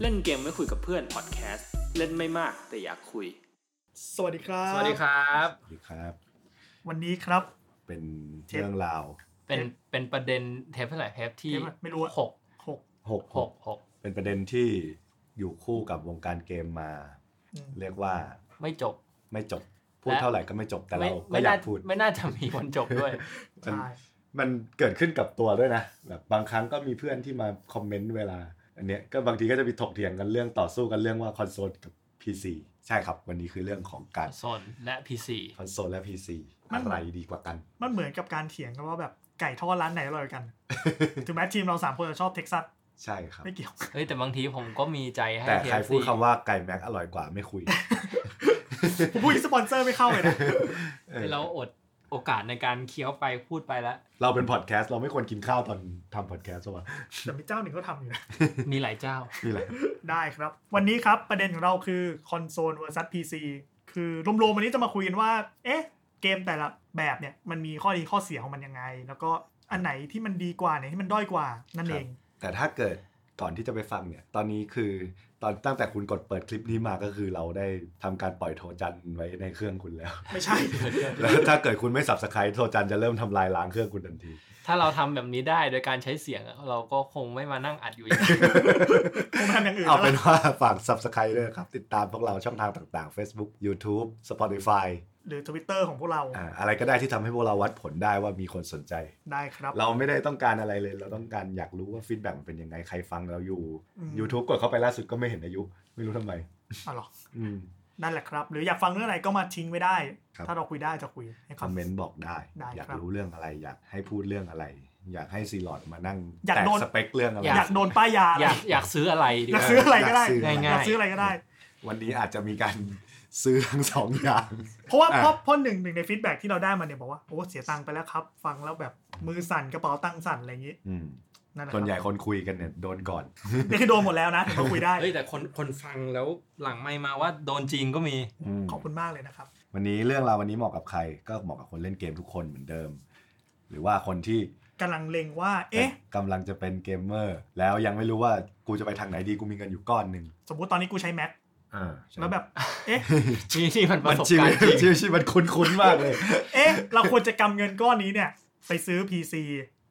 เล่นเกมไม่คุยกับเพื่อนพอดแคสต์เล่นไม่มากแต่อยากคุย สวัสดีครับ สวัสดีครับ สวัสดีครับ วันนี้ครับ เป็น เทป เรื่องราว เป็นเป็นประเด็นเทปเท่าไหร่เทปที่ เทปอะไรไม่รู้อะ หก หก หก หกหก เป็นประเด็นที่อยู่คู่กับวงการเกมมา อืม เรียกว่า ไม่จบ ไม่จบ พูด และ เท่าไหร่ก็ไม่จบแต่ ไม่ เราก็ ไม่ อยา น่าก พูด ไม่น่าจะมีวันจบด้วย มัน ใช่ มันเกิดขึ้นกับตัวด้วยนะแบบบางครั้งก็มีเพื่อนที่มาคอมเมนต์เวลา อันเนี้ยก็บางทีก็จะมีถกเถียงกันเรื่องต่อสู้กันเรื่องว่าคอนโซลกับ PC ใช่ครับ วันนี้คือเรื่องของการ โซนและ PC คอนโซลและ PC อะไรดีกว่ากัน มันเหมือนกับการเถียงกันว่าแบบไก่ทอดร้านไหนอร่อยก ว่ากัน ถึงแม้ทีมเราสามคนจะชอบเท็กซัส ใช่ครับ ไม่เกี่ยว เฮ้ยแต่บางทีผมก็มีใจให้ แต่ใคร KFC พูดคำว่าไก่แม็กอร่อยกว่าไม่คุย ผมพูดอย่างนี้สปอนเซอร์ไม่เข้าเลยนะ เออ เราอดโอกาสในการเคี้ยวไปพูดไปแล้ว เราเป็นพอดแคสต์เราไม่ควรกินข้าวตอนทำพอดแคสต์ว่ะ แต่มีเจ้าหนึ่งเขาทำอยู่นะ มีหลายเจ้า นี่แหละ ได้ครับ วันนี้ครับประเด็นของเราคือคอนโซล vs PC คือรวมๆวันนี้จะมาคุยกันว่า เอ๊ะ เกมแต่ละแบบเนี่ยมันมีข้อดีข้อเสียของมันยังไง แล้วก็อันไหนที่มันดีกว่าไหนที่มันด้อยกว่านั่นเอง แต่ถ้าเกิดก่อนที่จะไปฟังเนี่ย ตอนนี้คือตอนตั้งแต่คุณกดเปิดคลิปนี้มาก็คือเราได้ทำการปล่อยโทจันไว้ในเครื่องคุณแล้ว ไม่ใช่ แล้วถ้าเกิดคุณไม่สับสไครต์โทจันจะเริ่มทำลายล้างเครื่องคุณทันที ถ้าเราทำแบบนี้ได้โดยการใช้เสียงอะเราก็คงไม่มานั่งอัดอยู่อย่างนี้ คงทำอย่างอื่น เอา แล้ว เป็น ล่ะ ว่าฝากสับสไครต์ด้วยนะครับ ติดตามพวกเราช่องทางต่าง ๆ Facebook YouTube Spotify หรือ Twitter ของพวกเรา อ่าอะไรก็ได้ที่ทำให้พวกเราวัดผลได้ว่ามีคนสนใจ ได้ครับ เราไม่ได้ต้องการอะไรเลย เราต้องการอยากรู้ว่าฟีดแบ็กมันเป็นยังไงใครฟังเราอยู่ อืม YouTube กดเข้าไปล่าสุดก็ไม่เห็นอายุ ไม่รู้ทำไม เอาเหรอ อืม นั่นแหละครับ หรืออยากฟังเรื่องอะไรก็มาทิ้งไว้ได้ ครับ ถ้าเราคุยได้จะคุยให้ ค ค อ อ ม มเมเมนต์ นต์บอกได้ ได้ อยาก ครับ รู้เรื่องอะไร อยากให้พูดเรื่องอะไร อยากให้ซีลอดมานั่ง อยาก แต โดน สเปคเรื่องอะไร อย อยากโดนป้ายยา อยากอยากซื้ออะไรดี อยาก วะ ซื้ออะไรก็ได้ อยากซื้อ อ ง่ายๆ ยากซื้ออะไรก็ได้ วันนี้อาจจะมีการ ซื้อทั้งสองอย่าง เพราะว่า อ่ะ เพราะเพราะหนึ่งหนึ่งในฟีดแบ็กที่เราได้มาเนี่ยบอกว่าโอ้เสียตังค์ไปแล้วครับ ฟังแล้วแบบมือสั่นกระเป๋าตังค์สั่นอะไรอย่างนี้ อืม นั่นแหละค ส่ รั วน บ ใหญ่คนคุยกันเนี่ยโดนก่อน นี่คือโดนหมดแล้วนะถึงมาคุยได้ เฮ้ยแต่คนคนฟังแล้วหลังไม่มาว่าโดนจริงก็มี อืม ขอบคุณมากเลยนะครับ วันนี้เรื่องราววันนี้เหมาะกับใคร ก็เหมาะกับคนเล่นเกมทุกคนเหมือนเดิม หรือว่าคนที่ กำลังเล็งว่า เอ๊ะ กำลังจะเป็นเกมเมอร์ แล้วยังไม่รู้ว่ากูจะไปทางไหนดีกูมีเงินอยู่ก้อนหนึ่ง สมมุติตอนนี้กูใช้แม็ก อ่าใช่ แล้วแบบเอ๊ะ นี่นี่มันป มั ระ น สบ ชี กา วิ ร ต ณ์จริง ชีวิตชีวิตมันคุ้นๆมากเลย เอ๊ะ เราควรจะกำเงินก้อนนี้เนี่ยไปซื้อ PC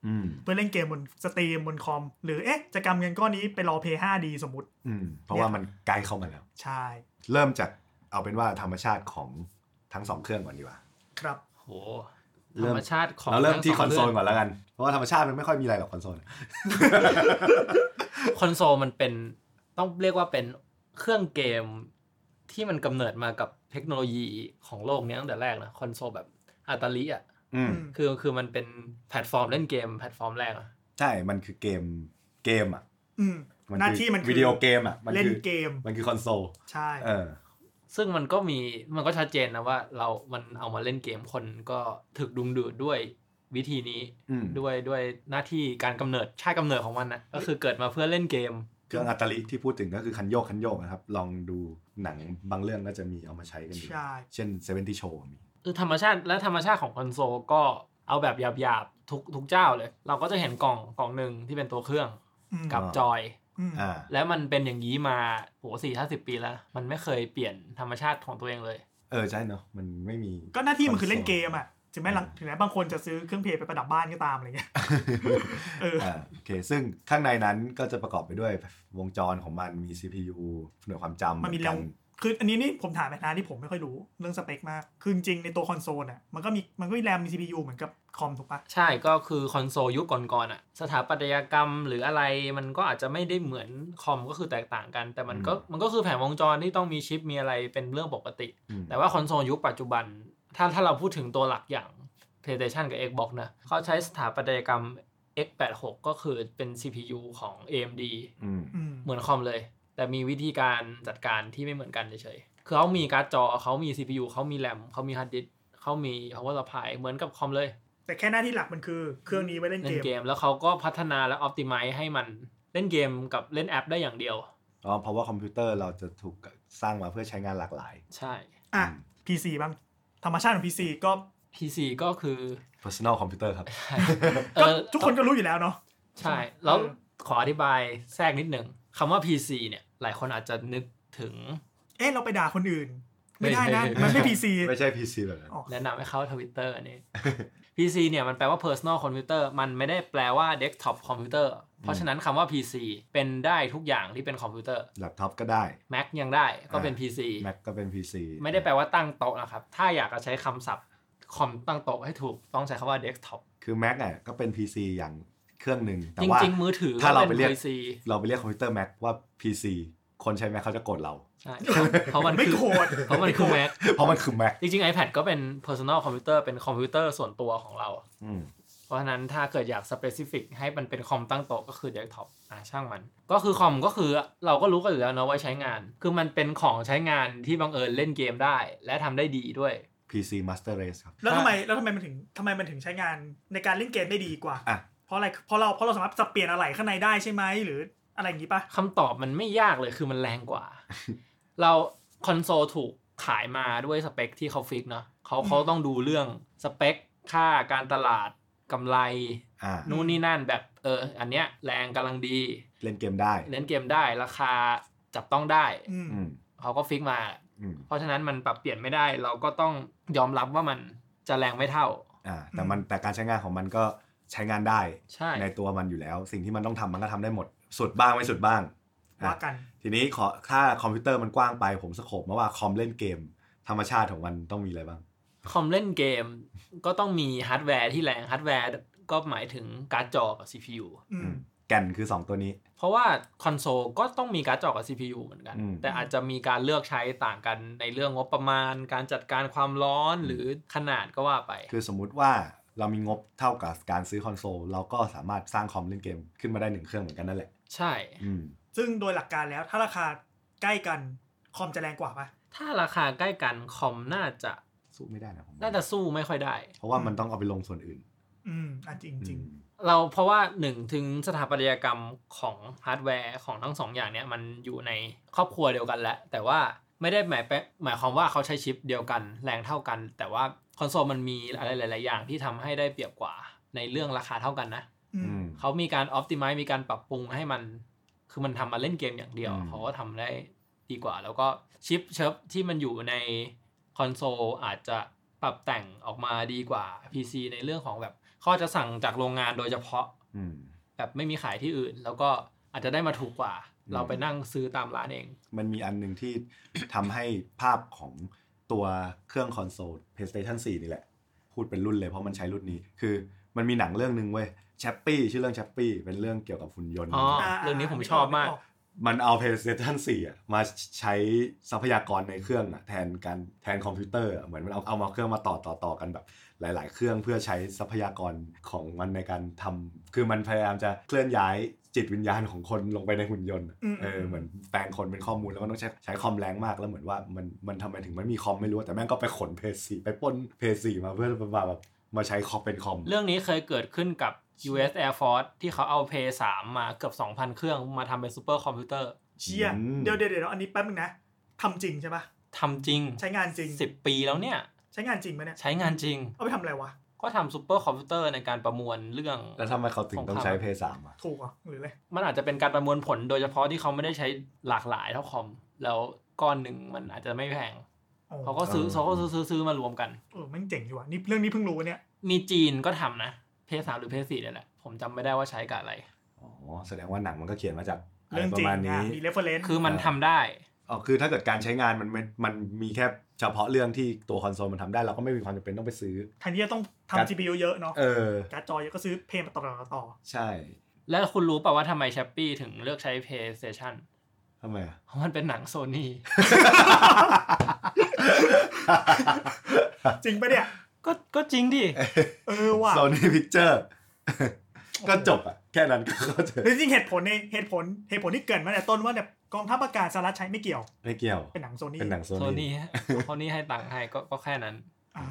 อืม เพื่อเล่นเกมบนสตรีมบนคอมหรือเอ๊ะจะกำเงินก้อนนี้ไปรอ Play 5ดีสมมติ อืมเพราะว่ามันใกล้เข้ามาแล้ว ใช่ เริ่มจากเอาเป็นว่าธรรมชาติของทั้งสองเครื่องก่อนดีกว่า ครับ โหธรรมชาติของ เราเริ่มที่ค ทั้ อน ง โซ สง ลก่อนแล้วกัน เพราะว่าธรรมชาติมันไม่ค่อยมีอะไรหรอกคอนโซล เรื่องคอนโซลมันเป็นต้องเรียกว่าเป็นเครื่องเกมที่มันกำเนิดมากับเทคโนโลยีของโลกเนี้ยตั้งแต่แรกนะคอนโซลแบบอาตาลีอ่ะ อืม คือคือมันเป็นแพลตฟอร์มเล่นเกมแพลตฟอร์มแรกอะ ใช่ มันคือเกมเกมอ่ะ อืม มั หน้าที่มันคือ วิดีโอเกมอ่ะมั เล่น คือ เกม มันคือคอนโซล ใช่ เออ ซึ่งมันก็มีมันก็ชัดเจนนะว่าเรามันเอามาเล่นเกมคนก็ถึกดึงดูดด้วยวิธีนี้ อืม ด้วยด้วยหน้าที่การกำเนิดชาติกำเนิดของมันนะก็คือเกิดมาเพื่อเล่นเกม เครื่องอัตลิที่พูดถึงก็คือคันโยกคันโยกนะครับ ลองดูหนังบางเรื่องก็จะมีเอามาใช้กันอยู่ ใช่ เช่นเซเวนตี้โชว์มี คือธรรมชาติและธรรมชาติของคอนโซลก็เอาแบบหยาบๆทุกทุกเจ้าเลย เราก็จะเห็นกล่องกล่องหนึ่งที่เป็นตัวเครื่อง อืม กับ อ๋อ จอย อืม อ่า แล้วมันเป็นอย่างนี้มาโหสี่ห้าสิบปีแล้ว มันไม่เคยเปลี่ยนธรรมชาติของตัวเองเลย เออใช่เนาะมันไม่มี ก็หน้าที่มันคือเล่นเกมอ่ะถึงแม้หลัง เออ ถึงแม้บางคนจะซื้อเครื่องเพลย์ไปประดับบ้านก็ตามอะไรเงี้ ย เออ อ่าโอเค ซึ่งข้างในนั้นก็จะประกอบไปด้วยวงจรของมันมี CPU หน่วยความจำ มันมี เห แร อ ม กั คืออันนี้นี่ผมถามในฐานะที่ผมไม่ค่อยรู้เรื่องสเปคมาก คือจริงๆในตัวคอนโซลอ่ะมันก็มีมันก็มีแรมมี CPU เหมือนกับคอมถูกปะ ใช่ก็คือคอนโซลยุคก่อนๆอ่ะสถาปัตยกรรมหรืออะไรมันก็อาจจะไม่ได้เหมือนคอมก็คือแตกต่างกัน แต่มันก็มันก็คือแผงวงจรที่ต้องมีชิปมีอะไรเป็นเรื่องปกติ อืม แต่ว่าคอนโซลยุคปัจจุบัน ถ้าถ้าเราพูดถึงตัวหลักอย่าง PlayStation กับ Xbox นะเขาใช้สถาปัตยกรรม X86 ก็คือเป็น CPU ของ AMD อืม อืม เหมือนคอมเลย แต่มีวิธีการจัดการที่ไม่เหมือนกันเฉยๆ คือเขามีการ์ดจอเขามี CPU เขามีแรมเขามีฮาร์ดดิสก์เขามี power supply เหมือนกับคอมเลย แต่แค่หน้าที่หลักมันคือเครื่องนี้ไว้เล่น เล่ เก น ม เกมแล้วเขาก็พัฒนาและ optimize ให้มันเล่นเกมกับเล่นแอปได้อย่างเดียว อ๋อเพราะว่าคอมพิวเตอร์เราจะถูกสร้างมาเพื่อใช้งานหลากหลาย ใช่ อ่ะ PC บ้างธรรมชาติของ PC ก็ PC ก็คือ personal computer ครับ เอ ก็ อ ทุกคนก็รู้อยู่แล้วเนาะ ใช่ แล้ว เออ ขออธิบายแทรกนิดหนึ่งคำว่า PC เนี่ย หลายคนอาจจะนึกถึง เอ๊ะเราไปด่าคนอื่น ไม่ได้นะ ไม่ไม่ มันไม่พีซี ไม่ใช่ PC แบบนั้น แนะนำให้เข้าทวิตเตอร์อัน นี้ PC เนี่ยมันแปลว่า Personal Computer มันไม่ได้แปลว่า Desktop Computer เพราะฉะนั้นคำว่า PC เป็นได้ทุกอย่างที่เป็นคอมพิวเตอร์ แล็ปท็อปก็ได้ Mac ยังได้ก็เป็น PC Mac ก็เป็น PC ไม่ได้แปลว่าตั้งโต๊ะนะครับ ถ้าอยากจะใช้คำศัพท์คอมตั้งโต๊ะให้ถูกต้องใช้คำว่า Desktop คือ Mac อ่ะก็เป็น PC อย่างเครื่องหนึ่งแต่ จ ว่า ริง ๆ มือถือ ถ้าเรา ก็ ไป เป็น เรียก PC เราไปเรียกคอมพิวเตอร์ Mac ว่า PC คนใช้ Mac เขาจะโกรธเรา ใช่เพราะมัน ไม่ คือ โกรธ เพราะมันคือ Mac เพราะมันคือ Mac จริงๆ iPad ก็เป็น Personal Computer เป็นคอมพิวเตอร์ส่วนตัวของเรา อืม เพราะฉะนั้นถ้าเกิดอยาก Specific ให้มันเป็นคอมตั้งโต๊ะก็คือ Desktop อ่ะช่างมัน ก็คือคอมก็คือเราก็รู้กันอยู่แล้วเนาะไว้ใช้งาน คือมันเป็นของใช้งานที่บังเอิญเล่นเกมได้ และทำได้ดีด้วย PC Master Race ครับ แล้วทำไมแล้วทำไมมันถึงทำไมมันถึงใช้งานในการเล่นเกมได้ดีกว่า อ่ะ เพราะอะไรเพราะเราเพราะเราสามารถจะเปลี่ยนอะไรข้างในได้ใช่ไหมหรืออะไรอย่างนี้ปะ คำตอบมันไม่ยากเลยคือมันแรงกว่า เราคอนโซลถูกขายมาด้วยสเปคที่เขาฟิกเนาะเขา อืม เขาต้องดูเรื่องสเปค ค่าการตลาดกำไร อ่า นู่นนี่นั่นแบบเออ อันเนี้ยแรงกำลังดี เล่นเกมได้ เล่นเกมได้ราคาจับต้องได้ อืม อืม เขาก็ฟิกมา อืม เพราะฉะนั้นมันปรับเปลี่ยนไม่ได้ เราก็ต้องยอมรับว่ามันจะแรงไม่เท่า อ่า แต่มันแต่การใช้งานของมันก็ใช้งานได้ ใช่ ในตัวมันอยู่แล้ว สิ่งที่มันต้องทำมันก็ทำได้หมด สุดบ้างไม่สุดบ้างอ่ะ ว่ากัน ทีนี้ขอถ้าคอมพิวเตอร์มันกว้างไปผมสโคบมาว่าคอมเล่นเกม ธรรมชาติของมันต้องมีอะไรบ้าง คอมเล่นเกมก็ต้องมีฮาร์ดแวร์ที่แรงฮาร์ดแวร์ก็หมายถึงการ์ดจอกับ CPU อืม แก่นคือ 2 ตัวนี้ เพราะว่าคอนโซลก็ต้องมีการ์ดจอกับ CPU เหมือนกัน อืม แต่อาจจะมีการเลือกใช้ต่างกันในเรื่องงบประมาณ การจัดการความร้อนหรือขนาดก็ว่าไป คือสมมุติว่าเรามีงบเท่ากับการซื้อคอนโซลเราก็สามารถสร้างคอมเล่นเกมขึ้นมาได้หนึ่งเครื่องเหมือนกันนั่นแหละ ใช่ อืม ซึ่งโดยหลักการแล้วถ้าราคาใกล้กันคอมจะแรงกว่าปะ ถ้าราคาใกล้กันคอมน่าจะ สู้ไม่ได้นะผม น่าจะสู้ไม่ค่อยได้ เพราะว่ามันต้องเอาไปลงส่วนอื่น อืมอันจริงจริง อืม เราเพราะว่าหนึ่งถึงสถาปัตยกรรมของฮาร์ดแวร์ของทั้งสองอย่างเนี้ยมันอยู่ในครอบครัวเดียวกันแหละแต่ว่าไม่ได้หมายแปหมายความว่าเขาใช้ชิปเดียวกันแรงเท่ากัน แต่ว่าคอนโซลมันมีอะไรหลาย ๆ อย่างที่ทำให้ได้เปรียบกว่าในเรื่องราคาเท่ากันนะ อื อื ม ม เขามีการออ t ติม z e มีการปรับปรุงให้มัน คือมันทำมาเล่นเกมอย่างเดียว อืม เขาก็ทำได้ดีกว่า แล้วก็ชิปเชิปที่มันอยู่ในคอนโซลอาจจะปรับแต่งออกมาดีกว่า PC ในเรื่องของแบบเขาอาจจะสั่งจากโรงงานโดยเฉพาะ อืม แบบไม่มีขายที่อื่น แล้วก็อาจจะได้มาถูกกว่า อืม เราไปนั่งซื้อตามร้านเอง มันมีอันหนึ่ง ที่ ทำให้ภาพของตัวเครื่องคอนโซล PlayStation 4 นี่แหละ พูดเป็นรุ่นเลยเพราะมันใช้รุ่นนี้ คือมันมีหนังเรื่องหนึ่งเว้ยแชปปี้ชื่อเรื่องแชปปี้เป็นเรื่องเกี่ยวกับหุ่นยนต์ อ๋อ เรื่องนี้ผมชอบมาก มันเอา PlayStation 4อะมาใช้ทรัพยากรในเครื่องอะแทนการแทนคอมพิวเตอร์อะเหมือนมันเอาเอามาเครื่องมาต่อต่อต่อกันแบบ หลาย ๆ เครื่องเพื่อใช้ทรัพยากรของมันในการทำคือมันพยายามจะเคลื่อนย้ายจิตวิญญาณของคนลงไปในหุ่นยนต์อะ อืม เออเหมือนแปลงคนเป็นข้อมูลแล้วมันต้องใช้ใช้คอมแรงมากแล้วเหมือนว่ามันมันทำไมถึงไม่มีคอมไม่รู้แต่แม่งก็ไปขนเพย์ซีไปปล้นเพย์ซีมาเพื่อมาแบบมาใช้คอมเป็นคอม เรื่องนี้เคยเกิดขึ้นกับ US Air Force ที่เขาเอา p พ3มาเกือบ 2,000 เครื่องมาทำเป็นซูเปอร์คอมพิวเตอร์ เชีย อืม เดี๋ยวเดี๋ยวเดี๋ยวอันนี้แป๊บนึงนะทำจริงใช่ปะ ทำจริง ใช้งานจริง 10 ปีแล้วเนี่ย ใช้งานจริงไหมเนี่ย ใช้งานจริง เอาไปทำอะไรวะ ก็ทำซูเปอร์คอมพิวเตอร์ในการประมวลเรื่อง แล้วทำไมเขาถึงต้องใช้เพย์สามอะ ถูกเหรอหรืออะไร มันอาจจะเป็นการประมวลผลโดยเฉพาะที่เขาไม่ได้ใช้หลากหลายเท่าคอม แล้วก้อนหนึ่งมันอาจจะไม่แพง อ๋อ เขาก็ซื้อ เออ เขาก็ซื้อซื้อซื้อมารวมกัน เออแมันเจ๋งดีว่ะนี่เรื่องนี้เพิ่งรู้เนี่ย มีจีนก็ทำนะเพสามหรือเพสสี่เนี่ยแหละ ผมจำไม่ได้ว่าใช้กับอะไร อ๋อแสดงว่าหนังมันก็เขียนมาจากะไ เรื่องจริง ปะมาณนี้ อ่ะมีเรฟเฟอร์เรนซ์ คือมันทำได้ อ๋อคือถ้าเกิดการใช้งานมันมันมันมีแค่เฉพาะเรื่องที่ตัวคอนโซลมันทำได้เราก็ไม่มีความจำเป็นต้องไปซื้อ แทนที่จะต้อง การ์ด ทำ GPU เยอะเนาะ เออ การ์ดจอเยอะก็ซื้อเพลงมาต่อๆต่อ ใช่ แล้วคุณรู้ป่าว่าทำไมแชปปี้ถึงเลือกใช้ PlayStation ทำไม อะ เพราะมันเป็นหนังโซนี่ ๆจริงปะเนี่ย ก็ก็จริงดิ เออว่ะ Sony Picture ก็จบอ่ะ แค่นั้นก็เข้าใจ หรือจริงๆเหตุผลในเหตุผลเหตุผลที่เกริดมาแต่ต้นว่าแบบกองทัพอากาศสหรัฐใช้ไม่เกี่ยว ไม่เกี่ยว เป็นหนังโซนี่ เป็นหนังโซ โซ นี่ นี่ฮะโซนี่ให้ตังค์ให้ก็ก็แค่นั้น อ่า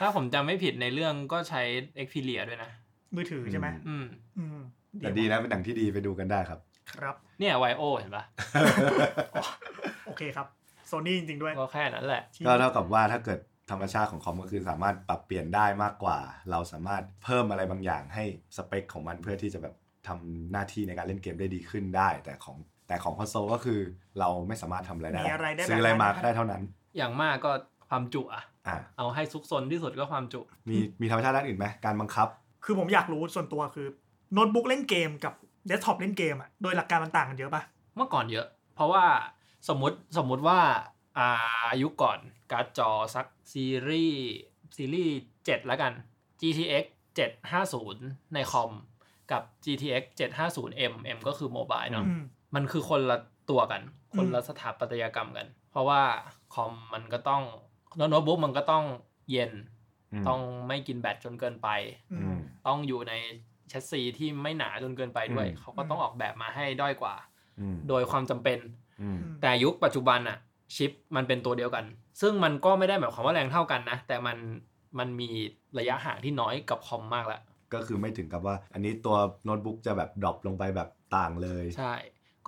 ถ้าผมจำไม่ผิดในเรื่องก็ใช้ Xperia ด้วยนะ มือถือใช่ไหม อืม อืม แต่ดีนะเป็นหนังที่ดีไปดูกันได้ครับ ครับ เนี่ยไวโอเห็นปะ โอเคครับโซนี่จริงๆด้วย ก็แค่นั้นแหละ ที่ ก็เท่ากับว่าถ้าเกิดธรรมชาติของคอมก็คือสามารถปรับเปลี่ยนได้มากกว่า เราสามารถเพิ่มอะไรบางอย่างให้สเปคของมันเพื่อที่จะแบบทำหน้าที่ในการเล่นเกมได้ดีขึ้นได้ แต่ของ แต่ของคอนโซลก็คือเราไม่สามารถทำอะไรได้ มีอะไรได้ ซื้อ แบบ อะไรมา นั้น ได้เท่านั้น อย่างมากก็ความจุอะ อ่ะ เอาให้ซุกซนที่สุดก็ความจุ มีมีธรรมชาติด้านอื่นไหมการบังคับ คือผมอยากรู้ส่วนตัวคือโน้ตบุ๊กเล่นเกมกับเดสก์ท็อปเล่นเกมอ่ะโดยหลักการมันต่างกันเยอะปะ เมื่อก่อนเยอะ เพราะว่าสมมติสมมุติว่าอาอายุก่อนการ์ดจอสักซีรีส์ซีรีส์7แล้วกัน GTX 750 ในคอม กับ GTX 750M M ก็คือโมบายเนาะ อืม มันคือคนละตัวกัน อืม คนละสถาปัตยกรรมกัน เพราะว่าคอมมันก็ต้องโน้ตบุ๊กมันก็ต้องเย็น อืม ต้องไม่กินแบตจนเกินไป อื อื ม ม ต้องอยู่ในแชสซีที่ไม่หนาจนเกินไปด้วย อืม เขาก็ต้องออกแบบมาให้ด้อยกว่า อืม โดยความจำเป็น อืม แต่ยุคปัจจุบันอะชิปมันเป็นตัวเดียวกัน ซึ่งมันก็ไม่ได้หมายความว่าแรงเท่ากันนะ แต่มันมันมีระยะห่างที่น้อยกับคอมมากละ ก็คือไม่ถึงกับว่า อันนี้ตัวโน้ตบุ๊กจะแบบดรอปลงไปแบบต่างเลย ใช่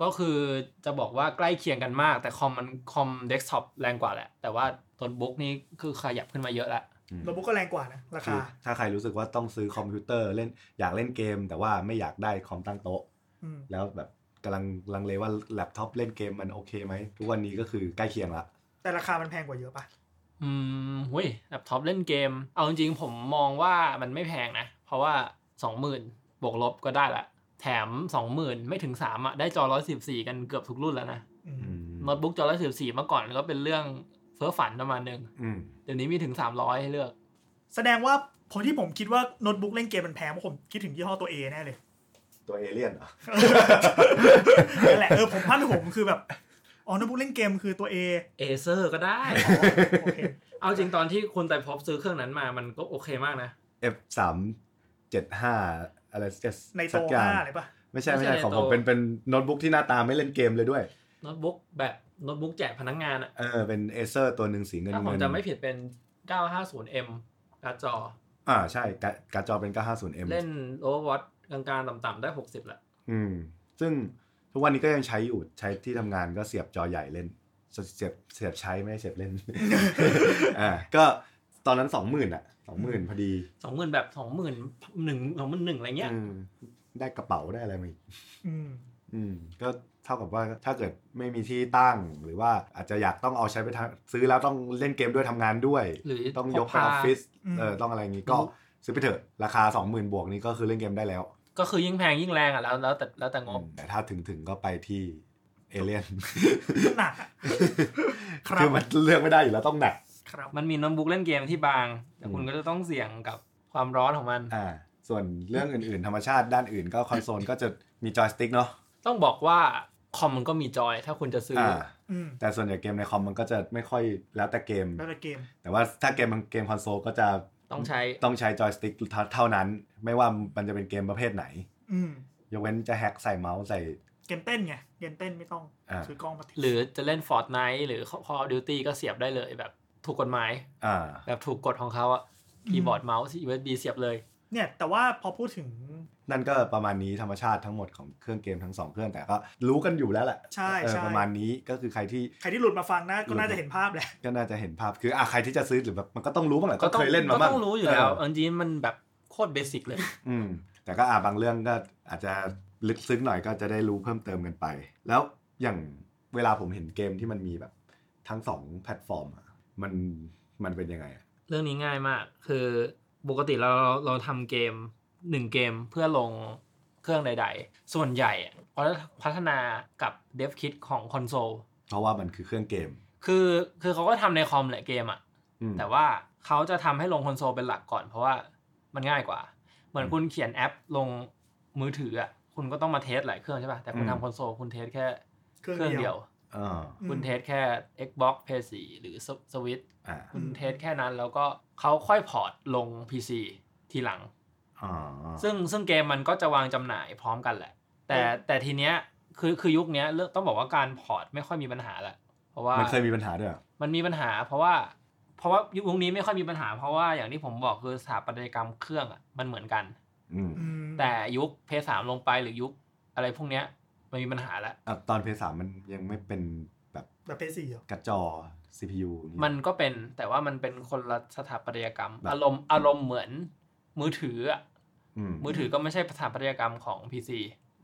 ก็คือจะบอกว่าใกล้เคียงกันมาก แต่คอมมันคอมเดสก์ท็อปแรงกว่าแหละ แต่ว่าโน้ตบุ๊กนี่คือขยับขึ้นมาเยอะละ อืม โน้ตบุ๊กก็แรงกว่านะรา คื คา อถ้าใครรู้สึกว่าต้องซื้อคอมพิวเตอร์เล่นอยากเล่นเกม แต่ว่าไม่อยากได้คอมตั้งโต๊ะ อืม แล้วแบบกำลังลังเลว่าแล็ปท็อปเล่นเกมมันโอเคไหม ทุกวันนี้ก็คือใกล้เคียงละ แต่ราคามันแพงกว่าเยอะปะ อืมหุ้ยแล็ปท็อปเล่นเกม เอาจริงๆผมมองว่ามันไม่แพงนะ เพราะว่า 20,000 บวกลบก็ได้ละ แถม 20,000 ไม่ถึง 3อ่ะได้จอ 114 กันเกือบทุกรุ่นแล้วนะ อืม โน้ตบุ๊กจอละสิบสี่เมื่อก่อนก็เป็นเรื่องเฟ้อฝันประมาณหนึ่ง อืม เดี๋ยวนี้มีถึงสามร้อยให้เลือก แสดงว่าผมที่ผมคิดว่าโน้ตบุ๊กเล่นเกมมันแพงเพราะผมคิดถึงยี่ห้อตัวเอแน่ เลย ตัวเอเลี่ยน เหรอ นั่นแหละเออผมภาพในผมคือแบบอ๋อโน้ตบุ๊กเล่นเกมคือตัวเอ เอเซอร์ก็ได้ โอเค เอาจริงตอนที่คุณไต่พบซื้อเครื่องนั้นมามันก็โอเคมากนะ F สามเจ็ดห้าอะไร ในโต สักอย่า ห้าง เลยปะ ไม่ใช่ไม่ ไม่ใช่ ใช่ ใน ของ โต ผมเป็นเป็นโน้ตบุ๊กที่หน้าตาไม่เล่นเกมเลยด้วย โน้ตบุ๊กแบบโน้ตบุ๊กแจกพนักงานอะ เออเป็นเอเซอร์ตัวหนึ่งสีเงิน ถ้าผม เงิน จำไม่ผิดเป็น 950M การ์ดจอ อ่าใช่การ์ดการ์ดจอเป็น 950M เล่น Overwatch กลางๆต่ำๆได้ 60แหละ อืมซึ่งทุกวันนี้ก็ยังใช้อยู่ใช้ที่ทำงานก็เสียบจอใหญ่เล่น เสียบเสียบใช้ไม่ได้เสียบเล่น อ่าก็ตอนนั้นสองหมื่นอ่ะสองหมื่นพอดี 20,000 แบบ 20,000หนึ่ง20,001อะไรเงี้ย อืมได้กระเป๋าได้อะไรมาอีก อืม อืมก็เท่ากับว่าถ้าเกิดไม่มีที่ตั้งหรือว่าอาจจะอยากต้องเอาใช้ไปทำซื้อแล้วต้องเล่นเกมด้วยทำงานด้วย หรือ ต้องยก พ ไป พา ออฟฟิศ อืม เออต้องอะไรอย่างงี้ก็ซื้อไปเถอะราคา 20,000 บวกนี้ก็คือเล่นเกมได้แล้ว ก็คือยิ่งแพงยิ่งแรงอ่ะแล้วแล้วแต่แล้วแต่งบ อืมแต่ถ้าถึงถึงๆก็ไปที่เอเลียน หนักอะ ครับ คือมัน เลือกไม่ได้อยู่แล้วต้องหนัก ครับ มันมีโน้ตบุ๊กเล่นเกมที่บาง แต่คุณ อืม ก็จะต้องเสี่ยงกับความร้อนของมัน อ่า ส่วนเรื่องอื่นๆ ธรรมชาติด้านอื่นก็คอนโซ ลก็จะมีจอยสติ๊กเนาะ ต้องบอกว่าคอมมันก็มีจอยถ้าคุณจะซื้ออ อ่า อืม แต่ส่วนใหญ่เกมในคอมมันก็จะไม่ค่อยแล้วแต่เกม แล้วแต่เกม แต่ว่าถ้าเกมมันเกมคอนโซลก็จะ ต้องใช้ ต้องใช้จอยสติ๊กเท่านั้น ไม่ว่ามันจะเป็นเกมประเภทไหน อืม ยกเว้นจะแฮกใส่เมาส์ใส่ เกมเต้นไงเกมเต้นไม่ต้อง อ่า ซื้อกล้องมาถื หรือจะเล่น Fortnite หรือ Call of Duty ก็เสียบได้เลยแบบถูกกฎหมาย อ่า แบบถูกกฎของเขาอะคีย์บอร์ดเมาส์ USB เสียบเลย เนี่ย แต่ว่าพอพูดถึง นั่นก็ประมาณนี้ธรรมชาติทั้งหมดของเครื่องเกมทั้งสองเครื่องแต่ก็รู้กันอยู่แล้วแหละ ใช่ เออ ใช่ ประมาณนี้ก็คือใครที่ ใครที่หลุดมาฟังนะก็น่าจะเห็นภาพแหละ ก็น่าจะเห็นภาพคืออ่ะใครที่จะซื้อหรือแบบมันก็ต้องรู้บ้างแหละก็เคยเล่นมา ก็ บ้าง ต้องรู้อยู่แล้ว เ เอาจริงๆมันแบบโคตรเบสิกเลย อืมแต่ก็อ่าบางเรื่องก็อาจจะลึกซึ้งหน่อยก็จะได้รู้เพิ่มเติมกันไป แล้วอย่างเวลาผมเห็นเกมที่มันมีแบบทั้งสองแพลตฟอร์มอะมันมันเป็นยังไงอะ เรื่องนี้ง่ายมาก คือปกติเราเราเราทำเกมหนึ่งเกมเพื่อลงเครื่องใด ๆ ส่วนใหญ่อะพัฒนากับเดฟคิดของคอนโซล เพราะว่ามันคือเครื่องเกม คือคือเขาก็ทำในคอมแหละเกมอะ อืม แต่ว่าเขาจะทำให้ลงคอนโซลเป็นหลักก่อนเพราะว่ามันง่ายกว่า เหมือน อืม คุณเขียนแอปลงมือถืออ่ะคุณก็ต้องมาเทสหลายเครื่องใช่ป่ะ แต่คุณ อืม ทำคอนโซลคุณเทสแค่ เครื่อง เครื่อง เดี เดี ย ยว ว อ่า อืม คุณเทสแค่ Xbox PS4 หรือ Switch อ่า คุณเทสแค่นั้นแล้วก็เขาค่อยพอร์ตลง PC ทีหลัง อ่า ซึ่งซึ่งเกมมันก็จะวางจำหน่ายพร้อมกันแหละ แต่แต่ทีเนี้ยคือคือยุคเนี้ยเรื่องต้องบอกว่าการพอร์ตไม่ค่อยมีปัญหาละเพราะว่า มั มั นเคยมีปัญหาด้วยเหรอ มันมีปัญหาเพราะว่า เพราะว่ายุคนี้ไม่ค่อยมีปัญหา เพราะว่าอย่างที่ผมบอกคือสถาปัตยกรรมเครื่องอะมันเหมือนกัน อืม อืม แต่ยุคเพสามลงไปหรือยุคอะไรพวกเนี้ยมันมีปัญหาแล้ว อ่ะตอนเพย์สามมันยังไม่เป็นแบบ แบบเพสี่เหรอก ระจอ CPU อย่างเงี้ย มันก็เป็นแต่ว่ามันเป็นคนละสถาปัตยกรรม แบบ อารมณ์อารมณ์เหมือนมือถืออะ อืม มือถือก็ไม่ใช่สถาปัตยกรรมของ PC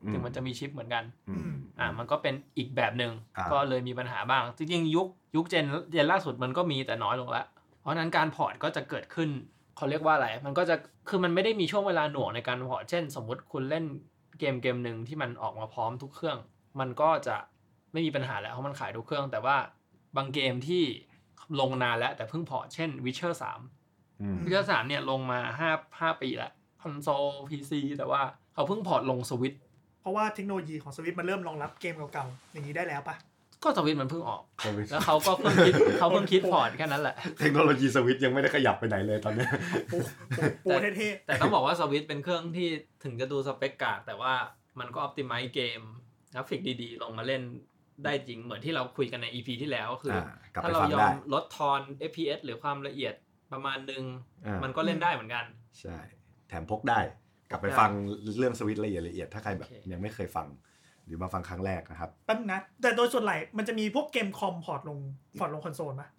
อื ถึงมันจะมีชิปเหมือนกัน อืม อ่ะมันก็เป็นอีกแบบหนึ่ง อ่า ก็เลยมีปัญหาบ้าง จริงๆยุคยุคเจนเจนล่าสุดมันก็มีแต่น้อยลงละ เพราะฉะนั้นการพอร์ตก็จะเกิดขึ้นเขาเรียกว่าอะไร มันก็จะคือมันไม่ได้มีช่วงเวลาหน่วงในการพอร์ตเช่น สมมุติคุณเล่นเกมเกมหนึ่งที่มันออกมาพร้อมทุกเครื่อง มันก็จะไม่มีปัญหาแล้วเพราะมันขายทุกเครื่อง แต่ว่าบางเกมที่ลงนานแล้วแต่เพิ่งพอร์ตเช่น Witcher 3 อืม วิทยาศาสตร์เนี่ยลงมาห้าห้าปีละคอนโซลพีซีแต่ว่าเขาเพิ่งพอร์ตลงสวิต เพราะว่าเทคโนโลยีของสวิตมันเริ่มรองรับเกมเก่าๆอย่างนี้ได้แล้วปะ ก็สวิตมันเพิ่งออก สวิตช์ แล้วเขาก็เพิ่ งคิด เขาเพิ่งคิดพอร์ตแค่นั้นแหละ เทคโนโลยีสวิตช์ยังไม่ได้ขยับไปไหนเลยตอนเนี้ย โอ้โห โปรเท่ แต่ต้องบอกว่าสวิตเป็นเครื่องที่ถึงจะดูสเปคกากแต่ว่ามันก็ออ t ติ i z e เกมกราฟิกดีๆ ลงมาเล่นได้จริงเหมือนที่เราคุยกันใน EP ที่แล้วคือ อ่ากลับ ถ้า ไป เรา ฟัง ยอ ได้ มลดทอน FPS หรือความละเอียดประมาณนึง อ่า มันก็เล่นได้เหมือนกัน ใช่ แถมพกได้ กลับไปฟังเรื่องสวิตช์ละเอียดละเอียดถ้าใครแบบ โอเค ยังไม่เคยฟัง หรือมาฟังครั้งแรกนะครับ ๆแป๊บนะ แต่โดยส่วนใหญ่มันจะมีพวกเกมคอมพอร์ตลงพอร์ตลงคอนโซลปะ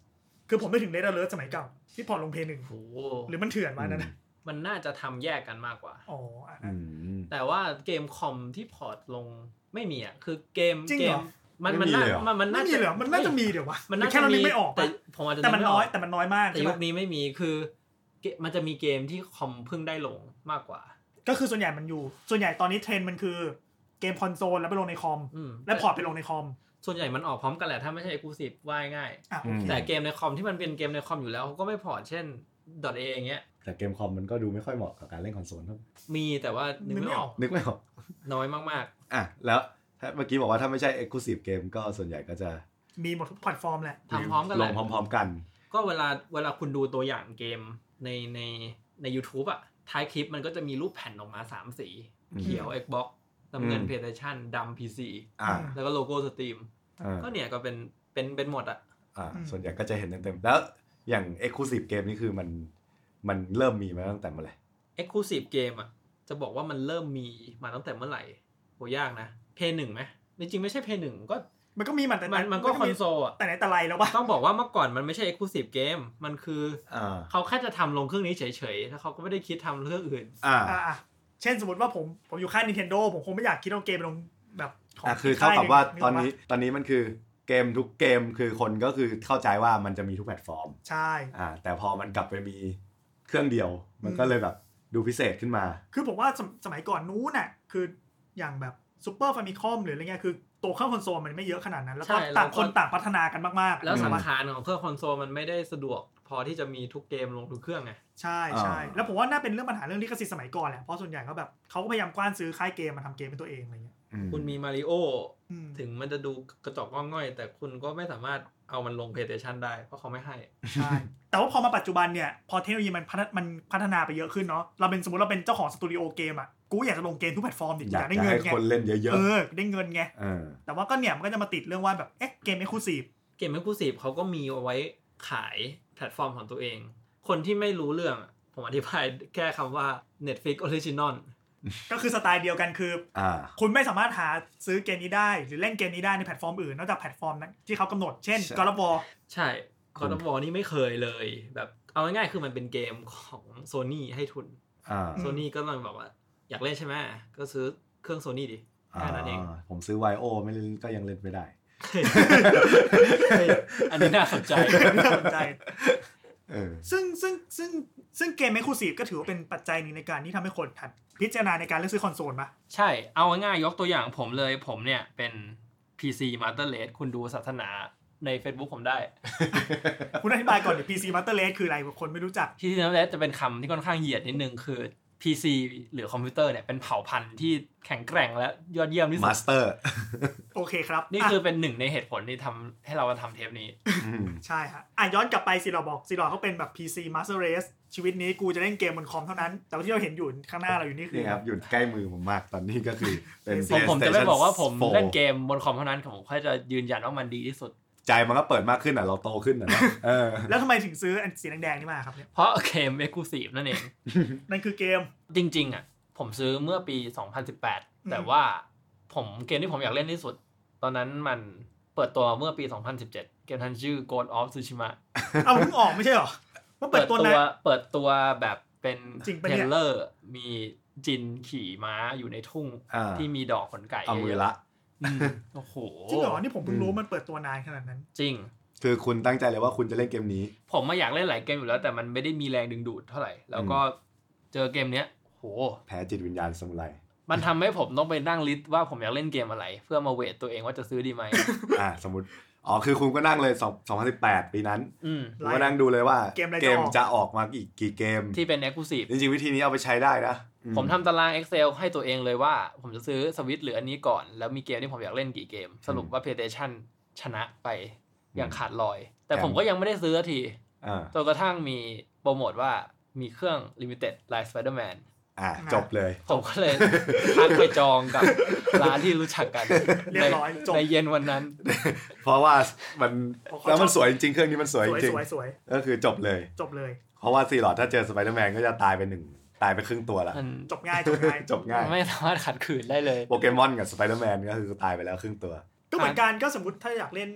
คือผมไม่ถึงเลดเดอร์สมัยเก่า ที่พอร์ตลงเพย์หนึ่ง โห หรือมันเถื่อนมานั่นนะ มันน่าจะทำแยกกันมากกว่า อ๋ออ่ะ อืม แต่ว่าเกมคอมที่พอร์ตลงไม่มีอ่ะ คือเกม จริง เก เหร ม อ มัน ไม่ มัน มี น่า เลยเหรอ มันมันน่าจะไม่มีเหรอมันน่าจะมีเดี๋ยววะ มันน่า แค่เรานึกไม่ออก แต่ ปะ ผมอาจจะ แต่มัน กไ น้อยแต่มันน้อยมาก แต่ ใช่ ยุ ปะ คนี้ไม่มีคือเกมมันจะมีเกมที่คอมเพิ่งได้ลงมากกว่า ก็คือส่วนใหญ่มันอยู่ ส่วนใหญ่ตอนนี้เทรนด์มันคือเกมคอนโซลแล้วไปลงในคอม อืม แล้วพอร์ตไปลงในคอม ส่วนใหญ่มันออกพร้อมกันแหละถ้าไม่ใช่กูสิบว่ายง่าย อ่ะโอเค แต่เกมในคอมที่มันเป็นเกมในคอมอยู่แล้วเขาก็ไม่พอร์ตเช่น .a อย่างเงี้ย แต่เกมคอมมันก็ดูไม่ค่อยเหมาะกับการเล่นคอนโซลเท่าไหร่ มีแต่ว่านึก นึกไม่ ไม่อ อ อ อก ก นึกไม่ออก น้อยมาก อ่ะ แล้วถ้าเมื่อกี้บอกว่าถ้าไม่ใช่ Exclusive เกมก็ส่วนใหญ่ก็จะ มีหมดทุกแพลตฟอร์มแหละ ๆทำพร้อมกัน ล แหละ งพร้อม ๆ กัน ก็เวลาเวลาคุณดูตัวอย่างเกมในในใน u t u b e อะท้ายคลิปมันก็จะมีรูปแผ่นออกมา 3 สี อืม เขียว Xbox น้ำเงิน อืม PlayStation ดำ PC อ่า แล้วก็โลโก้ Steam อ่า ก็เนี่ยก็เป็นเป็นเป็นหมดอะ อ่า อืม ส่วนใหญ่ก็จะเห็นเต็มๆ แล้วอย่าง Exclusive เกมนี่คือมันมันเริ่มมีมาตั้งแต่เมื่อไหร่ Exclusive เกมอะจะบอกว่ามันเริ่มมีมาตั้งแต่เมื่อไหร่โหยากนะ p พ1หนึ่งไหมจริงๆไม่ใช่ p พ1หนึ่งก็ มันก็มีมันแต่ มันมันก็คอนโซลอะ แต่ไหนแต่ไรแล้วปะ ต้องบอกว่าเมื่อก่อนมันไม่ใช่ Exclusive เกมมันคือ อ่า เขาแค่จะทำลงเครื่องนี้เฉยๆแล้วเขาก็ไม่ได้คิดทำเรื่องอื่น อ่า อ่ะอ่ะเช่นสมมติว่าผมผมอยู่ค่าย Nintendo ผมคงไม่อยากคิดเอาเกมไปลงแบบของ อ่ะคือเท่ากับว่าตอนนี้ กกปะ ตอนนี้มันคือเกมทุกเกมคือคนก็คือเข้าใจว่ามันจะมีทุกแพลตฟอร์ม ใช่ อ่าแต่พอมันกลับไปมีเครื่องเดียว มันก็เลยแบบดูพิเศษขึ้นมา คือผมว่าสมสมัยก่อนนู้นน่ะคืออย่างแบบซูเปอร์ฟามิคอมหรืออะไรเงี้ยคือตัวเครื่องคอนโซลมันไม่เยอะขนาดนั้น แล้วก็ ใช่ ต่างคแล้นวก็ ต่างพัฒนากันมากๆ แล้ว อืม สำคัญของเครื่องคอนโซลมันไม่ได้สะดวกพอที่จะมีทุกเกมลงทุกเครื่องไง ใช่ใช่ อ่า แล้วผมว่าน่าเป็นเรื่องปัญหาเรื่องลิขสิทธิ์สมัยก่อนแหละเพราะส่วนใหญ่ก็แบบเขาก็พยายามกว้านซื้อค่ายเกมมาทำเกมเป็นตัวเองอะไรเงี้ย อื คุณมีมาริโอ อืม ถึงมันจะดูกระจอกก้องง่อย แต่คุณก็ไม่สามารถเอามันลงเพลย์สเตชันได้ เพราะเขาไม่ให้ ใช่แต่ว่าพอมาปัจจุบันเนี่ยพอเทคโนโลยีมันพัฒนามันพัฒนาไปเยอะขึ้นเนาะเราเป็นสมมติเราเป็นเจ้าของสตูดิโอเกมอ่ะกูอยากจะลงเกมทุกแพลตฟอร์มดิออายยาก กได้ จะ เงิน ให้ ไง คนเล่นเยอะ เออได้เงินไง ๆเออ แต่ว่าก็เนี่ยมันก็จะมาติดเรื่องว่าแบบเอ๊ะเกมเอ็กซ์คลูซีฟ เกม e อ c l u s i v e เขาก็มีเอาไว้ขายแพลตฟอร์มของตัวเอง คนที่ไม่รู้เรื่องอะผมอธิบายแค่คำว่า Netflix Original ก็คือสไตล์เดียวกันคือ อ่า คุณไม่สามารถหาซื้อเกมนี้ได้ หรือเล่นเกมนี้ได้ในแพลตฟอร์มอื่น นอกจากแพลตฟอร์มนั้นที่เขากำหนดเช่น ใช่ กอล์ฟบอล ใช่คอนบอลนี่ไม่เคยเลย แบบเอาง่ายๆคือมันเป็นเกมของ Sony ให้ทุน อ่า Sony ก็เลยบอกว่าอยากเล่นใช่ไหมก็ซื้อเครื่อง Sony ดิ แค่นั้นเอง าผมซื้อไวโอไม่เล่นก็ยังเล่นไม่ได้ เฮ้ยเฮ้ยอันนี้น่าสนใจ น่าสนใจ เออ ซึ่งซึ่งซึ่งซึ่งเกมแมคคูซีฟก็ถือว่าเป็นปัจจัยหนึ่งในการที่ทำให้คนหัดพิจารณาในการเลือกซื้อคอนโซลปะ ใช่ เอาง่ายๆยกตัวอย่างผมเลย ผมเนี่ยเป็น PC Master Race คุณดูศาสนาใน Facebook ผมได้ คุณอธิบายก่อนเดี๋ยว PC Master Race คืออะไรคนไม่รู้จัก PC Master Race จะเป็นคำที่ค่อนข้างเหยียดนิดนึง คือ PC หรือคอมพิวเตอร์เนี่ย เป็นเผ่าพันธุ์ที่แข็งแกร่งและยอดเยี่ยมที่สุ มา ด สเตอร์ โอเคครับ นี่คือเป็นหนึ่งในเหตุผลที่ทำให้เรามาทำเทป นี้ ใช่ฮะอ่ะย้อนกลับไปสิเราบอกสิเราเขาเป็นแบบ PC Master Race ชีวิตนี้กูจะเล่นเกมบนคอมเท่านั้น แต่ว่าที่เราเห็นอยู่ข้างหน้าเราอยู่นี่คื นี่ อ ครับอยู่ใกล้มือผมมากตอนนี้ก็คือเป็น ผมผมจะไม่ PlayStation บอกว่าผมเล่น 4 เกมบนคอมเท่านั้นผมแค่จะยืนยันว่ามันดีที่สุด ใจมันก็เปิดมากขึ้นอ่ะ เราโตขึ้นอ่ะเนอะเออ แล้วทำไมถึงซื้ออันสีแดงๆนี่มาครับเนี่ย เพราะเกม Exclusive นั่นเอง นั่นคือเกม จริงๆอ่ะผมซื้อเมื่อปี 2018 แต่ว่าผมเกมที่ผมอยากเล่นที่สุด ตอนนั้นมันเปิดตัวเมื่อปี 2017 เกมทันชื่อ Ghost of Tsushima เอาเพิ่งออกไม่ใช่เหรอว่าเปิดตัวนะ เปิดตัวแบบเป็น จริงปะ เท เนี่ย เลอร์ มีจินขี่ม้าอยู่ในทุ่ง อ่า ที่มีดอกขนไก่ เอามือ เยะ ละ อืมโอ้โห จริงเหรอนี่ผมเพิ่งรู้มันเปิดตัวนานขนาดนั้น จริง คือคุณตั้งใจเลยว่าคุณจะเล่นเกมนี้ ผมมาอยากเล่นหลายเกมอยู่แล้ว แต่มันไม่ได้มีแรงดึงดูดเท่าไหร่ แล้วก็เจอเกมเนี้ยโห แพ้จิตวิญญาณสมุไร มันทำให้ผมต้องไปนั่งลิสต์ว่าผมอยากเล่นเกมอะไร เพื่อมาเวทตัวเองว่าจะซื้อดี ไหม อ่าสมมติอ๋อคือคุณก็นั่งเลย2 2018 ปีนั้น อืม คุณก็นั่งดูเลยว่า เกมอะไรจะออก จะออกมาอีกกี่เกม ที่เป็น exclusive จริงๆวิธีนี้เอาไปใช้ได้นะอื ผมทำตาราง Excel ให้ตัวเองเลยว่า ผมจะซื้อสวิตหรืออันนี้ก่อน แล้วมีเกมที่ผมอยากเล่นกี่เกม สรุปว่า PlayStation ชนะไปอย่างขาดลอย แต่ผมก็ยังไม่ได้ซื้อสักที อ่า จนกระทั่งมีโปรโมทว่ามีเครื่อง Limited ลาย Spider-Man อ่าจบเลย ผมก็เลยทักไปจองกับร้านที่รู้จักกัน เรียบร้อยจบ ในเย็นวันนั้น เพราะว่ามัน เพราะเขา แล้วมันสวยจริงๆเครื่องนี้มันสวย ส จ วย ริง สวยสวย ๆก็คือจบเลย จบเลย เพราะว่าซีหลอดถ้าเจอสไปเดอร์แมนก็จะตายไปหนึ่งตายไปครึ่งตัวละ มัน จบง่ายจบง่าย จบง่าย ไม่สามารถขัดขืนได้เลย โปเกมอนกับสไปเดอร์แมนก็คือตายไปแล้วครึ่งตัว ก็เหมือนกันก็สมมติถ้าอยากเล่น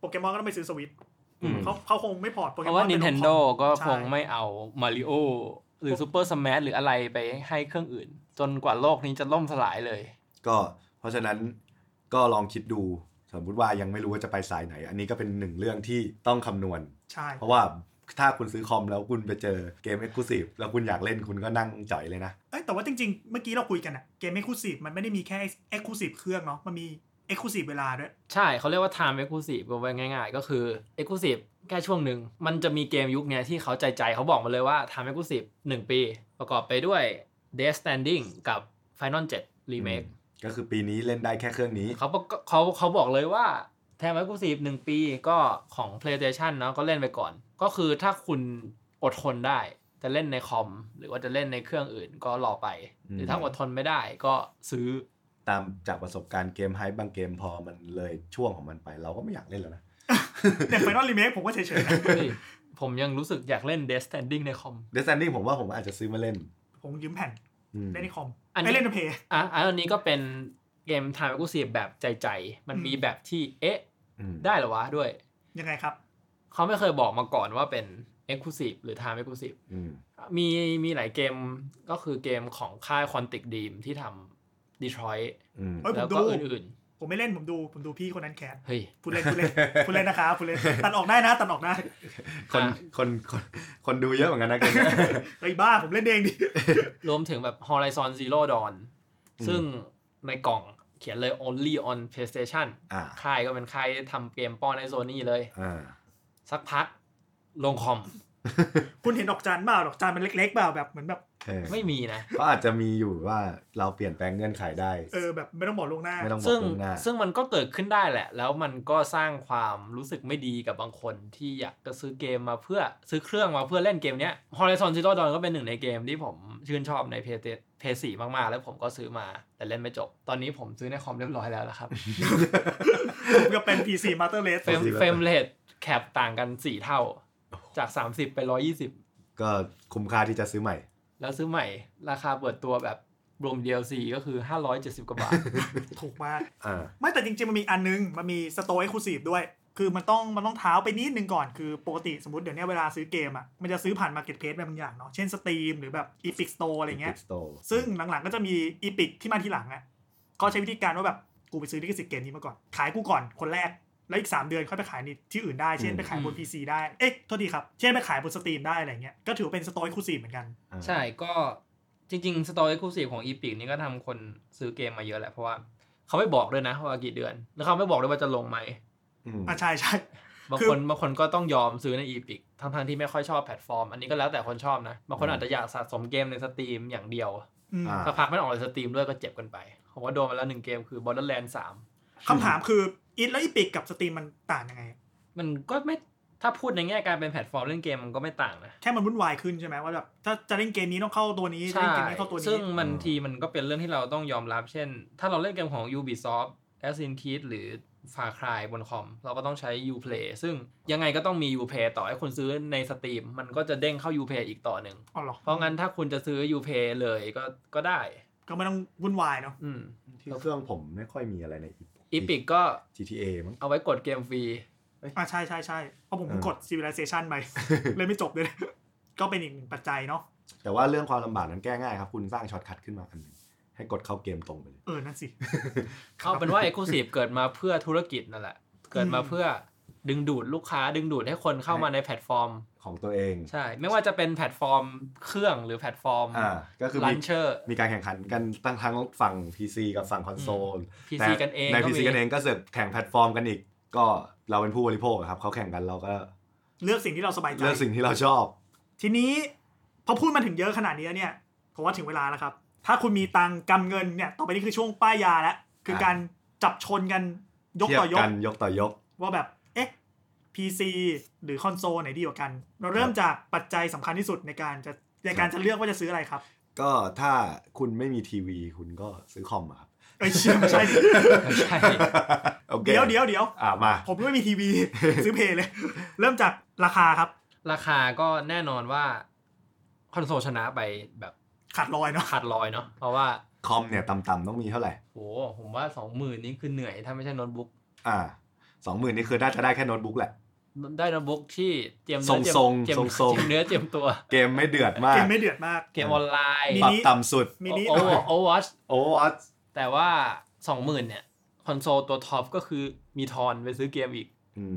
โปเกมอนก็ต้องไปซื้อสวิตช์ อืม เขาเขาคงไม่พอร์ตโปเก เพ มอน ราะว่า ไปลง Nintendo คอม ก็คง ใช่ ไม่เอามาริโอหรือ Super Smash หรืออะไรไปให้เครื่องอื่น จนกว่าโลกนี้จะล่มสลายเลย ก็เพราะฉะนั้นก็ลองคิดดู สมมุติว่ายังไม่รู้ว่าจะไปสายไหน อันนี้ก็เป็นหนึ่งเรื่องที่ต้องคำนวณ ใช่ เพราะว่าถ้าคุณซื้อคอมแล้วคุณไปเจอเกมเอ็กซ์คลูซีฟแล้วคุณอยากเล่นคุณก็นั่งจ่อยเลยนะ เอ้ยแต่ว่าจริงๆ เมื่อกี้เราคุยกันอะเกม Exclusive มันไม่ได้มีแค่ Exclusive เครื่องเนาะมันมี Exclusive เวลาด้วย ใช่เขาเรียกว่า Time Exclusive ก็ไว้ง่ายๆ ก็คือ Exclusive แค่ช่วงหนึ่ง มันจะมีเกมยุคเนี้ยที่เขาใจใจๆเขาบอกมาเลยว่า Time Exclusive 1 ปี ประกอบไปด้วย Death Standing กับ Final 7 Remake ก็คือปีนี้เล่นได้แค่เครื่องนี้ เขาประกเขาเขาบอกเลยว่าแทนไว้กูสีหนึ่งปีก็ของ PlayStation เนาะก็เล่นไปก่อน ก็คือถ้าคุณอดทนได้ จะเล่นในคอม หรือว่าจะเล่นในเครื่องอื่นก็รอไป อืม หรือถ้าอดทนไม่ได้ก็ซื้อ ตามจากประสบการณ์เกมไฮป์บางเกมพอมันเลยช่วงของมันไป เราก็ไม่อยากเล่นแล้วนะ แต่ Final Remake ผมก็เฉยๆนะ เฮ้ยผมยังรู้สึกอยากเล่น Death Standing ในคอม เดซันดิ้งผมว่าผมอาจจะซื้อมาเล่น ผมยืมแผ่น อืม เล่นในคอม อันนี้ ไม่เล่นในเพย์ อ่ะอะอันนี้ก็เป็นเกม Time Exclusive แบบใจใจๆมันมี อืม แบบที่เอ๊ะ อืม ได้เหรอวะด้วย ยังไงครับ เขาไม่เคยบอกมาก่อนว่าเป็น Exclusive หรือ Time Exclusive อืม มีมีหลายเกมก็คือเกมของค่าย Quantic Dream ที่ทำ Detroit อืม เอ้ยผ แล้ ม ว ดู ก็อื่น ผมไม่เล่นผมดูผมดูพี่คนนั้นแคส ๆ เฮ้ย พูดเล่นพูดเล่นพูดเล่นนะคะพูดเล่นตัดออกได้นะตัดออกได้ คน อ่ะ คนคนคนดูเยอะเหมือนกันนะเกมเนี้ย เฮ้ยบ้าผมเล่นเองดิ รวมถึงแบบ Horizon Zero Dawn อืม ซึ่งในกล่องเขียนเลย only on PlayStation อ่า ค่ายก็เป็นค่ายที่ทำเกมป้อนในโซนี่เลย อ่า สักพักลงคอม คุณเห็นดอกจันเปล่าดอกจันมันเล็กๆเปล่าแบบเหมือนแบบ เออ ไม่มีนะ ก็อาจจะมีอยู่ว่าเราเปลี่ยนแปลงเงื่อนไขได้ เออแบบไม่ต้องบอกล่วงหน้า ไม่ต้องบอก ซึ่ง ล่วงหน้า ซึ่งมันก็เกิดขึ้นได้แหละ แล้วมันก็สร้างความรู้สึกไม่ดีกับบางคนที่อยากจะซื้อเกมมาเพื่อซื้อเครื่องมาเพื่อเล่นเกมเนี้ย Horizon Zero Dawn ก็เป็นหนึ่งในเกมที่ผมชื่นชอบใน PS- PS4 มากๆ แล้วผมก็ซื้อมาแต่เล่นไม่จบ ตอนนี้ผมซื้อในคอมเรียบร้อยแล้วนะครับ ผมก็เป็น PC Master Race เฟรมเฟรมเรทแคปต่างกัน 4 เท่า จาก 30 ไป 120 ก็คุ้มค่าที่จะซื้อใหม่ แล้วซื้อใหม่ราคาเปิดตัวแบบรวม DLC ก็คือ 570 กว่าบาท ถูกมาก อ่า ไม่แต่จริงๆ มันมีอันนึง มันมีสโตร์เอ็กซ์คลูซีฟด้วย คือมันต้องมันต้องเท้าไปนิดนึงก่อน คือปกติสมมติเดี๋ยวเนี้ยเวลาซื้อเกมอ่ะ มันจะซื้อผ่านมา r k เก็ตเพ e บางอย่างเนาะ เช่นสตรีมหรือแบบอีพิกสโตร์อะไรเงี้ย Epic Store ซึ่งหลังๆ ก็จะมีอีพิกที่มาทีหลังอ่ะก็ใช้วิธีการว่าแบบ กูไปซื้อลิขสิทธิ์เกมนี้มาก่อน ขายกูก่อนคนแรก แล้วอีก 3 เดือนค่อยไปขายในที่อื่นได้ เช่นไปขายบน PC ได้ เอ๊ะโทษทีครับ เช่นไปขายบนสตรีมได้อะไรเงี้ย ก็ถือว่าเป็นสโตร์เอ็กซ์คลูซีฟเหมือนกัน อ่า ใช่ก็จริงๆ Store Exclusive ของ Epic นี่ก็ทำคนซื้อเกมมาเยอะแหละเพราะว่าเขาไม่บอกด้วยนะว่ากี่เดือน แล้วเขาไม่บอกด้วยว่าจะลงไหม อืม อ่ะใช่ใช่ บาง คื ค อ นบางคนก็ต้องยอมซื้อใน Epic ทั้งๆที่ไม่ค่อยชอบแพลตฟอร์ม อันนี้ก็แล้วแต่คนชอบนะ บางคนอาจจะอยากสะสมเกมในสตรีมอย่างเดียว อืม อ่า สักพักไม่ออกในสตรีมด้วยก็เจ็บกันไปผมว่าโดนมาแล้วหนึ่งเกมคือ Borderlands 3 คำถามคืออีทแล้วอีพิกกับสตรีมมันต่างยังไง มันก็ไม่ถ้าพูดในแง่การเป็นแพลตฟอร์มเล่นเกมมันก็ไม่ต่างนะ แค่มันวุ่นวายขึ้นใช่ไหมว่าแบบถ้าจะเล่นเกมนี้ต้องเข้าตัวนี้จะเล่นเกมนี้เข้าตัวนี้ ซึ่งมันทีมันก็เป็นเรื่องที่เราต้องยอมรับ เช่น ถ้าเราเล่นเกมของ Ubisoft Assassin's Creed หรือ Far Cry บนคอม เราก็ต้องใช้ Uplay ซึ่งยังไงก็ต้องมี Uplay ต่อให้คุณซื้อในสตรีมมันก็จะเด้งเข้า Uplay อีกต่อหนึ่ง อ๋อเหรอ เพราะงั้นถ้าคุณจะซื้อ Uplay เลยก็ก็ได้ ก็ไม่ต้องวุ่นวายเนาะ อืม ที่เครื่องผมไม่ค่อยมีอะไรใน Epic Epic ก็ GTA มั้ง เอาไว้กดเกมฟรี อ่าใช่ใช่ใช่เพราะผมเพิ่ง เออ กด Civilization ไป เลยไม่จบเลยนะก็เป็นอีกหนึ่งปัจจัยเนาะ แต่ว่าเรื่องความลำบากนั้นแก้ง่ายครับ คุณสร้างช็อตคัทขึ้นมาอันหนึง ให้กดเข้าเกมตรงไปเลย เออนั่นสิ เอาเป็นว่า Exclusive เกิดมาเพื่อธุรกิจนั่นแหละ เกิดมาเพื่อดึงดูดลูกค้าดึงดูดให้คนเข้ามาในแพลตฟอร์ม ของตัวเอง ใช่ ไม่ว่าจะเป็นแพลตฟอร์มเครื่องหรือแพลตฟอร์ม อ่า ก็คือ ลั มี นเชอร์ มีการแข่งขันกันตั้งทั้งฝั่ง PC กับฝั่งคอนโซล PC แต่ กันเอง ใน ก็ PC มี กันเองก็เสิร์ฟแข่งแพลตฟอร์มกันอีก ก็เราเป็นผู้บริโภคอะครับเขาแข่งกันเราก็ เลือกสิ่งที่เราสบายใจ เลือกสิ่งที่เราชอบ ทีนี้พอพูดมาถึงเยอะขนาดนี้เนี่ยผมว่าถึงเวลาแล้วครับ ถ้าคุณมีตังค์กำเงินเนี่ยต่อไปนี้คือช่วงป้ายยาแล้วคือ ครับ การจับชนกันยก เทียบ ต่อยก กันยกต่อยก ว่าแบบ เอ๊ะ PC หรือคอนโซลไหนดีกว่ากัน เราเริ่มจากปัจจัยสำคัญที่สุดในการจะในการจะเลือกว่าจะซื้ออะไรครับ ก็ถ้าคุณไม่มีทีวี คุณก็ซื้อคอมอะครับ เอ้ยเชี่ยไม่ใช่ดิ ใช่ โอเค เดี๋ยวเดี๋ยวเดี๋ยว อ่ะมา ผมไม่มีทีวี ซื้อเพลย์เลย เริ่มจากราคาครับ ราคาก็แน่นอนว่าคอนโซลชนะไปแบบ ขาดลอยเนาะ ขาดลอยเนาะเพราะว่า คอมเนี่ยต่ำๆต้องมีเท่าไหร่ โหผมว่าสองหมื่นนี่คือเหนื่อยถ้าไม่ใช่โน้ตบุ๊ก อ่าสองหมื่นนี่คือน่าจะได้แค่โน้ตบุ๊กแหละ ได้โน้ตบุ๊กที่เตรียม ท เนื้ ร องเตรียม ทรง เตรียมเตรียมทรงเนื้อเตรียมตัว เกมไม่เดือดมาก เกมไม่เดือดมาก เกมออนไลน์ มิ ปรับต่ำสุด มินิ โอ หน่อย โอวอช โอ้อ แต่ว่าสองหมื่นเนี่ย คอนโซลตัวท็อปก็คือมีทอนไปซื้อเกมอีก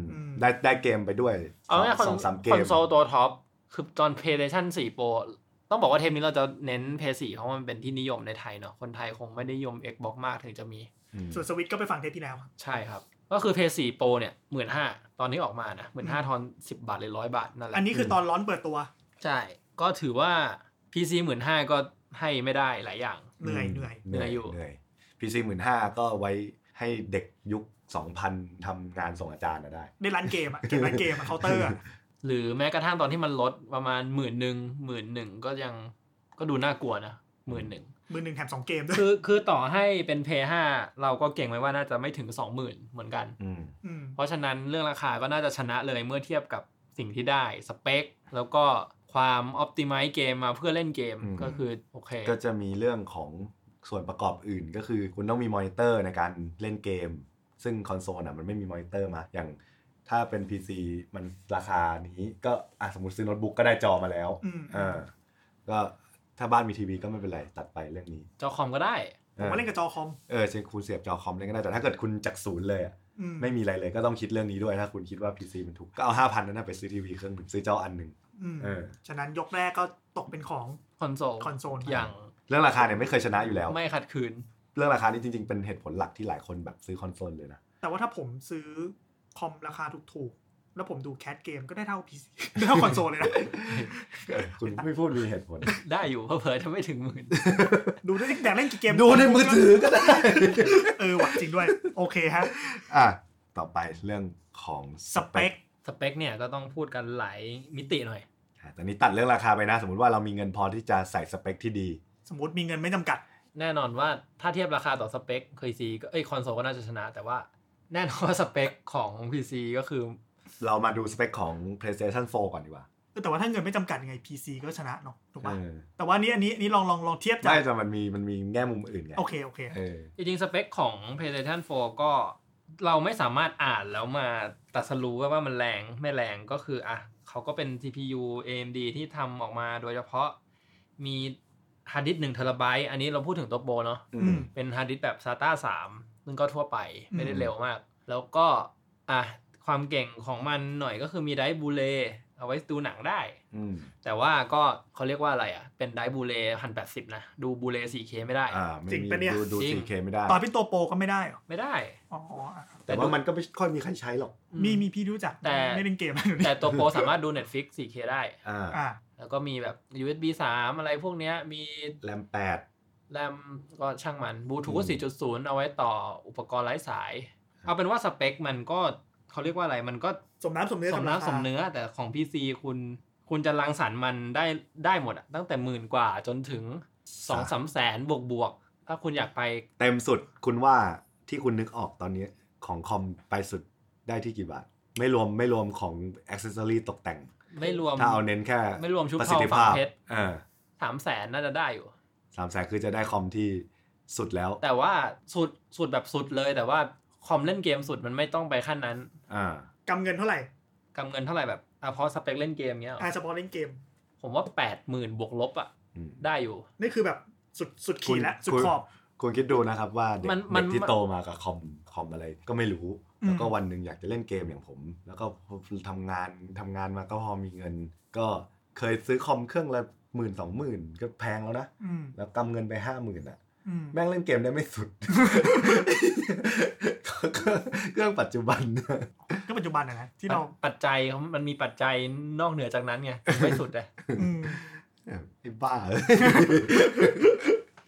มได้ได้เกมไปด้วย เอาง่ายๆคอสอนงสามเก ค ม อนโซลตัวท็อปคือตอน PlayStation 4 Pro ต้องบอกว่าเทปนี้เราจะเน้น p l a y 4เพราะมันเป็นที่นิยมในไทยเนาะคนไทยคงไม่ได้นิยม Xbox มากถึงจะมี ส่วนสวิตช์ก็ไปฝั่งเทปที่แล้วครับ ใช่ครับ ก็คือ p l a y 4 Pro เนี่ยหมื่นห้าตอนนี้ออกมานะหมื่นห้าทอน 10 บาทหรือร้อยบาท นั่นแหละ อันนี้คือตอนร้อนเปิดตัว ใช่ ก็ถือว่า PC หมื่นห้าก็ให้ไม่ได้หลายอย่าง เหนื่อยเหนื่อย เหนื่อยอยู่ เหนื่อยพีซีหมื่นห้าก็ไว้ให้เด็กยุคสองพันทำงานส่งอาจารย์นะได้ ได้ร้านเกมอะเกมร้านเกมอะเคาน์เตอร์อะ หรือแม้กระทั่งตอนที่มันลดประมาณหมื่นหนึ่งหมื่นหนึ่งก็ยังก็ดูน่ากลัวนะหมื่นหนึ่ง มือหนึ่งแถมสองเกมด้วย คือคือต่อให้เป็น p 5เราก็เก่งไว้ว่าน่าจะไม่ถึง 20,000 เหมือนกัน อืม อืม เพราะฉะนั้นเรื่องราคาก็น่าจะชนะเลยเมื่อเทียบกับสิ่งที่ได้สเปค แล้วก็ความออ t ติไม z ์เกมมาเพื่อเล่นเกมก็คือโอเค ก็จะมีเรื่องของส่วนประกอบอื่น ก็คือคุณต้องมีมอนิเตอร์ในการเล่นเกม ซึ่งคอนโซลอ่ะมันไม่มีมอนิเตอร์มา อย่างถ้าเป็น PC มันราคานี้ก็อ่ะสมมติซื้อโน้ตบุ๊กก็ได้จอมาแล้ว อืม อ่าก็ถ้าบ้านมีทีวีก็ไม่เป็นไรตัดไปเรื่องนี้ จอคอมก็ได้ ผมว่าเล่นกับจอคอม เออเช่นคุณเสียบจอคอมเล่นก็ได้แต่ถ้าเกิดคุณจากศูนย์เลยอะ อืม ไม่มีอะไรเลยก็ต้องคิดเรื่องนี้ด้วยถ้าคุณคิดว่า PC มันถูกก็เอา 5,000 นั้นนะไปซื้อทีวีเครื่องหนึ่งซื้อจออันหนึ่ง อืม เออ ฉะนั้นยกแรกก็ตกเป็นของ คอนโซล คอนโซล อย่าง เรื่องราคาเนี่ยไม่เคยชนะอยู่แล้ว ไม่ขัดขืน เรื่องราคานี่จริงๆ เป็นเหตุผลหลักที่หลายคนแบบซื้อคอนโซล เลยนะ แต่ว่าถ้าผมซื้อคอมราคาถูกๆ แล้วผมดูแคทเกมก็ได้เท่าพีซี ได้เท่าคอนโซลเลยนะ คุณไม่พูดมีเหตุผล ได้อยู่เพอเพอๆจะไม่ถึงหมื่น ดูได้อยากเล่นกี่เกม ดูในมือถือก็ได้ เออว่ะจริงด้วย โอเคฮะ อ่ะ ต่อไปเรื่องของ สเปค สเปคเนี่ยก็ต้องพูดกันหลายมิติหน่อย อ่ะตอนนี้ตัดเรื่องราคาไปนะ สมมติว่าเรามีเงินพอที่จะใส่สเปคที่ดี สมมติมีเงินไม่จำกัด แน่นอนว่าถ้าเทียบราคาต่อสเปคเคยซีก็เอ้ยคอนโซลก็น่าจะชนะ แต่ว่าแน่นอนว่าสเปคของ PC ก็คือ เรามาดูสเปคของ PlayStation 4 ก่อนดีกว่า แต่ว่าถ้าเงินไม่จำกัดยังไง PC ก็ชนะเนาะถูก เอ ปะ อ แต่ว่าอันนี้อันนี้อันนี้ลองลองลองเทียบจาก ไม่แต่มันมีมันมีแง่มุมอื่นไง โอเคโอเค เออ จริงๆสเปคของ PlayStation 4 ก็เราไม่สามารถอ่านแล้วมาตัดสรู้ว่ามันแรงไม่แรงก็คืออ่ะเขาก็เป็น CPU AMD ที่ทำออกมาโดยเฉพาะมีฮาร์ดดิสก์หนึ่งเทราไบต์อันนี้เราพูดถึงตัวโปรเนาะ อืม เป็นฮาร์ดดิสก์แบบ SATA 3ซึ่งก็ทั่วไป อืม ไม่ได้เร็วมาก แล้วก็อ่ะความเก่งของมันหน่อยก็คือมีไดบูเลเอาไว้ดูหนังได้ อืม แต่ว่าก็เขาเรียกว่าอะไรอ่ะ เป็นไดบูเลพันแปดสิบนะ ดูบูเล 4K ไม่ได้ อ่าไม่ จริง มี ปะเนี่ย ดูดู จริง 4K ไม่ได้ ตอนพี่โตโปรก็ไม่ได้เหรอ ไม่ได้ อ๋ออ่ะ แต่ว่ามันก็ไม่ค่อยมีใครใช้หรอก อื มีมีพี่รู้จัก แต่ ไม่เล่นเกม แต่ตัวโปรสามารถดู Netflix 4K ได้ อ่า อ่ะ แล้วก็มีแบบ USB 3 อะไรพวกเนี้ย มี แรมแปด แรมก็ช่างมันบลูทู อื ธ ม 4.0 เอาไว้ต่ออุปกรณ์ไร้สาย เอาเป็นว่าสเปคมันก็เขาเรียกว่าอะไรมันก็ สมน้ำสมเนื้อ สม ราคา น้ำสมเนื้อแต่ของ PC คุณคุณจะรังสรรค์มันได้ได้หมดอะตั้งแต่หมื่นกว่าจนถึงสองสามแสนบวกบวกๆ ถ้าคุณอยากไป เต็มสุดคุณว่าที่คุณนึกออกตอนนี้ของคอมไปสุดได้ที่กี่บาท ไม่รวมไม่รวมของอ c เซสซอรีตกแต่ง ไม่รวม ถ้าเอาเน้นแค่ ไม่รวมชุด ประสิทธิภาทพองฟ้าเพชร อ่า สามแสนน่าจะได้อยู่ สามแสนคือจะได้คอมที่สุดแล้ว แต่ว่าสุดสุดแบบสุดเลย แต่ว่าคอมเล่นเกมสุดมันไม่ต้องไปขั้นนั้น อ่าก ำเงินเท่าไหร่ กำเงินเท่าไหร่แบบอ่ะเพราะสเปคเล่นเกมเนี้ยหรอ อ่ะเฉพาะเล่นเกม ผมว่า 8 0,000 บวกลบอะ อืม ได้อยู่ นี่คือแบบ สุดสุดขีดแล้วสุดขอบ คุณคิดดูนะครับว่าเด็ก มันมั เด็ น กที่โตมากับคอมคอมอะไรก็ไม่รู้ อืม แล้วก็วันหนึ่งอยากจะเล่นเกมอย่างผม แล้วก็ทำงานทำงานมาก็พอมีเงิน ก็เคยซื้อคอมเครื่องละหมื่นสองหมื่นก็แพงแล้วนะ อืม แล้วกำเงินไปห้าหมื่นอ่ะ อืม แม่งเล่นเกมได้ไม่สุด เครื่องปัจจุบันเนี่ย ก็ปัจจุบันนะนะที่เรา ปัจจัยมันมีปัจจัยนอกเหนือจากนั้นไง ไม่สุดเลย อืม ไอ้บ้า เอ้ย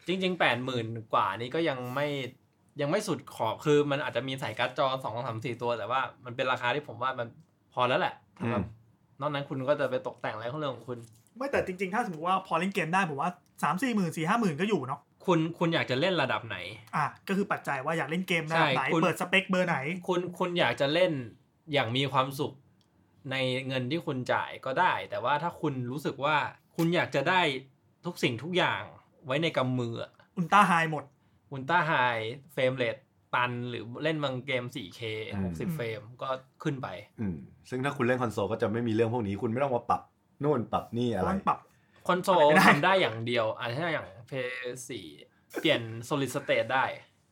จริงๆแปดหมื่นกว่านี้ก็ยังไม่ยังไม่สุดขอบคือมันอาจจะมีสายการ์ดจอสองสามสี่ตัว แต่ว่ามันเป็นราคาที่ผมว่ามันพอแล้วแหละสำหรับนอกนั้นคุณก็จะไปตกแต่งอะไรของเรื่องของคุณ ไม่แต่จริงๆ ถ้าสมมติว่าพอเล่นเกมได้ผมว่าสามสี่หมื่นสี่ห้าหมื่นก็อยู่เนาะ คุณคุณอยากจะเล่นระดับไหน อ่ะก็คือปัจจัยว่าอยากเล่นเกมระดับไหน ใช่คุณ เปิดสเปคเบอร์ไหน คุณคุณอยากจะเล่นอย่างมีความสุขในเงินที่คุณจ่ายก็ได้ แต่ว่าถ้าคุณรู้สึกว่าคุณอยากจะได้ทุกสิ่งทุกอย่างไว้ในกำมือ อุลตร้าไฮหมด อุลตร้าไฮเฟรมเรทตันหรือเล่นบางเกม 4K 60เฟรมก็ขึ้นไป อืมซึ่งถ้าคุณเล่นคอนโซลก็จะไม่มีเรื่องพวกนี้ คุณไม่ต้องมาปรับโน่นปรับนี่อะไร ต้องปรับ คอนโซล ไม่ได้ ทำได้อย่างเดียวอาจจะอย่าง PS4 เปลี่ยน solid state ได้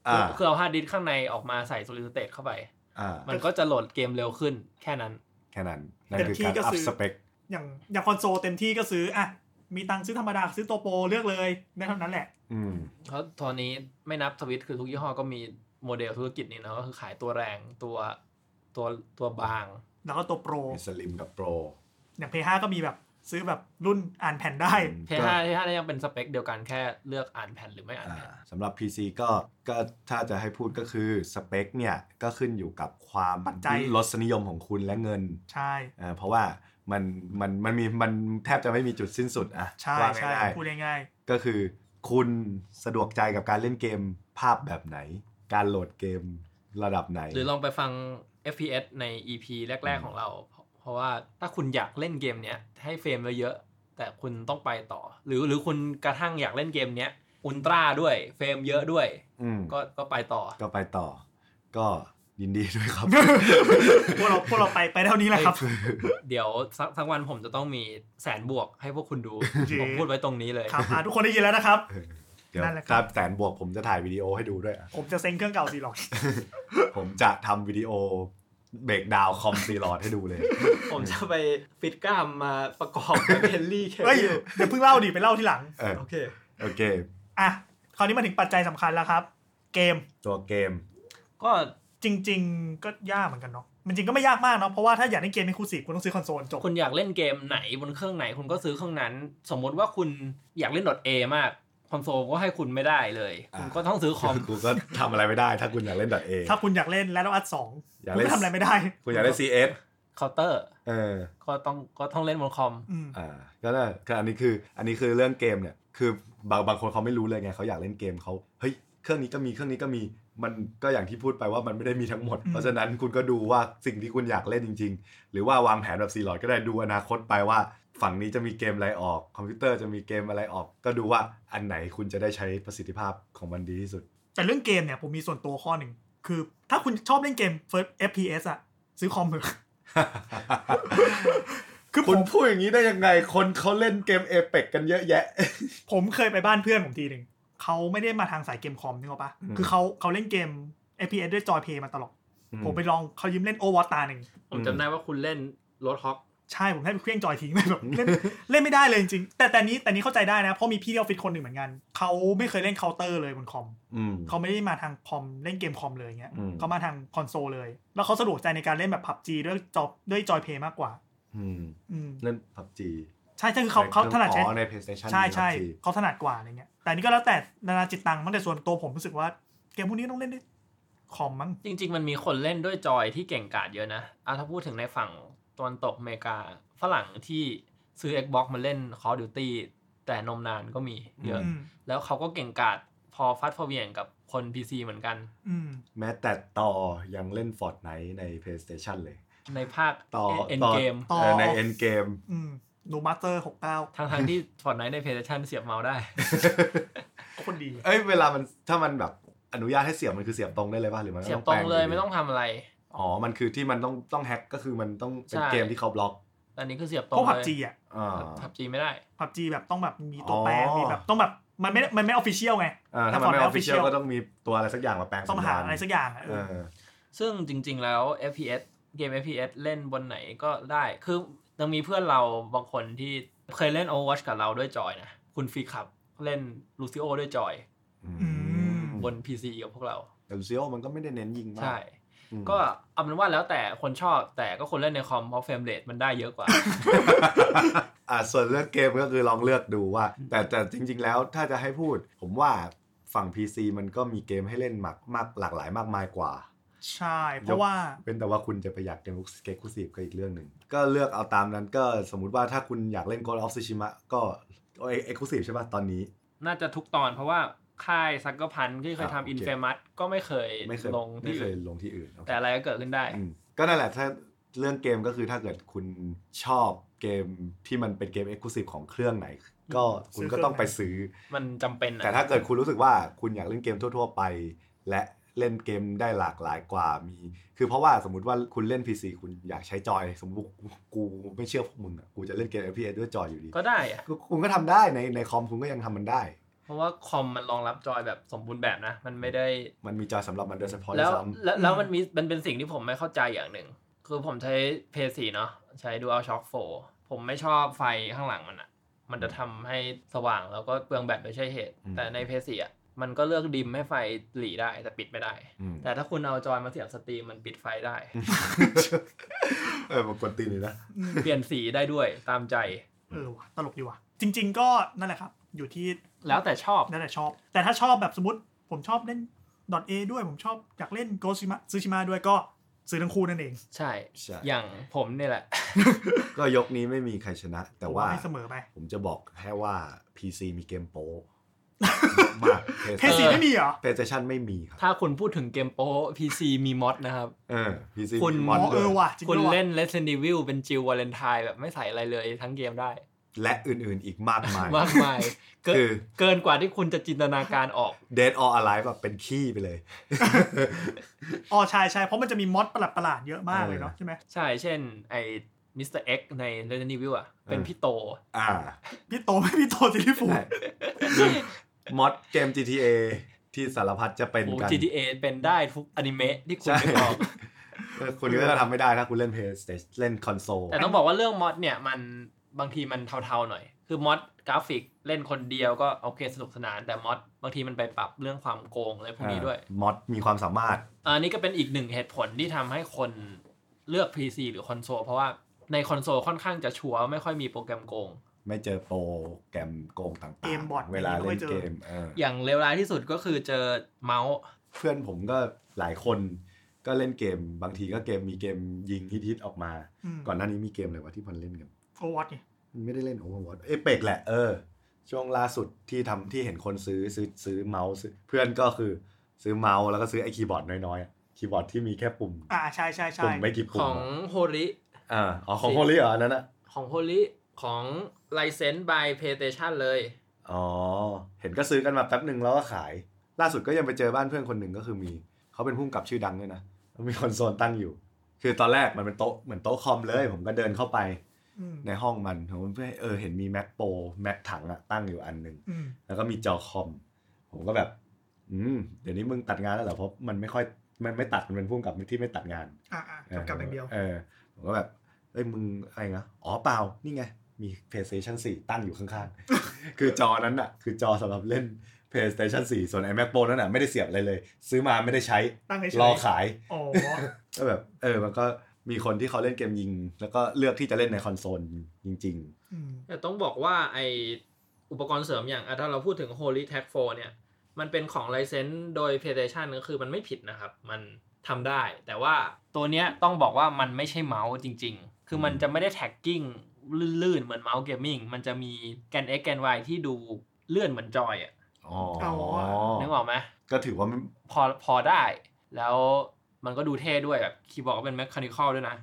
อ่า คือเอาฮาร์ดดิสก์ข้างในออกมาใส่ solid state เข้าไป อ่า มันก็จะโหลดเกมเร็วขึ้นแค่นั้น แค่นั้นนั่นคือ เต็มที่ การ ก็ อัพ ซื้อ สเปค อย่างอย่างคอนโซลเต็มที่ก็ซื้ออ่ะมีตังค์ซื้อธรรมดาซื้อตัวโปรเลือกเลยได้เท่านั้นแหละ อืม เพราะตอนนี้ไม่นับสวิตช์คือทุกยี่ห้อก็มีโมเดลธุรกิจนี้เนอะก็คือขายตัวแรงตัวตัวตัวบาง แล้วก็ตัวโปร มีสลิมกับโปร อย่างเพย์ห้าก็มีแบบซื้อแบบรุ่นอ่านแผ่นได้ PS5 PS5 เนี่ยยังเป็นสเปคเดียวกันแค่เลือกอ่านแผ่นหรือไม่อ่าน อ่า แผ่น สำหรับ PC ก็ก็ถ้าจะให้พูดก็คือสเปคเนี่ย ก็ขึ้นอยู่กับความ ปัจจัย รสนิยมของคุณและเงิน ใช่ อ่าเพราะว่ามันมันมันมีมันแทบจะไม่มีจุดสิ้นสุดอะ ใช่ ว่า ใช่ ง่าย พูดง่าย ๆก็คือคุณสะดวกใจกับการเล่นเกมภาพแบบไหน การโหลดเกมระดับไหน หรือลองไปฟัง FPS ใน EP แรก ๆ ของเรา เพราะว่าถ้าคุณอยากเล่นเกมเนี้ยให้เฟรมเยอะๆแต่คุณต้องไปต่อ หรือหรือคุณกระทั่งอยากเล่นเกมเนี้ยอุลตร้าด้วยเฟรมเยอะด้วย อืม ก็ก็ไปต่อ ก็ไปต่อ ก็ยินดีด้วยครับ ๆ พวกเราพวกเราไปไปเท่านี้แหละครับ เดี๋ยวสักสักวันผมจะต้องมีแสนบวกให้พวกคุณดู จริง ผมพูดไว้ตรงนี้เลย ครับอ่ะทุกคนได้ยินแล้วนะครับ เดี๋ยว นั่นแหละค ค รั รับ บแสนบวกผมจะถ่ายวิดีโอให้ดูด้วยอะ ผมจะเซ็งเครื่องเก่าสีหรอก ผมจะทำวิดีโอเบรกดาวน์คอมซีรอดให้ดูเลย ผมจะไปฟิตกล้ามมาประกอบกับเฮนรี่แค่ เฮ้ยเดี๋ยวเพิ่งเล่าดิไปเล่าทีหลัง เออ โอเค โอเค อ่ะ คราวนี้มาถึงปัจจัยสำคัญแล้วครับ เกม ตัวเกม ก็ จริง ๆ ก็ยากเหมือนกันเนาะมันจริงก็ไม่ยากมากเนาะเพราะว่าถ้าอยากเล่นเกมเป็นคูสีคุณต้องซื้อคอนโซลจบ คุณอยากเล่นเกมไหนบนเครื่องไหนคุณก็ซื้อเครื่องนั้น สมมติว่าคุณอยากเล่น .a มากคอนโซลก็ให้คุณไม่ได้เลย อ่า คุณก็ต้องซื้อคอ ม กูก็ทำอะไรไม่ได้ ถ้าคุณอยากเล่นดอทเอ ถ้าคุณอยากเล่นแล้วอัดสอง อยาก คุณ เล่น ก็ทำอะไรไม่ได้ คุณอยากเล่น CS เคาน์เตอร์ เออ ก็ต้องก็ต้องเล่นบนคอม อืม อ่าก็น่ะก็อันนี้คืออันนี้คือเรื่องเกมเนี่ย คือบางบางคนเขาไม่รู้เลยไงเขาอยากเล่นเกมเขาเฮ้ยเครื่องนี้ก็มีเครื่องนี้ก็มีมันก็อย่างที่พูดไปว่ามันไม่ได้มีทั้งหมด อืม เพราะฉะนั้นคุณก็ดูว่าสิ่งที่คุณอยากเล่นจริง ๆ หรือว่าวางแผนแบบซีรอดก็ได้ดูอนาคตไปว่า ฝั่งนี้จะมีเกมอะไรออก คอมพิวเตอร์จะมีเกมอะไรออก ก็ดูว่าอันไหนคุณจะได้ใช้ประสิทธิภาพของมันดีที่สุด แต่เรื่องเกมเนี่ยผมมีส่วนตัวข้อหนึ่ง คือถ้าคุณชอบเล่นเกม first FPS อะซื้อคอมเถอะ คือผ คุณ ม พูดอย่างนี้ได้ยังไงคนเขาเล่นเกมเอเปกกันเยอะแยะ ผมเคยไปบ้านเพื่อนผมทีหนึ่ง เขาไม่ได้มาทางสายเกมคอมนึกออกปะ อืม คือเขาเขาเล่นเกม FPS ด้วยจอยเพย์มาตลอด ผมไปลองเขายืมเล่นโอวอตาหนึ่ง ผมจำได้ว่าคุณเล่นรถฮอก ใช่ผมให้ไปเครื่องจอยทิ้งเลยแบบเล่นเล่นไม่ได้เลยจริงๆแต่แต่นี้แต่นี้เข้าใจได้นะ เพราะมีพี่ที่ออฟฟิศคนหนึ่งเหมือนกัน เขาไม่เคยเล่นเคาน์เตอร์เลยบนคอม อืม เขาไม่ได้มาทางคอมเล่นเกมคอมเลยเงี้ย อืม เขามาทางคอนโซลเลย แล้วเขาสะดวกใจในการเล่นแบบพับจีด้วยจอด้วยจอยเพย์มากกว่า อืม อืม เล่นพับจี ใช่ใช่คือเขาเขาถนัดใช้ อ๋อใน PlayStation ใช่ใช่ มี PUBG เขาถนัดกว่าอะไรเงี้ยแต่อันนี้ก็แล้วแต่นานาจิตตังมั้งแต่ส่วนตัวผมรู้สึกว่าเกมพวกนี้ต้องเล่นด้วยคอมมั้ง จริง ๆ มันมีคนเล่นด้วยจอยที่เก่งกาจเยอะนะอ่ะถ้าพูดถึงในฝั่งตะวันตกอเมริกา ฝรั่งที่ซื้อ Xbox มาเล่น Call of Duty แต่นมนานก็มีเยอะ อืม แล้วเขาก็เก่งกาจพอฟัดพอเหวียงกับคน PC เหมือนกัน อืม แม้แต่ต่อยังเล่น Fortnite ใน PlayStation เลย ในภาค ต่อ เอ็น ต่อ เกม เออใน End Game อืมดูมาสเตอร์หกเก้า ทั้งทั้งๆที่ Fortnite ใน PlayStation เสียบเมาส์ได้ คนดี เอ้ยเวลามันถ้ามันแบบอนุญาตให้เสียบมันคือเสียบตรงได้เลยป่ะหรือมัน เสียบ ต้อง ตร แปล ง ง เลย ยู่ดี ไม่ต้องทำอะไร อ๋อ มันคือที่มันต้องต้องแฮ็กก็คือมันต้องเป็น ใช่ เกมที่เขาบล็อก อันนี้คือเสียบตรงเพราะพับ เลย จีอ่ะ อ่า พับจีไม่ได้ พับจีแบบต้องแบบมีตัวแปร อ๋อ มีแบบต้องแบบ มันไม่มันไม่ออฟฟิเชียลไง อ่าถ้ามันไม่ออฟฟิเชียลก็ต้องมีตัวอะไรสักอย่างมาแปลงสัญญณ ต้องหาอะไรสักอย่างอะเอ เอ อ อ ซึ่งจริง ๆ แล้ว FPS เกม FPS เล่นบนไหนก็ได้ คือยังมีเพื่อนเราบางคนที่เคยเล่น Overwatch กับเราด้วยจอยนะ คุณฟรีครับเล่นลูซิโอด้วยจอย อืม บน PC กับพวกเรา แต่ลูซิโอมันก็ไม่ได้เน้นยิงมาก ใช่ อืม ก็เอาเป็นว่าแล้วแต่คนชอบแต่ก็คนเล่นในคอมเพราะเฟรมเรทมันได้เยอะกว่า อ่าส่วนเลือกเกมก็คือลองเลือกดูว่า แต่แต่จริง ๆ แล้วถ้าจะให้พูด ผมว่าฝั่ง PC มันก็มีเกมให้เล่นมากมากหลากหลายมากมายกว่า ใช่ เพราะว่า เป็นแต่ว่าคุณจะไปอยากเกมลูกเกมคูซีฟก็อีกเรื่องหนึ่ง ก็เลือกเอาตามนั้นก็สมมติว่าถ้าคุณอยากเล่น Ghost of Tsushima ก็เอ็กซ์คลูซีฟใช่ป่ะตอนนี้ น่าจะทุกตอนเพราะว่าค่ายซักก r p พันที่เคย อ่าโอ ทำ เค อินเฟมัสก็ไม่เคย ไม่เคย ลง ไม่ ที่ เคย อื่น ลงที่อื่นโอเค แต่อะไรก็เกิดขึ้นได้ อืมก็นั่นแหละถ้าเรื่องเกมก็คือถ้าเกิดคุณชอบเกมที่มันเป็นเกมเอ็กซ์คลูซีฟของเครื่องไหน ก็คุณก็ต้องไปซื้อ มันจำเป็นอะ แต่ถ้าเกิดคุณรู้สึกว่าคุณอยากเล่นเกมทั่ว ๆ ไป และเล่นเกมได้หลากหลายกว่ามี คือเพราะว่าสมมติว่าคุณเล่น PC คุณอยากใช้จอย สมมติกูกูไม่เชื่อพวกมึงอ่ะกูจะเล่นเกม FPS ด้วยจอยอยู่ดี ก็ได้อะ ก็คุณก็ทำได้ในในคอมคุณก็ยังทำมันได้ เพราะว่าคอมมันรองรับจอยแบบสมบูรณ์แบบนะ มันไม่ได้ มันมีจอยสำหรับมันโดยเฉพาะด้ แล้ว วย ซ้ แล้วแล้วมันมีมันเป็นสิ่งที่ผมไม่เข้าใจอย่างหนึ่ง คือผมใช้ p พ4เนาะใช้ Dual Shock 4 ผมไม่ชอบไฟข้างหลังมันอะมันจะทำให้สว่างแล้วก็เปลืองแบตโดยใช่เหตุ แต่ใน p พ4อะมันก็เลือกดิมให้ไฟหลีได้แต่ปิดไม่ได้ ำอืม แต่ถ้าคุณเอาจอยมาเสียบสตรีมมันปิดไฟได้ เออมันกวนตีนเลยนะ อืม เปลี่ยนสีได้ด้วยตามใจ เออว่ะตลกดีว่ะ จริง ๆ ก็นั่นแหละครับ อยู่ที่ แล้วแต่ชอบ นั่นแหละชอบ แต่ถ้าชอบแบบสมมติผมชอบเล่น .A ด้วย ผมชอบอยากเล่น Ghost Shima ซูชิมะด้วยก็ซื้อทั้งคู่นั่นเอง ใช่ ใช่ อย่างผมเนี่ยแหละ ก็ยกนี้ไม่มีใครชนะ แต่ ผม ว่า ให้เสมอไป ผมจะบอกแค่ว่า PC มีเกมโป๊ะมาก เพศสีไม่มีเหรอ เพย์สเตชันไม่มีครับ ถ้าคุณพูดถึงเกมโป๊ะ PC มีมอดนะครับ เออ PC คุณ มีม อ๋ อ อน เอ เตอ อ ร์ ว่ะ จริง คุณ ด้วยว่ะ เล่น Resident Evil เป็นจิววาเลนไทน์แบบไม่ใส่อะไรเลยทั้งเกมได้ และอื่นๆอีกมากมาย มากมายเกิน คือ เกินกว่าที่คุณจะจินตนาการออก Dead or Alive แบบเป็นขี้ไปเลย อ๋อใช่ใช่เพราะมันจะมีมอดประหลาดๆเยอะมากเลยเนาะใช่ไหม ใช่เช่นไอ้มิสเตอร์เอ็กใน Resident Evil อ่ะ เป็น เออ พี่โต อ่า พี่โต ไม่พี่โตสิริฟู ใช่มอดเกม GTA ที่สารพัดจะเป็น โอ้ กัน GTA เป็นได้ทุกอนิเมะที่คุณ ใช่ นึกออก แต่คุณก็จะทำไม่ได้ถ้าคุณเล่น PlayStation เล่นคอนโซล แต่ต้องบอกว่าเรื่องมอดเนี่ย มันบางทีมันเทาๆหน่อย คือมอดกราฟิกเล่นคนเดียวก็โอเคสนุกสนาน แต่มอดบางทีมันไปปรับเรื่องความโกงอะไรพวกนี้ด้วย มอดมีความสามารถ อันนี้ก็เป็นอีกหนึ่งเหตุผลที่ทำให้คนเลือก PC หรือคอนโซลเพราะว่าในคอนโซลค่อนข้างจะชัวร์ไม่ค่อยมีโปรแกรมโกง ไม่เจอโปรแกรมโกงต่าง เกมบอร์ด ๆ เวลาเล่นเกมเออ อย่างเลวร้ายที่สุดก็คือเจอเมาส์ เพื่อนผมก็หลายคนก็เล่นเกม บางทีก็เกมมีเกมยิงฮิตๆออกมา ก่อนหน้านี้มีเกมอะไรวะที่มันเล่นกัน โอวอตไง ไม่ได้เล่น Overwatch เอเปกแหละเออ ช่วงล่าสุดที่ทำที่เห็นคนซื้อซื้อซื้อเมาส์ซื้อเพื่อนก็คือซื้อเมาส์แล้วก็ซื้อไอคีย์บอร์ดน้อยๆอะคีย์บอร์ดที่มีแค่ปุ่ม อ่าใช่ใช่ใช่ ปุ่มไม่กี่ ข ปุ่ม องโฮริ อ่าอ๋อของโฮลี่เหรออันนั้นอะ ของโฮริของ License by PlayStation เลย อ๋อ เห็นก็ซื้อกันมาแป๊บหนึ่งแล้วก็ขาย ล่าสุดก็ยังไปเจอบ้านเพื่อนคนหนึ่งก็คือมี เขาเป็นผู้กำกับชื่อดังด้วยนะแล้วมีคอนโซลตั้งอยู่ คือตอนแรกมันเป็นโต๊ะเหมือนโต๊ะคอมเลย ผมก็เดินเข้าไป อืม ในห้องมันผมก็เออเห็นมี Mac Pro Mac ถังอะตั้งอยู่อันหนึ่ง อืม แล้วก็มีจอคอม ผมก็แบบ อืม เดี๋ยวนี้มึงตัดงานแล้วเหรอ เพราะมันไม่ค่อย มันไม่ตัด มันเป็นพุ่มกับที่ไม่ตัดงาน อ่าอ่ากลับอย่างเดียว เออ ผมก็แบบ เอ้ย มึงอะไรนะ อ๋อเปล่า นี่ไง มี PlayStation 4 ตั้งอยู่ข้างๆ คือจอนั้นอ่ะ คือจอสำหรับเล่น PlayStation 4 ส่วน iMac Pro นั่นน่ะไม่ได้เสียบอะไรเลย ซื้อมาไม่ได้ใช้ ตั้งเฉย รอขาย อ๋อ ก็แบบ เออ มันก็มีคนที่เขาเล่นเกมยิง แล้วก็เลือกที่จะเล่นในคอนโซลจริง อืม แต่ต้องบอกว่าไออุปกรณ์เสริมอย่างอ่ะถ้าเราพูดถึง Holy Tag 4 เนี่ย มันเป็นของ License โดย PlayStation ก็คือมันไม่ผิดนะครับ มันทำได้ แต่ว่าตัวเนี้ยต้องบอกว่ามันไม่ใช่เมาส์จริง ๆ คือมันจะไม่ได้แท็กกิ้งลื่นๆ เหมือนเมาส์เกมมิ่งมันจะมีแกน X แกน Y ที่ดูเลื่อนเหมือนจอยอ่ะ ๆ อ๋อ นึกออกไหม ก็ถือว่ามัน พอพอได้แล้วมันก็ดูเท่ด้วยแบบคีย์บอร์ดก็เป็นแมคคานิคอลด้วยนะ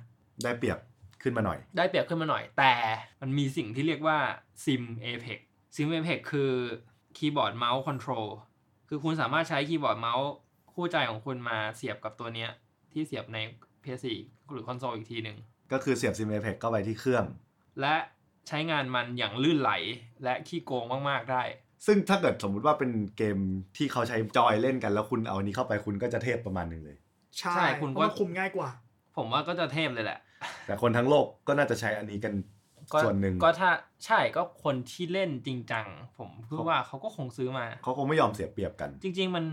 ได้เปรียบขึ้นมาหน่อย ได้เปรียบขึ้นมาหน่อย แต่มันมีสิ่งที่เรียกว่าซิม Apex ซิม Apex คือคีย์บอร์ดเมาส์คอนโทรลคือคุณสามารถใช้คีย์บอร์ดเมาส์คู่ใจของคุณมาเสียบกับตัวเนี้ย ที่เสียบใน PS4 หรือคอนโซลอีกทีหนึ่ง ก็คือเสียบซิมเอเพกเข้าไปที่เครื่อง และใช้งานมันอย่างลื่นไหลและขี้โกงมาก ๆ ได้ ซึ่งถ้าเกิดสมมุติว่าเป็นเกมที่เขาใช้จอยเล่นกันแล้วคุณเอาอันนี้เข้าไปคุณก็จะเทพประมาณหนึ่งเลย ใช่ ใช่คุ คุณ ณ ว่า ว่าคุมง่ายกว่า ผมว่าก็จะเทพเลยแหละ แต่คนทั้งโลกก็น่าจะใช้อันนี้กัน ก็ ส่วนหนึ่ง ก็ถ้าใช่ก็คนที่เล่นจริงจังผมคือว่าเขาก็คงซื้อมา เขาคงไม่ยอมเสียเปรียบกัน จริง ๆ มัน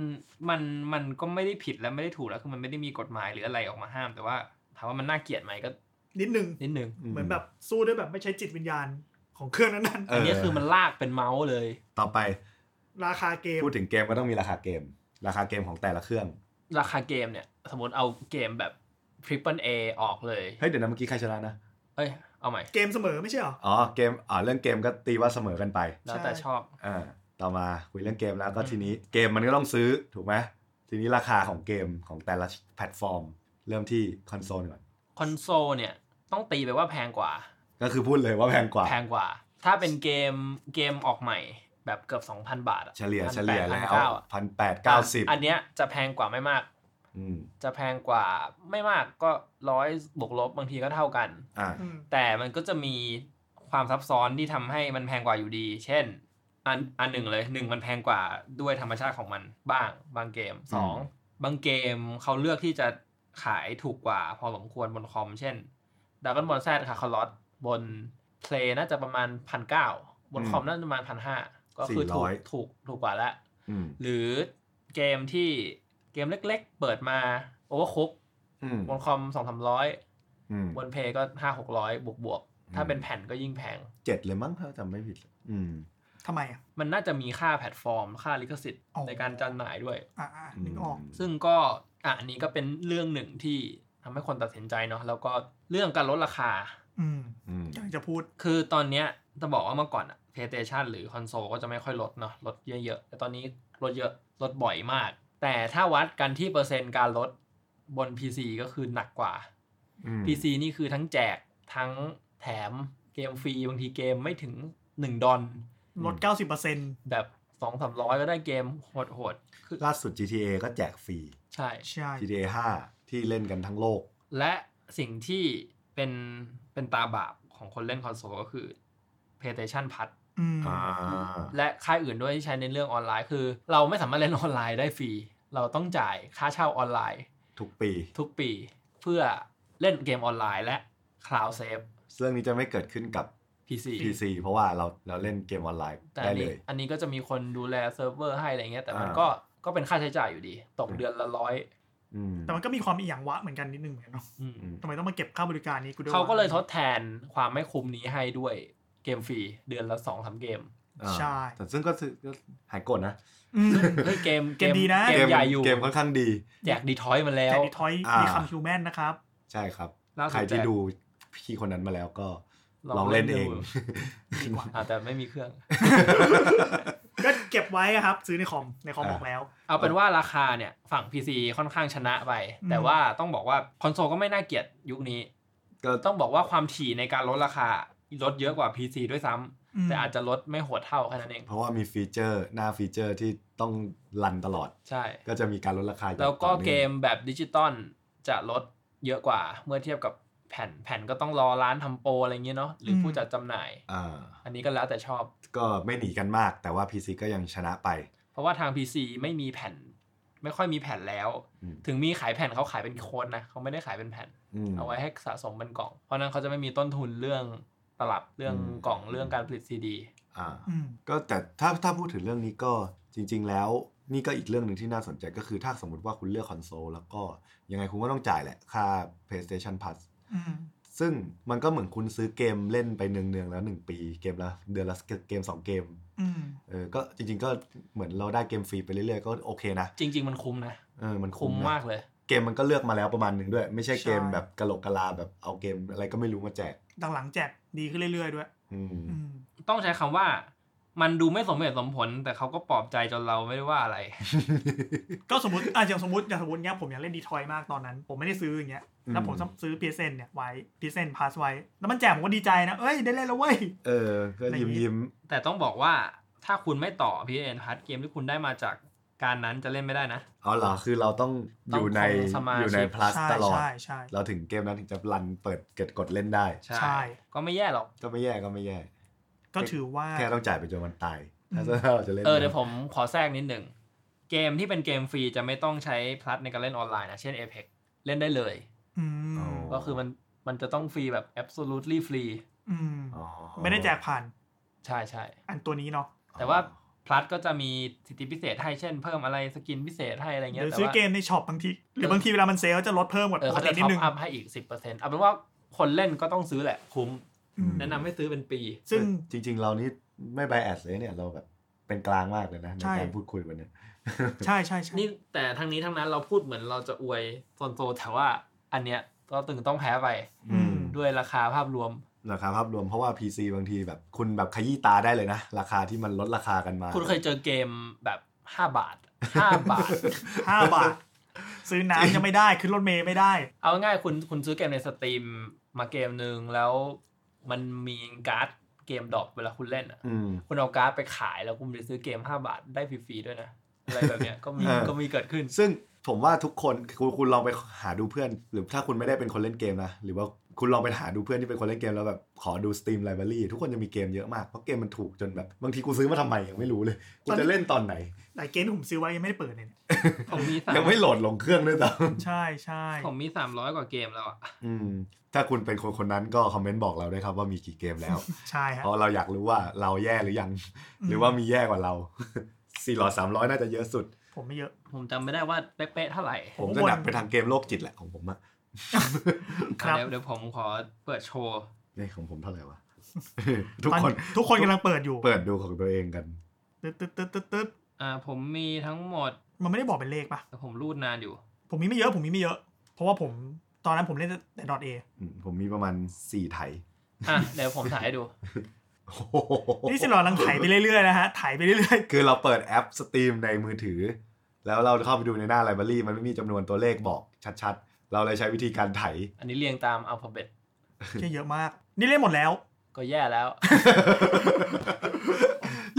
มันมันก็ไม่ได้ผิดและไม่ได้ถูกแล้วคือมันไม่ได้มีกฎหมายหรืออะไรออกมาห้าม แต่ว่าถามว่ามันน่าเกลียดไหมก็ นิดนึง นิดนึง เหมือนแบบสู้ด้วยแบบไม่ใช้จิตวิญญาณของเครื่องนั้น เอออั อันนี้คือมันลากเป็นเมาส์เลย ต่อไป ๆ ราคาเกม พูดถึงเกมก็ต้องมีราคาเกม ราคาเกมของแต่ละเครื่อง ราคาเกมเนี่ย สมมติเอาเกมแบบ Triple A ออกเลย เฮ้ยเดี๋ยวนะเมื่อกี้ใครชนะนะ เอ้ยเอาใหม่ เกมเสมอไม่ใช่เหรอ อ๋อเกมอ๋อเรื่องเกมก็ตีว่าเสมอกันไป แล้วแต่ ใช่ ชอบ อ่าต่อมาคุยเรื่องเกมแล้วก็ อืม ทีนี้เกมมันก็ต้องซื้อถูกไหมทีนี้ราคาของเกมของแต่ละแพลตฟอร์ม เริ่มที่คอนโซลก่อน คอนโซลเนี่ย ต้องตีไปว่าแพงกว่า ก็คือพูดเลยว่าแพงกว่า แพงกว่า ถ้าเป็นเกมเกมออกใหม่แบบเกือบ 2,000 บาทอะ เฉลี่ย 1,800 เฉลี่ยแล้ว 1,900อะ พันแปดเก้าสิบ อันเนี้ยจะแพงกว่าไม่มาก อืม จะแพงกว่าไม่มากก็ร้อยบวกลบบางทีก็เท่ากัน อ่า อืม แต่มันก็จะมีความซับซ้อนที่ทำให้มันแพงกว่าอยู่ดี เช่น อันอันหนึ่งเลยหนึ่งมันแพงกว่าด้วยธรรมชาติของมันบ้างบางเกมสอง อืม บางเกมเขาเลือกที่จะขายถูกกว่าพอสมควรบนคอม เช่นดาก o n บอลแซดค่ะคอลอสบนเพลย์น่าจะประมาณพันเก้าบนคอมน่าจะประมาณพันห้าก็คือถูกถูกถูกกว่าแล้ว อืม หรือเกมที่เกมเล็กๆ เปิดมาโอเวอร์คุก อืม บนคอมสองสามร้อย อืม บนเพย์ก็ห้าหกร้อยบวกบวกๆ ถ้า อืม เป็นแผ่นก็ยิ่งแพง เจ็ดเลยมั้งถ้าจำไม่ผิด อืม ทำไมอ่ะ มันน่าจะมีค่าแพลตฟอร์ม ค่าลิขสิทธิ์ อ๋อ ในการจำหน่ายด้วย อ่าๆนึกออก ซึ่งก็อ่ะอันนี้ก็เป็นเรื่องหนึ่งที่ทำให้คนตัดสินใจเนาะแล้วก็เรื่องการลดราคา อืม อืม อยากจะพูด คือตอนเนี้ยจะบอกว่าเมื่อก่อนอะ PlayStation หรือคอนโซลก็จะไม่ค่อยลดเนาะลดเยอะๆ แต่ตอนนี้ลดเยอะลดบ่อยมาก แต่ถ้าวัดกันที่เปอร์เซ็นต์การลดบน PC ก็คือหนักกว่า อืม PC นี่คือทั้งแจกทั้งแถมเกมฟรี บางทีเกมไม่ถึง 1 ดอล ลด อื90%มอ แบบ2 3 0 0 ก็ได้เกมโหดๆคือ ล่าสุด GTA ก็แจกฟรี ใช่ ใช่ GTA 5 ที่เล่นกันทั้งโลก และสิ่งที่เป็นเป็นตาบาปของคนเล่นคอนโซลก็คือ PlayStation พัด อืม อ่า และค่ายอื่นด้วยที่ใช้ในเรื่องออนไลน์คือ เราไม่สามารถเล่นออนไลน์ได้ฟรี เราต้องจ่ายค่าเช่าออนไลน์ ทุกปี ทุกปีเพื่อเล่นเกมออนไลน์และ Cloud Save เรื่องนี้จะไม่เกิดขึ้นกับ PC PC เพราะว่าเราเราเล่นเกมออนไลน์ แต่ ได้ อัน เล นี้ ย อันนี้ก็จะมีคนดูแลเซิร์ฟเวอร์ให้อะไรเงี้ยแต่มัน อ่า ก็ก็เป็นค่าใช้จ่ายอยู่ดี ตกเดือนละร้อย อืม แต่มันก็มีความอีหยังวะเหมือนกันนิดนึงเหมือนกันเนาะ อืม อืม ทำไมต้องมาเก็บค่าบริการนี้กูด้วยวะ เขาก็เลยทดแทนความไม่คุ้มนี้ให้ด้วยเกมฟรีเดือนละสองสามเกม อ่า ใช่ แต่ซึ่งก็คือก็หายโกดนะ อืม เฮ้ยเกม เกมดีนะ เกมใหญ่อยู่ เกมค่อนข้างดี แจกดีทอยมาแล้ แต่ ว ดีทอย อ่ามี มีคำฮิวแมนนะครับ ใช่ครับ ล่าสุด ใครที่ แจก ดูพี่คนนั้นมาแล้วก็ลองเล่นเอง ดู อ่าแต่ไม่มีเครื่อง ก็เก็บไว้อะครับ ซื้อในคอม ในคอม อ่า บอกแล้ว เอาเป็นว่าราคาเนี่ยฝั่ง PC ค่อนข้างชนะไป อืม แต่ว่าต้องบอกว่าคอนโซลก็ไม่น่าเกลียดยุคนี้ ก็ ต้อง บอกว่าความถี่ในการลดราคาลดเยอะกว่า PC ด้วยซ้ำ ม แต่อาจจะลดไม่โหดเท่าแค่นั้นเอง เพราะว่ามีฟีเจอร์หน้าฟีเจอร์ที่ต้องรันตลอด ใช่ ก็จะมีการลดราคาอย่าง แล้วก็ ต่อนื่อง เกมแบบดิจิตอลจะลดเยอะกว่า เมื่อเทียบกับแผ่นแผ่นก็ต้องรอร้านทำโปรอะไรอย่างเงี้ยเนาะหรือผู้จัดจำหน่าย อ่า อันนี้ก็แล้วแต่ชอบ ก็ไม่หนีกันมาก แต่ว่า PC ก็ยังชนะไป เพราะว่าทาง PC ไม่มีแผ่น ไม่ค่อยมีแผ่นแล้ว อืม ถึงมีขายแผ่นเขาขายเป็นโค้ดนะเขาไม่ได้ขายเป็นแผ่น อืม เอาไว้ให้สะสมเป็นกล่อง เพราะฉะนั้นเขาจะไม่มีต้นทุนเรื่องตลับเรื่อง อืม กล่องเรื่องการผลิตซีดี อ่า อืม ก็แต่ถ้าถ้าพูดถึงเรื่องนี้ก็จริง ๆ แล้วนี่ก็อีกเรื่องหนึ่งที่น่าสนใจก็คือถ้าสมมติว่าคุณเลือกคอนโซลแล้วก็ยังไงคุณก็ต้องจ่ายแหละ ค่า PlayStation Plus อืม ซึ่งมันก็เหมือนคุณซื้อเกมเล่นไปเนืองๆแล้ว 1 ปีเกมละเดือนละเกม 2 เกม อืม เออก็จริง ๆ ก็เหมือนเราได้เกมฟรีไปเรื่อยๆ ก็โอเคนะ จริง ๆ มันคุ้มนะ เออมัน คุ้ม นะ มากเลย เกมมันก็เลือกมาแล้วประมาณหนึ่งด้วย ไม่ใช่เกม ใช่ แบบกะโหลกกะลาแบบเอาเกมอะไรก็ไม่รู้มาแจก ดังหลังแจกดีขึ้นเรื่อยๆด้วย อืม อืม ต้องใช้คำว่า มันดูไม่สมเหตุสมผล แต่เขาก็ปลอบใจจนเราไม่ได้ว่าอะไร ก็สมมติอ่ะอย่างสมมติอย่างสมมติเนี้ยผมอยากเล่นดีทอยมากตอนนั้น ผมไม่ได้ซื้ออย่างเงี้ย แล้วผมซื้อเพ s เซนเนี่ยไว้เพ s เซนพาสไว้ แล้วมันแจกผมก็ดีใจนะ เอ้ย ได้เล่นแล้วเว้ย เออก็ยิ้มยิ้ม แต่ต้องบอกว่าถ้าคุณไม่ต่อพีเอ็นพัทเกมที่คุณได้มาจากการนั้นจะเล่นไม่ได้นะ ๆอ๋อเหรอคือเราต้องอยู่ใน ต้องคงสมาชิก อยู่ใน plus ใช่ ตลอด ใช่ใช่ เราถึงเกมนั้นถึงจะรันเปิดเกิดกดเล่นได้ ใช่ ก็ไม่แย่หรอก ก็ไม่แย่ก็ไม่แย่ ก็ถือว่า แค่ต้องจ่ายไปจนมันตาย อื ถ้าเราจะเล่น เออเดี๋ยวผมขอแทรกนิดหนึ่ง เกมที่เป็นเกมฟรีจะไม่ต้องใช้พลัดในการเล่นออนไลน์นะ เช่น Apex เล่นได้เลย อืม ก็คือมันมันจะต้องฟรีแบบ absolutely free อืม อ๋อ ไม่ได้แจกผ่าน ใช่ใช่ อันตัวนี้เนาะ แต่ว่า พลัดก็จะมีสิทธิพิเศษให้เช่นเพิ่มอะไรสกินพิเศษให้อะไรเงี้ ห ย รือ แต่ ซื้อ ว่า เกมในช็อปบางที หรือบางทีเวลามันเซลล์จะลดเพิ่มกว่า เออ ปก เขา ติ จะ นิ ท็อ ดนึ ป ง อัพให้อีก 10%เอาเป็นว่าคนเล่นก็ต้องซื้อแหละคุ้ม อืม แนะนำให้ซื้อเป็นปี ซึ่ง จริง ๆ เรานี่ไม่ไบแอสเลยเนี่ยเราแบบเป็นกลางมากเลยนะใน ใช่ การพูดคุยวันเนี้ย ใช่ใช่ใช่ นี่แต่ทั้งนี้ทั้งนั้นเราพูดเหมือนเราจะอวยโซนโซแต่ว่าอันเนี้ยก็ตึงต้องแพ้ไป อืม ด้วยราคาภาพรวม นะครับภาพรวมเพราะว่า PC บางทีแบบคุณแบบขยี้ตาได้เลยนะ ราคาที่มันลดราคากันมา คุณเคยเจอเกมแบบ 5 บาท 5 บาท ห้า บาท ซื้อน้ำจะไม่ได้ขึ้นรถเมย์ไม่ได้ เอาง่ายๆคุณคุณซื้อเกมในสตรีมมาเกมหนึ่งแล้วมันมีการ์ดเกมดรอปเวลาคุณเล่นอ่ะ อืม คุณเอาการ์ดไปขายแล้วคุณไปซื้อเกม 5 บาทได้ฟรีๆด้วยนะ อะไรแบบเนี้ยก็มี เออ ก็มีเกิดขึ้น ซึ่งผมว่าทุกคนคุณคุณลองไปหาดูเพื่อน หรือถ้าคุณไม่ได้เป็นคนเล่นเกมนะ หรือว่าคุณลองไปหาดูเพื่อนที่เป็นคนเล่นเกมแล้วแบบขอดู Steam Library ทุกคนจะมีเกมเยอะมาก เพราะเกมมันถูกจนแบบบางทีกูซื้อมาทำไมยังไม่รู้เลย กูจะเล่นตอนไหน หลายเกมที่ผมซื้อไว้ยังไม่ได้เปิดเลยเนี่ย ผมมีสาม ยังไม่โหลดลงเครื่องด้วยซ้ ใช่ใช่ ผมมีสามร้อยกว่าเกมแล้วอ่ะ ำอืมถ้าคุณเป็นคนคนนั้นก็คอมเมนต์บอกเราด้วยครับว่ามีกี่เกมแล้ว ใช่ฮะ เพราะเราอยากรู้ว่าเราแย่หรือยัง หรือว่ามีแย่กว่าเรา สี่ร้อยสามร้อยน่าจะเยอะสุด ผมไม่เยอะ ผมจำไม่ได้ว่าเป๊ะๆเท่าไหร่ ผมจะหนักไปทางเกมโรคจิตแหละของผมอะ ครับ อ่ะเดี๋ยวเดี๋ยวผมขอเปิดโชว์ นี่ของผมเท่าไหร่วะ ทุก ตอ คน ทุกคนกำลังเปิดอยู่ เปิดดูของตัวเองกัน ตึ๊ดตึ๊ดตึ๊ดตึ๊ดตึ๊ด อ่าผมมีทั้งหมด มันไม่ได้บอกเป็นเลขปะ แต่ผมรูดนานอยู่ ผมมีไม่เยอะผมมีไม่เยอะ เพราะว่าผมตอนนั้นผมเล่นแต่ดอทเอ อืมผมมีประมาณสี่ไถ อ่ะ เดี๋ยวผมถ่ายให้ดู นี่สิเรากำลังไถ่ายไปเรื่อยๆนะฮะไถ่ายไปเรื่อย คือเราเปิดแอปสตรีมในมือถือ แล้วเราเข้าไปดูในหน้าไลบรารีมันไม่มีจำนวนตัวเลขบอกชัดๆ เราเลยใช้วิธีการไถ อันนี้เรียงตามอัลฟาเบต ๆเยอะมาก นี่เล่นหมดแล้ว ก็แย่แล้ว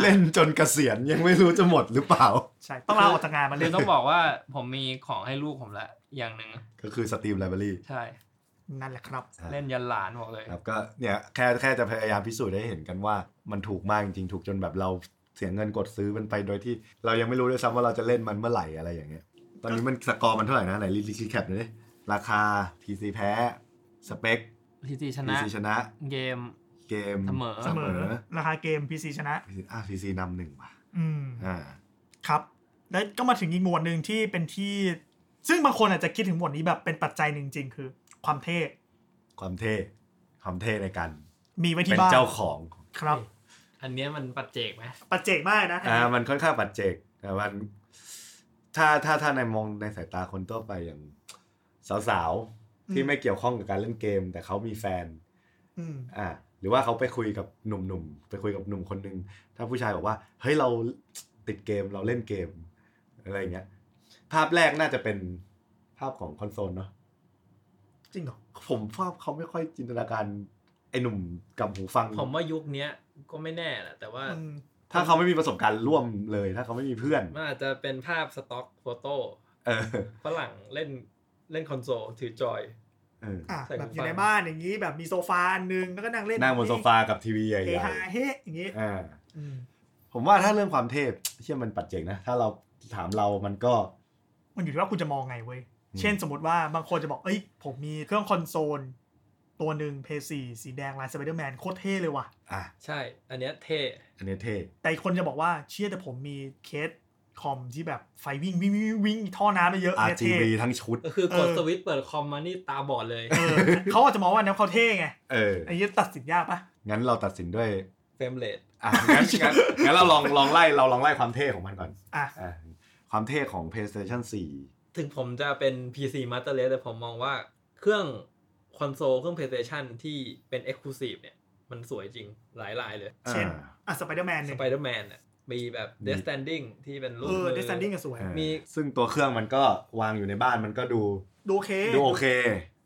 เล่นจนเกษียณยังไม่รู้จะหมดหรือเปล่า ใช่ต้องลาออกจากงานมา คื เล่ อน ต้องบอกว่าผมมีของให้ลูกผมละอย่างหนึ่ง ก็คือสตรีมไลบรารี ใช่ นั่นแหละครับ เล่นยันหลานบอกเลย ครับก็เนี่ยแค่แค่จะพยายามพิสูจน์ให้เห็นกันว่ามันถูกมากจริงๆ ถูกจนแบบเราเสียเงินกดซื้อมันไปโดยที่ เรายังไม่รู้ด้วยซ้ำว่าเราจะเล่นมันเมื่อไหร่อะไรอย่างเงี้ย ตอนนี้มันสกอร์มันเท่าไหร่นะไหนรีรีแคปหน่อยดิราคา PC แพ้สเปค พีซีชนะ PC ชนะ เกม เกม เสมอ เสมอราคาเกม PC ชนะ พีซีอ่าพีซีนำหนึ่งว่ะ อืม อ่า ครับ แล้วก็มาถึงอีกหมวดหนึ่งที่เป็นที่ ซึ่งบางคนอาจจะคิดถึงหมวดนี้แบบเป็นปัจจัยหนึ่งจริงๆคือ ความเท่ ความเท่ความเท่ในการ มีไว้ เป็ ที่ น บ้าน เจ้าของ ครับ อันเนี้ยมันปัจเจกไหม ปัจเจกมากนะ อ่ามันค่อนข้างปัจเจกแต่มันถ้าถ้าถ้าในมองในสายตาคนทั่วไปอย่างสาวๆ ที่ไม่เกี่ยวข้องกับการเล่นเกม แต่เขามีแฟน อืม อ่าหรือว่าเขาไปคุยกับหนุ่มๆ ไปคุยกับหนุ่มคนหนึ่งถ้าผู้ชายบอกว่า เฮ้ยเราติดเกมเราเล่นเกม อะไรอย่างเงี้ย ภาพแรกน่าจะเป็นภาพของคอนโซลเนาะ จริงเหรอ ผมว่าเขาไม่ค่อยจินตนาการ ไอ้หนุ่มกับหูฟัง ผมว่ายุคเนี้ยก็ไม่แน่แหละแต่ว่า อืม ถ้าเขาไม่มีประสบการณ์ร่วมเลย ถ้าเขาไม่มีเพื่อน มันอาจจะเป็นภาพสต็อกโฟโต้ เออ ฝรั่งเล่นเล่นคอนโซลถือจอย เออ อ่ะ ใส่ แบบ หู อ ฟั ยู่ ง ในบ้านอย่างนี้แบบมีโซฟาอันหนึงแล้วก็นั่งเล่น นั่งบนโซฟากับทีวีใหญ่ เฮฮาเฮอย่างนี้ ๆอ่า อืม ผมว่าถ้าเรื่องความเทพเชื่อมันปัจเจกนะ ถ้าเราถามเรามันก็ มันอยู่ที่ว่าคุณจะมองไงเว้ย อืม เช่นสมมติว่าบางคนจะบอก เอ้ย ผมมีเครื่องคอนโซล ตัวหนึ่งเพสีสีแดงลายสไปเดอร์แมนโคตรเท่เลยว่ะ อ่ะ ใช่ อันเนี้ยเท่ อันนี้เทพ แต่อีกคนจะบอกว่าเชี่ยแต่ผมมีเคสคอมที่แบบไฟวิ่งวิ่งวิ่งวิ่งท่อน้ำไปเยอะเนี่ย RGB เท่ ทั้งชุด ก็คือกด เออ สวิตช์เปิดคอมมานี่ตาบอดเลย เออเขาอาจจะมองว่าอันนั้นเขาเท่ไง เออ อันนี้ตัดสินยากปะ งั้นเราตัดสินด้วย เฟรมเรท อ่ะงั้นงั้นงั้นเราลองลองไล่เราลองไล่ความเท่ของมันก่อน อ่ะ อ่ะความเท่ของ PlayStation 4 ถึงผมจะเป็น PC Master Race แต่ผมมองว่าเครื่องคอนโซลเครื่อง PlayStation ที่เป็น Exclusive เนี่ย มันสวยจริงหลาย ๆ เลย เช่น อ่ะสไปเดอร์แมนหนึ่ง Spider-Man น่ะมีแบบ Death มี Standing ที่เป็นรูป เออ มือ เดซันดิ้งก็สวย อ่า มี ซึ่งตัวเครื่องมันก็วางอยู่ในบ้านมันก็ดู ดูโอเค ดูโอเค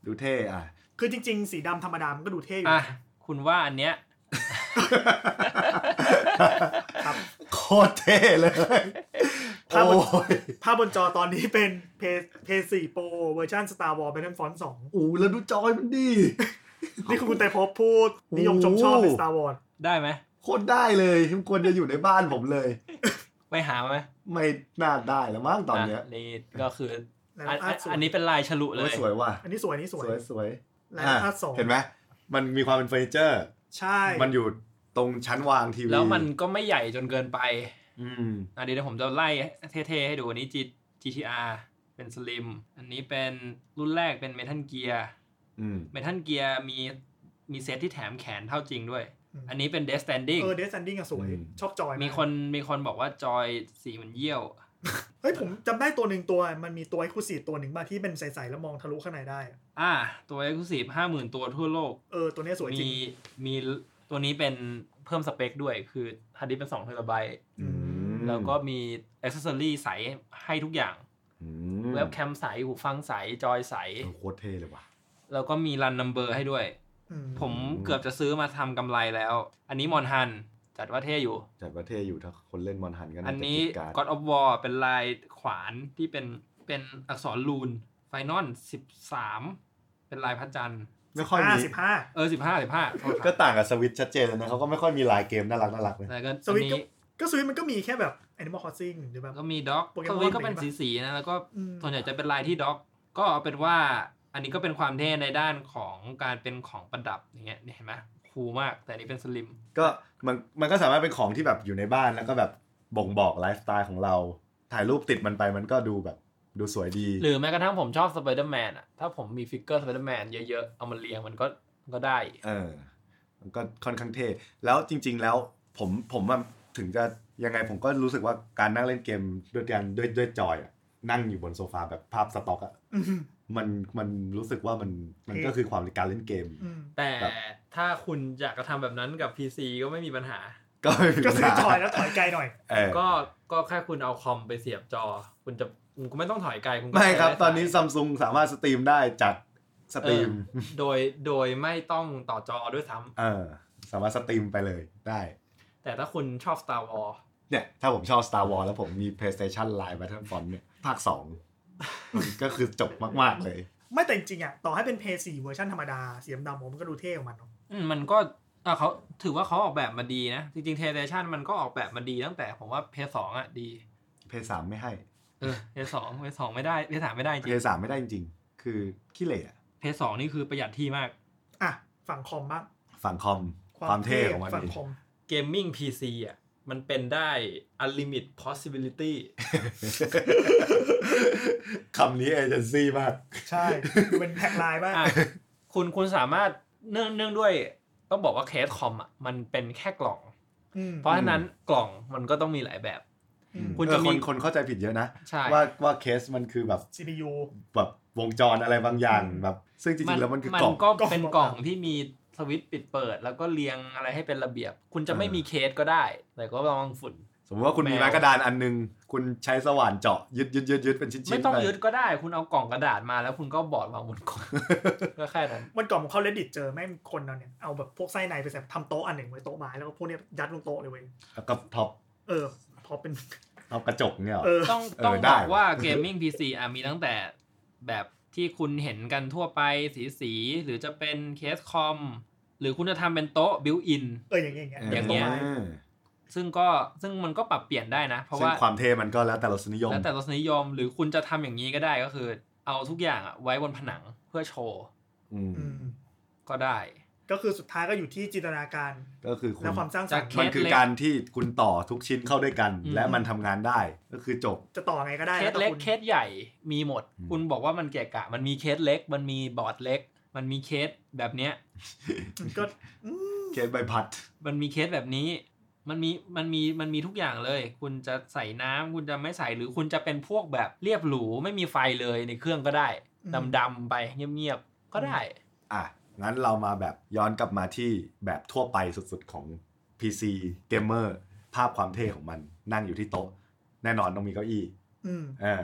ดูเท่อ่ะ คือจริง ๆ สีดำธรรมดา มันก็ดูเท่อยู่ อ่ะ นะ คุณว่าอันเนี้ย ครับ โคตรเท่เลย ภาพบน โอ้ย ภาพบนจอตอนนี้เป็นเพเพสี่โปรเวอร์ชัน Star Wars Battlefront 2 อู้แล้วดูจอยมันดี นี่คือคุณแต่พบพูดนิยมชมชอบใน Star Wars ได้ไหม โคตรได้เลยมันควรจะอยู่ในบ้านผมเลย ไปหามาไหม ไม่น่าได้แล้วมั้งตอนเนี้ย ะนี่ก็คือ แล้ว อัน อาร์ตสวย อันนี้เป็นลายฉลุเล โอ้ย ย สวยว่ะ อันนี้สวยอันนี้ส ส วย วยสวย ลาย อ่ะ อาร์ตสอง เห็นไหมมันมีความเป็นเฟอร์นิเจอร์ ใช่ มันอยู่ตรงชั้นวางทีวี แล้วมันก็ไม่ใหญ่จนเกินไป อืม อันนี้เดี๋ยวผมจะไล่เท่ๆให้ดูอันนี้ G- GTR เป็นสลิม อันนี้เป็นรุ่นแรกเป็นเมทัลเกียร์ อืม เมทัลเกียร์มีมีเซตที่แถมแขนเท่าจริงด้วย ม อันนี้เป็นเดส s ตนดิ้ง เออเดซันดิ้งอะสวย อืม ชอบจอยาก มีคนมีคนบอกว่าจอยสีเหมือนเยี่ยว เฮ้ยผมจำได้ตัวหนึ่งตัวมันมีตัวไอคูสีตัวหนึ่งมาที่เป็นใสๆแล้วมองทะลุข้างในได้อะ อ่า ตัว e x c l u s i v e ห้าหมื่นตัวทั่วโลก เออตัวเนี้ยสวยจริ มี ง มีตัวนี้เป็นเพิ่มสเปคด้วยคือฮาร์ดดิสก์เป็น2เทราไบต์ อืม แล้วก็มีอ c เซ s ซอรี่ใสให้ทุกอย่าง อืม เว็บแคมใสหูฟังใส จอยใส โอ้โหโคตรเท่เลยว่ะ แล้วก็มีรันนัมเบอร์ให้ด้วย อืม ผม อืม เกือบจะซื้อมาทำกำไรแล้ว อันนี้มอนฮันจัดว่าเท่อยู่ จัดว่าเท่อยู่ถ้าคนเล่นมอนหันก็น่า อัน จะ นี้ ติดการ์ด God of War เป็นลายขวานที่เป็นเป็นอักษรลูนไฟนอลสิบสามเป็นลายพระจันทร์ ไม่ค่อยมี ห้าสิบห้า เออสิบห้าสิบห้า ก็ต่างกับสวิตช์ชัดเจนเลยนะเขาก็ไม่ค่อยมีลายเกมน่ารักน่ารักเลย แล้วก็ สวิตช์ อันนี้ ก็ซื้อมันก็มีแค่แบบ Animal Crossing หรือแบบ แล้วก็มีด็อก โปเกม ส อน วิตก็ เป็ เป็น นปะ สีๆนะ แล้วก็ อืม ส่วนใหญ่จะเป็นลายที่ด็อก ก็เอาเป็นว่าอันนี้ก็เป็นความเท่ในด้านของการเป็นของประดับอย่างเงี้ยนี่เห็นไหมคูลมากแต่อันนี้เป็นสลิม ก็มันมันก็สามารถเป็นของที่แบบอยู่ในบ้านแล้วก็แบบบ่งบอกไลฟ์สไตล์ของเรา ถ่ายรูปติดมันไปมันก็ดูแบบดูสวยดี หรือแม้กระทั่งผมชอบสไปเดอร์แมนอ่ะ ถ้าผมมีฟิกเกอร์สไปเดอร์แมนเยอะๆ เอามาเรียงมันก็มันก็ได้ เออมันก็ค่อนข้างเท่ แล้วจริง ๆ แล้วผมผมอะถึงจะยังไงผมก็รู้สึกว่าการนั่งเล่นเกมด้วยกันด้วยด้วยจอยอะนั่งอยู่บนโซฟาแบบภาพสต็อกอะ อืม มันมันรู้สึกว่ามันมัน เท่ ก็คือความการเล่นเกม อืม แต่ ครับ ถ้าคุณอยากจะทำแบบนั้นกับ PC ก็ไม่มีปัญหา ก็ไม่มี ก็ ปัญ ซื้อ หา จอยแล้วถอยไกลหน่อย เออ ก็ก็แค่คุณเอาคอมไปเสียบจอ คุณจะคุณก็ไม่ต้องถอยไกลคุณก็ ไม่ครับ ใช้ด้ ตอนนี้ซัมซุงสามารถสตรีมได้จากสตรีม โดยโดยไม่ต้องต่อจอด้วยซ้ำ เออสามารถสตรีมไปเลยได้ แต่ถ้าคุณชอบ Star Wars เนี่ยถ้าผมชอบ Star Wars แล้วผมมี PlayStation Live Battlefront เนี่ยภาค 2 มันก็คือจบมากๆเลย ไม่แต่จริงๆอะต่อให้เป็นเพย์สี่เวอร์ชันธรรมดาเสียมดำผมก็ดูเท่ของมันเนอะ อืมมันก็อ่ะเขาถือว่าเขาออกแบบมาดีนะ จริงๆเทเลชันมันก็ออกแบบมาดีตั้งแต่ผมว่าเพย์สองอ่ะดี PS3 ไม่ให้ เออเพย์สองเพย์สองไม่ได้เพย์สามไม่ได้จ เพ ริง ย์สามไม่ได้จริงๆ คือขี้เหร่อะ เพย์สองนี่คือประหยัดที่มาก อ่ะฝั่งคอมบ้าง ฝั่งคอม ความเท่ของมัน ฝั่ง เอง คอม เกมมิ่งพีซีอ่ะมันเป็นได้ unlimit possibility คำนี้เอเจนซี่มาก ใช่ดูเป็นแพ็คไลน์บ้าง อ่ะคุณคุณสามารถเนื่องเนื่องด้วย ต้องบอกว่าเคสคอมอ่ะมันเป็นแค่กล่อง อืม เพราะฉะนั้นกล่องมันก็ต้องมีหลายแบบ อืม คุณ เออ จะมี นคนเข้าใจผิดเยอะนะ ใช่ ว่าว่าเคสมันคือแบบ CPU แบบวงจรอะไรบางอย่างแบบ ซึ่งจริงๆ แล้วมันคือกล่อง มันก็เป็นกล่อง กล่อง ที่มีสวิตช์ปิดเปิด แล้วก็เรียงอะไรให้เป็นระเบียบ คุณจะไม่ เออ มีเคสก็ได้ แต่ก็ระวังฝุ่น สมมติว่าคุณมี แมว ไม้กระดานอันนึง คุณใช้สว่านเจาะยึดยึดยึดยึดเป็นชิ้นๆ ไม่ต้อง ป ยึดก็ได้ คุณเอากล่องกระดาษมาแล้วคุณก็บอร์ดวางบน กล่อง ก็แค่นั้น วันก่อนผมเข้า reddit เจอแม่งคนเราเนี่ยเอาแบบพวกไส้ในไปใส่ทำโต๊ะอันหนึ่งไว้โต๊ะไม้แล้วก็พวกเนี้ยยัดลงโต๊ะเลยเว้ย แล้วก็ท็อป เออพอเป็น ท็อปกระจกเนี่ยหรอ เออ ต้อง เออ ต้อง ได้ บอก ว่ะ ว่าเกมมิ่งพีซีอ่ะมีตั้งแต่แบบที่คุณเห็นกันทั่วไปสีสีๆหรือจะเป็นเคสคอม หรือคุณจะทำเป็นโต๊ะบิวอิน เอออย่างเงี้ยอย่างอเงี้ยย่างเงี้ย โต๊ะไม้ อ ซึ่งก็ซึ่งมันก็ปรับเปลี่ยนได้นะ เพราะ ซึ่ง ว่า ความเท่มันก็แล้วแต่รสนิยม แล้วแต่รสนิยมหรือคุณจะทำอย่างนี้ก็ได้ก็คือ เอาทุกอย่างอะไว้บนผนังเพื่อโชว์ อืม อืม ก็ได้ ก็คือสุดท้ายก็อยู่ที่จินตนาการ ก็คือคุณ และความสร้างสรรค์ จะ มัน เคส คือ เล็ก การที่คุณต่อทุกชิ้นเข้าด้วยกัน อืม และมันทำงานได้ก็คือจบ จะต่อไงก็ได้ เค แล้ว ส แต่ เล็ก คุณ เคสใหญ่มีหมด อืม คุณบอกว่ามันเกะกะ มันมีเคสเล็ก มันมีบอร์ดเล็ก มันมีเคสแบบเนี้ย มันก็อืม เคสใบพัด มันมีเคสแบบนี้ มันมีมันมีมันมีทุกอย่างเลย คุณจะใส่น้ำคุณจะไม่ใส่หรือคุณจะเป็นพวกแบบเรียบหรูไม่มีไฟเลยในเครื่องก็ได้ดำดำๆไปเงียบๆก็ได้ อ่ะ งั้นเรามาแบบย้อนกลับมาที่แบบทั่วไปสุดๆของ PC Gamer ภาพความเท่ของมันนั่งอยู่ที่โต๊ะ แน่นอนต้องมีเก้าอี้ อืม เออ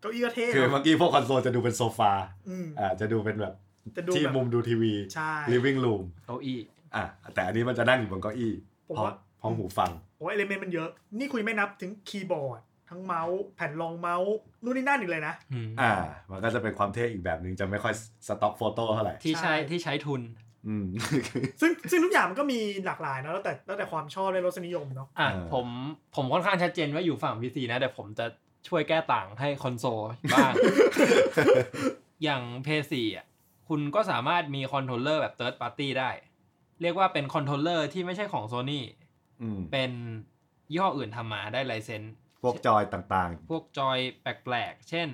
เก้าอี้ก็เท่ คือ นะ เมื่อกี้พวกคอนโซลจะดูเป็นโซฟา อืม อ่าจะดูเป็นแบบ จะดูแบบ ที่มุมดูทีวี ใช่ living room เก้าอี้ อ่ะแต่อันนี้มันจะนั่งอยู่บนเก้าอี้ ผม พร้อม ว่า พร้อมหูฟัง โอ้เอลเมนต์มันเยอะ นี่คุยไม่นับถึงคีย์บอร์ด ทั้งเมาส์แผ่นรองเมาส์นู่นนี่นั่นอีกเลยนะ อืม อ่า มันก็จะเป็นความเท่อีกแบบหนึ่งจะไม่ค่อยสต็อกโฟโต้เท่าไหร่ ที่ใช้ ใช่ ที่ใช้ทุน อื ม ซึ่งซึ่งทุกอย่างมันก็มีหลากหลายเนอะแล้วแต่แล้วแต่ความชอบและรสนิยมเนาะ อ่ะ เออ ผมผมค่อนข้างชัดเจนว่าอยู่ฝั่ง PC นะ แต่ผมจะช่วยแก้ต่างให้คอนโซลบ้าง อย่าง p 4อ่ะคุณก็สามารถมีคอนโทรลเลอร์แบบ Third Party ได้ เรียกว่าเป็นคอนโทรลเลอร์ที่ไม่ใช่ของ Sony อืม เป็นยี่ห้ออื่นทำมาได้ไลเซนส์ พวกจอยต่าง พวกจอยแปลกๆ เช่น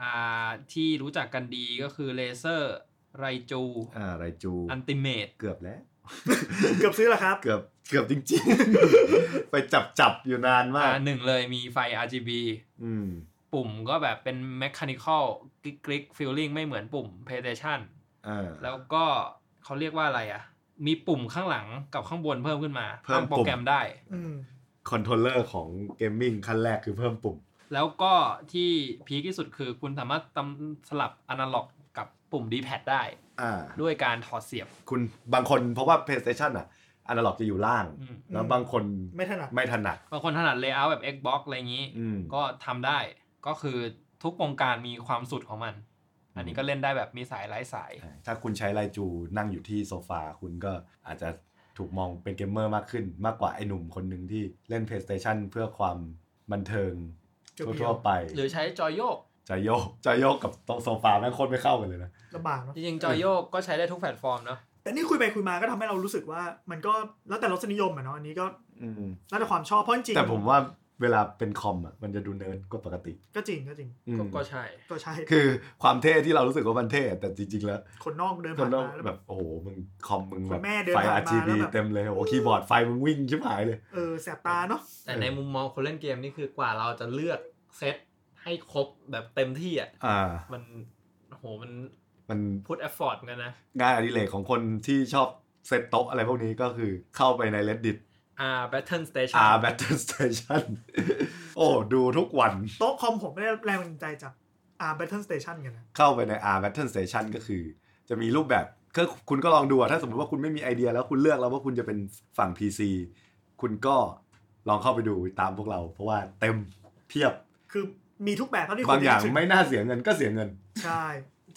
อ่าที่รู้จักกันดีก็คือเลเซอร์ไรจู ๆ อ่าไรจู อันติเมต เกือบแล้ว เกือบซื้อแล้วครับ เกือบเกือบจริง ๆ ไปจับจับอยู่นานมาก หนึ่งเลยมีไฟ RGB อืม ปุ่มก็แบบเป็น mechanical กริกกริก feeling ไม่เหมือนปุ่ม PlayStation อ่า แล้วก็เขาเรียกว่าอะไรอ่ะ มีปุ่มข้างหลังกับข้างบนเพิ่มขึ้นมา เพิ่ม ตั้งโปร ปุ่ม แกรมได้ อืม คอนโทรลเลอร์ของเกมมิ่งขั้นแรกคือเพิ่มปุ่ม แล้วก็ที่พีคที่สุดคือคุณสามารถตำสลับอนาล็อกกับปุ่ม D-pad ได้ อ่า ด้วยการถอดเสียบ คุณบางคนเพราะว่า PlayStation อ่ะอนาล็อกจะอยู่ล่าง อืม แล้วบางคน ไม่ถนัด ไม่ถนัด บางคนถนัดเลเยอร์แบบ Xbox อะไรอย่างนี้ อืม ก็ทำได้ก็คือทุกวงการมีความสุดของมัน อันนี้ก็เล่นได้แบบมีสายไร้สาย ถ้าคุณใช้ไลจูนั่งอยู่ที่โซฟา คุณก็อาจจะถูกมองเป็นเกมเมอร์มากขึ้น มากกว่าไอ้หนุ่มคนหนึ่งที่เล่น PlayStation เพื่อความบันเทิงทั่วๆไป หรือใช้จอยโยก จะโยกจะโยกกับโต๊ะโซฟาแม่งโคตรไม่เข้ากันเลยนะ ลำบากเนาะ จริงๆจอยโยกก็ใช้ได้ทุกแพลตฟอร์มเนาะ แต่นี่คุยไปคุยมาก็ทำให้เรารู้สึกว่ามันก็แล้วแต่รสนิยมอะเนาะอันนี้ก็ อืม แล้วแต่ความชอบเพราะจริงๆ แต่ผมว่าเวลาเป็นคอมอ่ะมันจะดูเนิร์ดกว่าปกติ ก็จริงก็จริง อืม ก็ก็ใช่ ก็ใช่ คือความเท่ที่เรารู้สึกว่ามันเท่แต่จริง ๆ แล้ว คนนอกเดิน คน ผ่าน นอก มาแล้ว แบ แบบ บโอ้โหมึงคอมมึง คุ แบ ณ บ แม่เดิน ไฟ ผ่านมา RGB แล้วแบบ เต็มเลยโอ้โหคีย์บอร์ดไฟมึงวิ่งชิบหายเลย เออแสบตาเนาะ แต่ในมุมมองคนเล่นเกมนี่คือกว่าเราจะเลือกเซตให้ครบแบบเต็มที่อ่ะ อ่า มันโหมัน มัน พุทเอฟฟอร์ดกันนะ งานอดิเรกของคนที่ชอบเซตโต๊ะอะไรพวกนี้ก็คือเข้าไปใน reddit อ่า Battle Station R Battle Station โอ้ ดูทุกวัน โต๊ะคอมผมไม่ได้แรงบันดาลใจจากอ่า Battle Station กันนะ เข้าไปใน R Battle Station ก็คือ จะมีรูปแบบก็คุณก็ลองดูอะถ้าสมมติว่าคุณไม่มีไอเดียแล้วคุณเลือกแล้วว่าคุณจะเป็นฝั่ง PC คุณก็ลองเข้าไปดูตามพวกเรา เพราะว่าเต็มเพียบ คือมีทุกแบบเท่าที่คุ บาง ณ อย่าง นึกถึ ไม่น่าเสียเงินก็เสียเงิน ใช่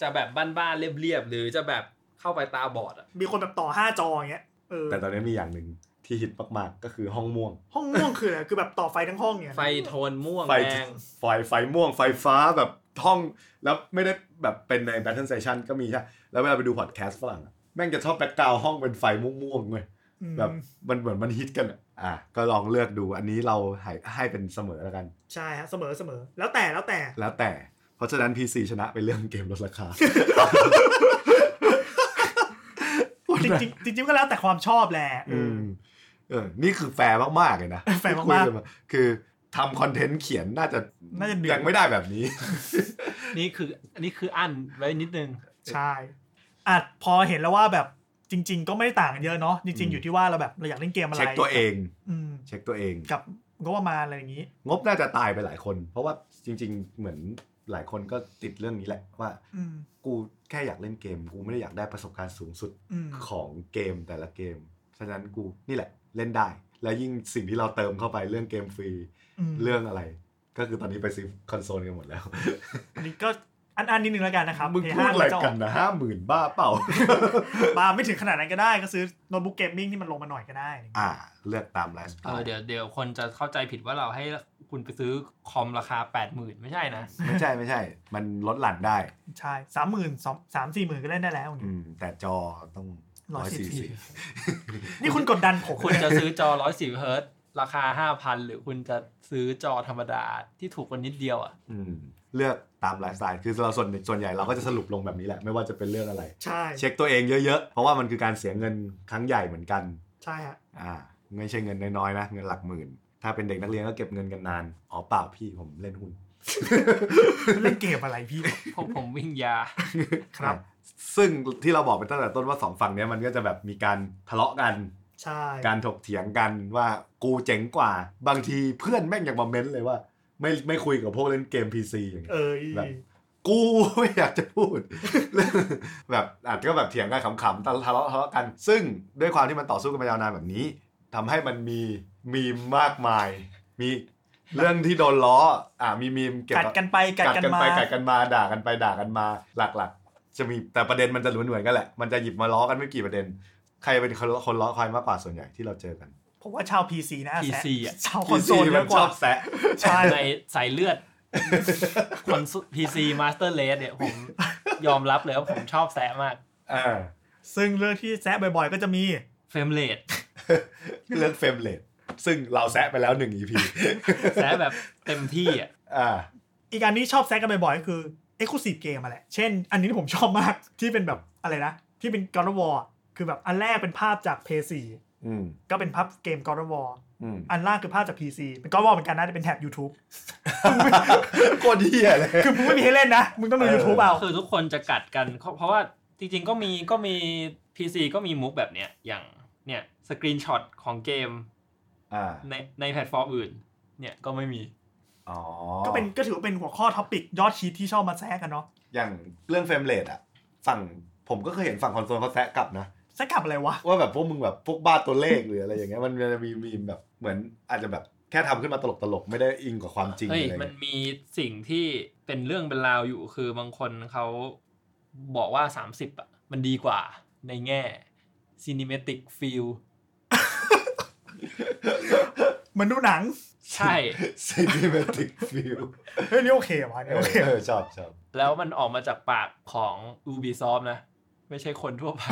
จะแบบบ้านๆเรียบๆ หรือจะแบบเข้าไปตาบอดอ่ะ มีคนแบบต่อห้าจออย่างเงี้ยเออ แต่ตอนนี้มีอย่างหนึ่งที่ฮิตมากๆ ก็คือห้องม่วง ห้องม่วงคืออะไรคือแบบต่อไฟทั้งห้องเนี่ยนะ ไฟโทนม่วง ไฟ แดง ไฟไฟม่วงไฟฟ้าแบบท่อง แล้วไม่ได้แบบเป็นใน Battle Station ก็มีใช่ แล้วเวลาไปดูพอดแคสต์ฝรั่งอะแม่งจะชอบแบ็กกราวห้องเป็นไฟม่วงๆเว้ย อืม แบบมันเหมือนมันฮิตกันอะอ่ะ ก็ลองเลือกดูอันนี้เราให้ให้เป็นเสมอแล้วกัน ใช่ฮะเสมอเสมอแล้วแต่แล้ว แต่ แล้วแต่ เพราะฉะนั้น PC ชนะไปเรื่องเกมลดราคา จริงๆจริงๆก็แล้วแต่ความชอบแหละเอ อื อ มเออ นี่คือแฟร์มากๆเลยนะ แฟร์มากๆ ที่คุยนคือทำคอนเทนต์เขียนน่าจะ น่าจะเดือด ยังไม่ได้แบบนี้ นี่คืออันนี้คืออั้นไว้นิดนึง ใช่อ่ะพอเห็นแล้วว่าแบบจริง ๆ ก็ไม่ได้ต่างกันเยอะเนาะจริง อื ๆ ม อยู่ที่ว่าเราแบบเราอยากเล่นเก มอะไร เช็คตัวเอง อืม เช็คตัวเอง กับงบประมาณอะไรอย่างนี้ งบน่าจะตายไปหลายคน เพราะว่าจริง ๆ เหมือนหลายคนก็ติดเรื่องนี้แหละว่า อืม กูแค่อยากเล่นเกม กูไม่ได้อยากได้ประสบการณ์สูงสุด อืม ของเกมแต่ละเกม ฉะนั้นกูนี่แหละเล่นได้ และยิ่งสิ่งที่เราเติมเข้าไปเรื่องเกมฟรี ม เรื่องอะไร ก็คือตอนนี้ไปซื้อคอนโซลกันหมดแล้ว อันนี้ก็อันอันนิดนึงแล้วกันนะครับ มึง เท พูดอะไร ห้า กันนะห้าหมื่นบ้าเปล่า บาร์ไม่ถึงขนาดนั้นก็ได้ก็ซื้อโน้ตบุ๊กเกมมิ่งที่มันลงมาหน่อยก็ได้ อ่า เลือกตามไลฟ์สไต เออ ล์ เดี๋ยวเดี๋ยวคนจะเข้าใจผิดว่าเราให้คุณไปซื้อคอมราคา 8 0,000 ไม่ใช่นะ ไม่ใช่ไม่ใช่ มันลดหลั่นได้ ใช่สามหมื่นสองสามสี่หมื่นก็เล่นได้แล้วอย่าง อื งี้ มแต่จอต้องร้อยสี่สิบ 140 นี่คุณกดดันผม คุณจะซื้อจอ 110เฮิร์ตซ์ราคา 5,000 หรือคุณจะซื้อจอธรรมดาที่ถูกกว่านิดเดียวอ่ะ อืมเลือกตามไลฟ์สไตล์คือเราส่วนส่วนใหญ่เราก็จะสรุปลงแบบนี้แหละ ไม่ว่าจะเป็นเรื่องอะไร ใช่ เช็คตัวเองเยอะๆ เพราะว่ามันคือการเสียเงินครั้งใหญ่เหมือนกัน ใช่ฮะ อ่า ไม่ใช่เงินน้อยๆนะ เงินหลักหมื่น ถ้าเป็นเด็กนักเรียนก็เก็บเงินกันนาน อ๋อเปล่าพี่ผมเล่นหุ้น เล่นเกมอะไรพี่ เพราะผมวิ่งยา ครับ อ่ะซึ่งที่เราบอกไปตั้งแต่ต้นว่าสองฝั่งเนี้ยมันก็จะแบบมีการทะเลาะกัน ใช่ การถกเถียงกันว่ากูเจ๋งกว่า บางทีเพื่อนแม่งยังมาเม้นเลยว่า ไม่ไม่คุยกับพวกเล่นเกม PC อย่างเงี้ย เอ้ย แบบ กูไม่อยากจะพูด แบบอาจจะก็แบบเถียงกันขำๆทะเลาะทะเลาะกัน ซึ่งด้วยความที่มันต่อสู้กันมายาวนานแบบนี้ทำให้มันมีมีมมากมาย มีเรื่องที่โดนล้ออ่ามีมีมเกี่ยว กัด กับ กันไปกัด กัด กัน กัน มา ไปกัดกันมาด่ากันไปด่ากันมาหลัก จะมีแต่ประเด็นมันจะเหมือนเหมือนๆกันแหละ มันจะหยิบมาล้อกันไม่กี่ประเด็น ใครเป็นคนคนล้อใครมากกว่าส่วนใหญ่ที่เราเจอกัน ผมว่าชาว PC นะแซะ PC อะ ชาวคอนโซลเยอะก ช ว่า อบแซะ ใช่ ในสายเลือดคนพีซีมาสเตอร์เลสเนี่ยผมยอมรับเลยว่าผมชอบแซะมาก อ่า ซึ่งเรื่องที่แซะบ่อยๆ ก็จะมี เฟรมเลท เรื่องเฟรมเลทซึ่งเราแซะไปแล้วหนึ่ง EP แซะแบบเต็มที่อ่ะ อ่า อีกอันนี้ชอบแซะกันบ่อยๆ ก็คือ Exclusive Game มาแหละ เช่น อันนี้ที่ผมชอบมาก ที่เป็นแบบอะไรนะ ที่เป็น God of War คือแบบอันแรกเป็นภาพจาก p s อืม 4ก็เป็นภาพเกม God of War อืม อันล่างคือภาพจาก PC เป็น God of War เหมือนกันนะแต่เป็นแท็บ YouTube โคตรเฮียเลย คือมึงไม่มีให้เล่นนะ มึงต้องดู เออ YouTube เอา คือทุกคนจะกัดกันเพราะเพราะว่าจริงๆก็มีก็มี PC ก็มีมุกแบบเนี้ยอย่างเนี่ยสกรีนช็อตของเกม อ่า ในในแพลตฟอร์มอื่น เนี่ยก็ไม่มี อ๋อ ก็เป็นก็ถือว่าเป็นหัวข้อท็อปิกยอดฮิตที่ชอบมาแซะกันเนาะ อย่างเรื่องเฟรมเลทอะฝั่งผมก็เคยเห็นฝั่งคอนโซลเขาแซะกลับนะ แซะกลับอะไรวะ ว่าแบบพวกมึงแบบพวกบ้าตัวเลขหรืออะไรอย่างเงี้ยมันจะมีมีมแบบเหมือนอาจจะแบบแค่ทำขึ้นมาตลกตลกๆไม่ได้อิงกับความจริง เฮ้ย อะไร มัน เงี้ย มีสิ่งที่เป็นเรื่องเป็นราวอยู่คือบางคนเขาบอกว่า 30 อ่ะ มันดีกว่าในแง่ cinematic feel เหมันดูหนัง ใช่ ซีนิเมติกฟิล เฮ้ยนี่โอเควะนี่โอเค เออชอบชอบ แล้วมันออกมาจากปากของ Ubisoft นะ ไม่ใช่คนทั่วไป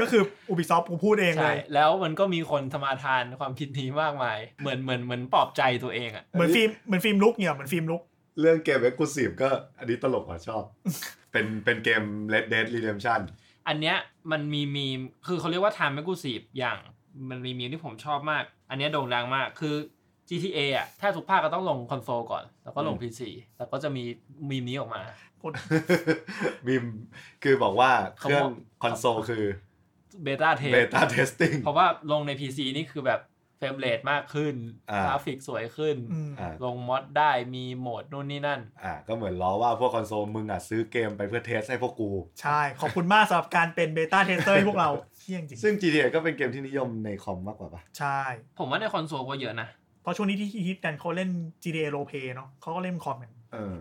ก็คือ Ubisoft กูพูดเองเล ใช่ ย แล้วมันก็มีคนสมาทานความคิดนี้มากมาย เหมือนเหมือนเหมือนปลอบใจตัวเองอ่ะ เหมือนฟิล์มเหมือนฟิล์มลุกเนี่ยเหมือนฟิล์มลุก เรื่องเกมเอ็กซ์คลูซีฟก็อันนี้ตลกอ่ะชอบ เป็นเป็นเกม Red Dead Redemption อันเนี้ยมันมีมีมคือเขาเรียกว่า time exclusive อย่างมันมีมีมที่ผมชอบมาก อันเนี้ยโด่งดังมากคือ GTA อ่ะแทบทุกภาคก็ต้องลงคอนโซลก่อน แล้วก็ลง อืม PC แล้วก็จะมีมีมนี้ออกมา บีมคือบอกว่าเครื่อง เขาบอก คอนโซลคือ เบต้าเท เบต้าเทสติ้ง เพราะว่าลงใน PC นี่คือแบบเฟรมเรทมากขึ้น อ่า กราฟิกสวยขึ้น อืม อ่า ลงมอดได้มีโหมดนู่นนี่นั่น อ่าก็เหมือนล้อว่าพวกคอนโซลมึงอ่ะซื้อเกมไปเพื่อเทสให้พวกกู ใช่ ขอบคุณมากสำหรับการเป็นเบต้าเทสเตอร์ให้พวกเราเที่ยงจริง ซึ่ง GTA ก็เป็นเกมที่นิยมในคอมมากกว่าปะ ใช่ ผมว่าในคอนโซลก็เยอะนะ เพราะช่วงนี้ที่ฮิตกันเขาเล่น GTA Roleplay เนาะเขาก็เล่นคอมกัน เออ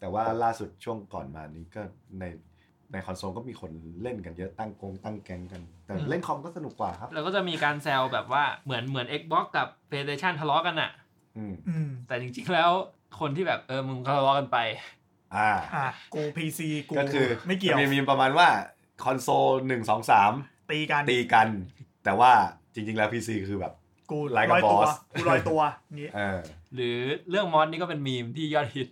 แต่ว่าล่าสุดช่วงก่อนมานี้ก็ในในคอนโซลก็มีคนเล่นกันเยอะตั้งกงตั้งแก๊งกัน แต่ อืม เล่นคอมก็สนุกกว่าครับ แล้วก็จะมีการแซวแบบว่าเหมือนเหมือน Xbox กับ PlayStation ทะเลาะกันอะ อืม อืม แต่จริงๆแล้วคนที่แบบเออมึงทะเลาะกันไป อ่า อ่ะ กู PC กู ก็คือ ไม่เกี่ยว นมีมีประมาณว่าคอนโซลหนึ่งสองสาม ตีกัน ตีกัน แต่ว่าจริง ๆ แล้ว PC คือแบบ กู ไลน์กับ ลอยตัว บอส กูลอยตัวอย่างงี้ เออ หรือเรื่องมอสนี่ก็เป็นมีมที่ยอด ฮิต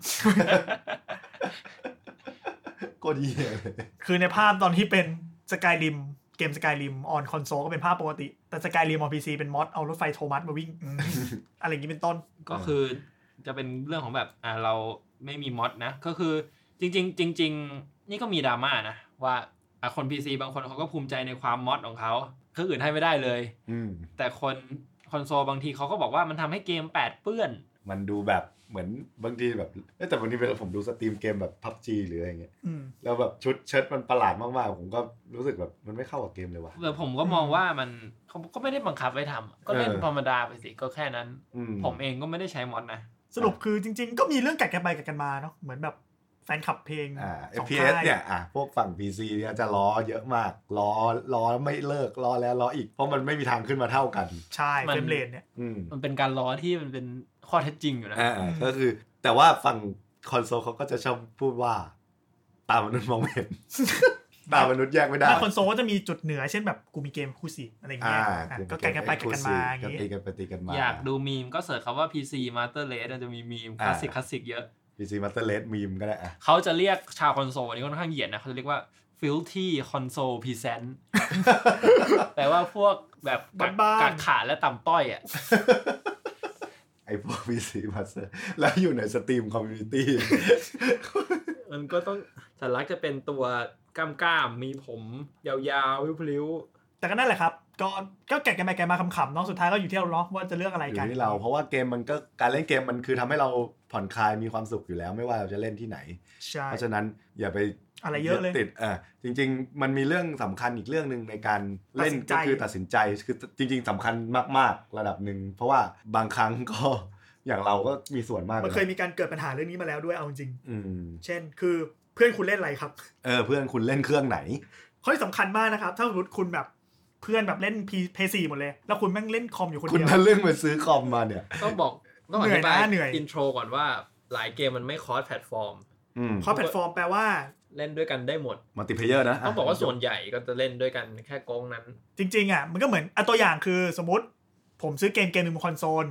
ก็ดีเลย คือในภาพตอนที่เป็นสกาย i ิมเกมสกาย i ิมออนคอนโซลก็เป็นภาพปกติ แต่สกาย i ิมออนพีซีเป็นมอดเอารถไฟโทมัสมาวิ่งอืมอะไรอย่างงี้เป็นต้น ก็คือจะเป็นเรื่องของแบบอ่าเราไม่มีมอดนะ ก็คือจริง ๆ จริง ๆ นี่ก็มีดราม่านะว่าอ่ะคน PC บางคนเขาก็ภูมิใจในความมอดของเขาเครื่องอื่นให้ไม่ได้เลย อืม แต่คนคอนโซลบางทีเขาก็บอกว่ามันทำให้เกมแปดเปื้อน มันดูแบบเหมือนบางทีแบบเอ้ยแต่บางทีเวลาผมดูสตรีมเกมแบบพับจีหรืออะไรเงี้ย อืม แล้วแบบชุดเชิ้ตมันประหลาดมากๆ ผมก็รู้สึกแบบมันไม่เข้ากับเกมเลยว่ะ แต่ผมก็มองว่ามันเขาก็ไม่ได้บังคับไว้ทำอะก็เล่นธรรมดาไปสิก็แค่นั้น อืม ผมเองก็ไม่ได้ใช้มอดนะ สรุปคือจริง ๆ ก็มีเรื่องกัดกันไปกัดกันมาเนาะเหมือนแบบแฟนคลับเพลง อ่า สองค่ FPS เนี่ยอ่ะพวกฝั่ง PC เนี่ยจะล้อเยอะมากล้อล้อไม่เลิกล้อแล้วล้ออีก เพราะมันไม่มีทางขึ้นมาเท่ากัน ใช่ มัน เฟรมเรทเนี่ย อืม มันเป็นการล้อที่มันเป็นข้อเท็จจริงอยู่นะ อ่าก็คือ แต่ว่าฝั่งคอนโซลเขาก็จะชอบพูดว่า ตามนุษย์มองไม่ เห็น ตามนุษย์แยกไม่ได้ แล้วคอนโซลก็จะมีจุดเหนือเช่นแบบกูมีเกมคู่สีอะไรอย่างเงี้ อ่าย อ่ะก็แข่งกันไปแข่งกันมาอย่าง ก็ตี งี้ กันไปตีกันมา อยากดูมีมก็เสิร์ชคำว่า PC Master Race มันจะมีมีมค อ่า ลาสสิกคลาสสิกเยอะ PC Master Race มีมก็ ได้อ่ะ เขาจะเรียกชาวคอนโซลอันนี้ค่อนข้างเหยียดนะเขาจะเรียกว่า filthy console peasant แปลว่าพวกแบบกัก บ้านๆ กักขาและต่ำต้อยอ่ะ ไอพวก PC Master แล้วอยู่ในสตรีมคอมมูนิตี้ มันก็ต้องสัญลักษณ์จะเป็นตัวกล้ามก้ามๆมีผมยาวๆพลิ้ว แต่ก็นั่นแหละครับ ก็ก็แก่กันไปแก่มาขำๆเนาะสุดท้ายก็อยู่ที่เราเนาะว่าจะเลือกอะไร อยู่ กัน ที่เราเพราะว่าเกมมันก็การเล่นเกมมันคือทำให้เราผ่อนคลายมีความสุขอยู่แล้ว ไม่ว่าเราจะเล่นที่ไหน ใช่ เพราะฉะนั้นอย่าไป อะไรเยอะเลย ติดเออจริง ๆ มันมีเรื่องสำคัญอีกเรื่องหนึ่งในการเล่น ตัดสินใจ ก็คือตัดสินใจคือจริง ๆสำคัญมากๆระดับหนึ่งเพราะว่าบางครั้งก็ อย่างเราก็มีส่วนมาก มันเคย ลนะ มีการเกิดปัญหาเรื่องนี้มาแล้วด้วยเอาจริง อืม เช่น คือ เพื่อนคุณเล่นอะไรครับ เออเพื่อนคุณเล่นเครื่องไหน ข้อที่สำคัญมากนะครับ ถ้าสมมติคุณแบบเพื่อนแบบเล่นพีเพซีหมดเลย แล้วคุณแม่งเล่นคอมอยู่คน คุณ เดียว ทะลึ่งไปซื้อคอมมาเนี่ย ต้องบอกต้องอ เหนื่อ ธิ ย บาย นะเหนื่อย อินโทรก่อนว่าหลายเกมมันไม่คอสแพลตฟอร์ม อืม เพราะแพลตฟอร์มแปลว่า เล่นด้วยกันได้หมด มัลติเพเยอร์นะ ต้องบอกว่าส่วนใหญ่ก็จะเล่นด้วยกันแค่กองนั้น จริงๆอ่ะมันก็เหมือนอ่ะตัวอย่างคือสมมติผมซื้อเกมเกมหนึ่งบนคอนโซล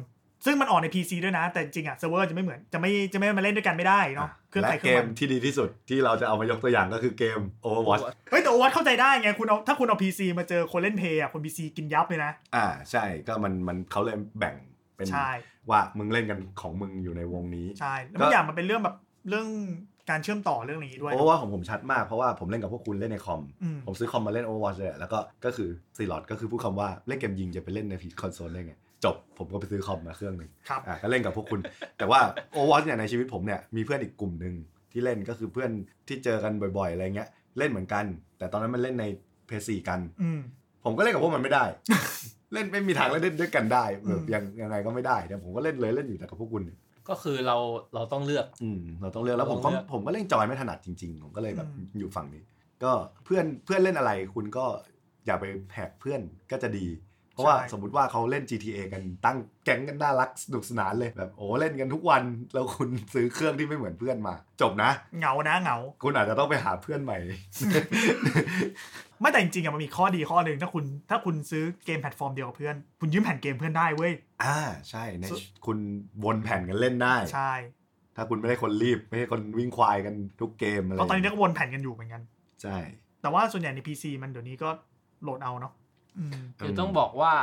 ซึ่งมันออกใน PC ด้วยนะ แต่จริงๆอ่ะเซิร์ฟเวอร์จะไม่เหมือนจะไม่จะไม่มาเล่นด้วยกันไม่ได้เนาะเครื่อง และ ใครเค เก รื่อง ม มัน ที่ดีที่สุดที่เราจะเอามายกตัวอย่างก็คือเกม Overwatch เฮ้ยแต่วัดเข้าใจได้ไงคุณเอาถ้าคุณเอา PC มาเจอคนเล่นเพย์อ่ะคน PC กินยับเลยนะ อ่าใช่ก็มันมันเขาเลยแบ่งเป็น ใช่ ว่ามึงเล่นกันของมึงอยู่ในวงนี้ ใช่แล้วมันอย่างมันเป็นเรื่องแบบเรื่องการเชื่อมต่อเรื่องอะไรอย่างนี้ด้วย เพราะว่าของผมชัดมากเพราะว่าผมเล่นกับพวกคุณเล่นในคอม อืม ผมซื้อคอมมาเล่น Overwatch เลยแล้วก็ก็คือซีลอดก็คือพูดคำว่าเล่นเกมยิงจะไปเล่นในคอนโซลได้ไง จบผมก็ไปซื้อคอมมาเครื่องหนึ่ง ครับ อ่ะก็เล่นกับพวกคุณ แต่ว่า Overwatch เนี่ยในชีวิตผมเนี่ยมีเพื่อนอีกกลุ่มหนึ่งที่เล่นก็คือเพื่อนที่เจอกันบ่อยๆอะไรเงี้ยเล่นเหมือนกัน แต่ตอนนั้นมันเล่นในเพซีกัน อืม ผมก็เล่นกับพวกมันไม่ได้ เล่นไม่มีทางเล่นด้วยกันได้แบ อื บ ม ยังยังไงก็ไม่ได้เนี่ยผมก็เล่นเลยเล่นอยู่แต่กับพวกคุณ ก็คือเราเราต้องเลือก อืมเราต้องเลือกแล้วผม ต้อก็งเลือก ผมก็เล่นจอยไม่ถนัดจริงๆ ผมก็เลยแบบ อืม อยู่ฝั่งนี้ ก็เพื่อนเพื่อนเล่นอะไรคุณก็อย่าไปแหกเพื่อนก็จะดี เพราะว่าสมมติว่าเขาเล่น GTA กันตั้งแก๊งกันน่ารักสนุกสนานเลยแบบโอ้เล่นกันทุกวันแล้วคุณซื้อเครื่องที่ไม่เหมือนเพื่อนมา จบนะ เหงานะเหงา คุณอาจจะต้องไปหาเพื่อนใหม่ ไม่แต่จริงๆอะมันมีข้อดีข้อหนึ่งถ้าคุณถ้าคุณซื้อเกมแพลตฟอร์มเดียวกับเพื่อน คุณยืมแผ่นเกมเพื่อนได้เว้ย อ่าใช่ใน สุด คุณวนแผ่นกันเล่นได้ ใช่ ถ้าคุณไม่ได้คนรีบ ไม่ใช่คนวิ่งควายกันทุกเกมอะไร เพราะตอนนี้ก็วนแผ่นกันอยู่เหมือนกัน ใช่ แต่ว่าส่วนใหญ่ใน PC มันเดี๋ยวนี้ก็โหลดเอาเนาะอืม เดี๋ยวต้องบอกว่า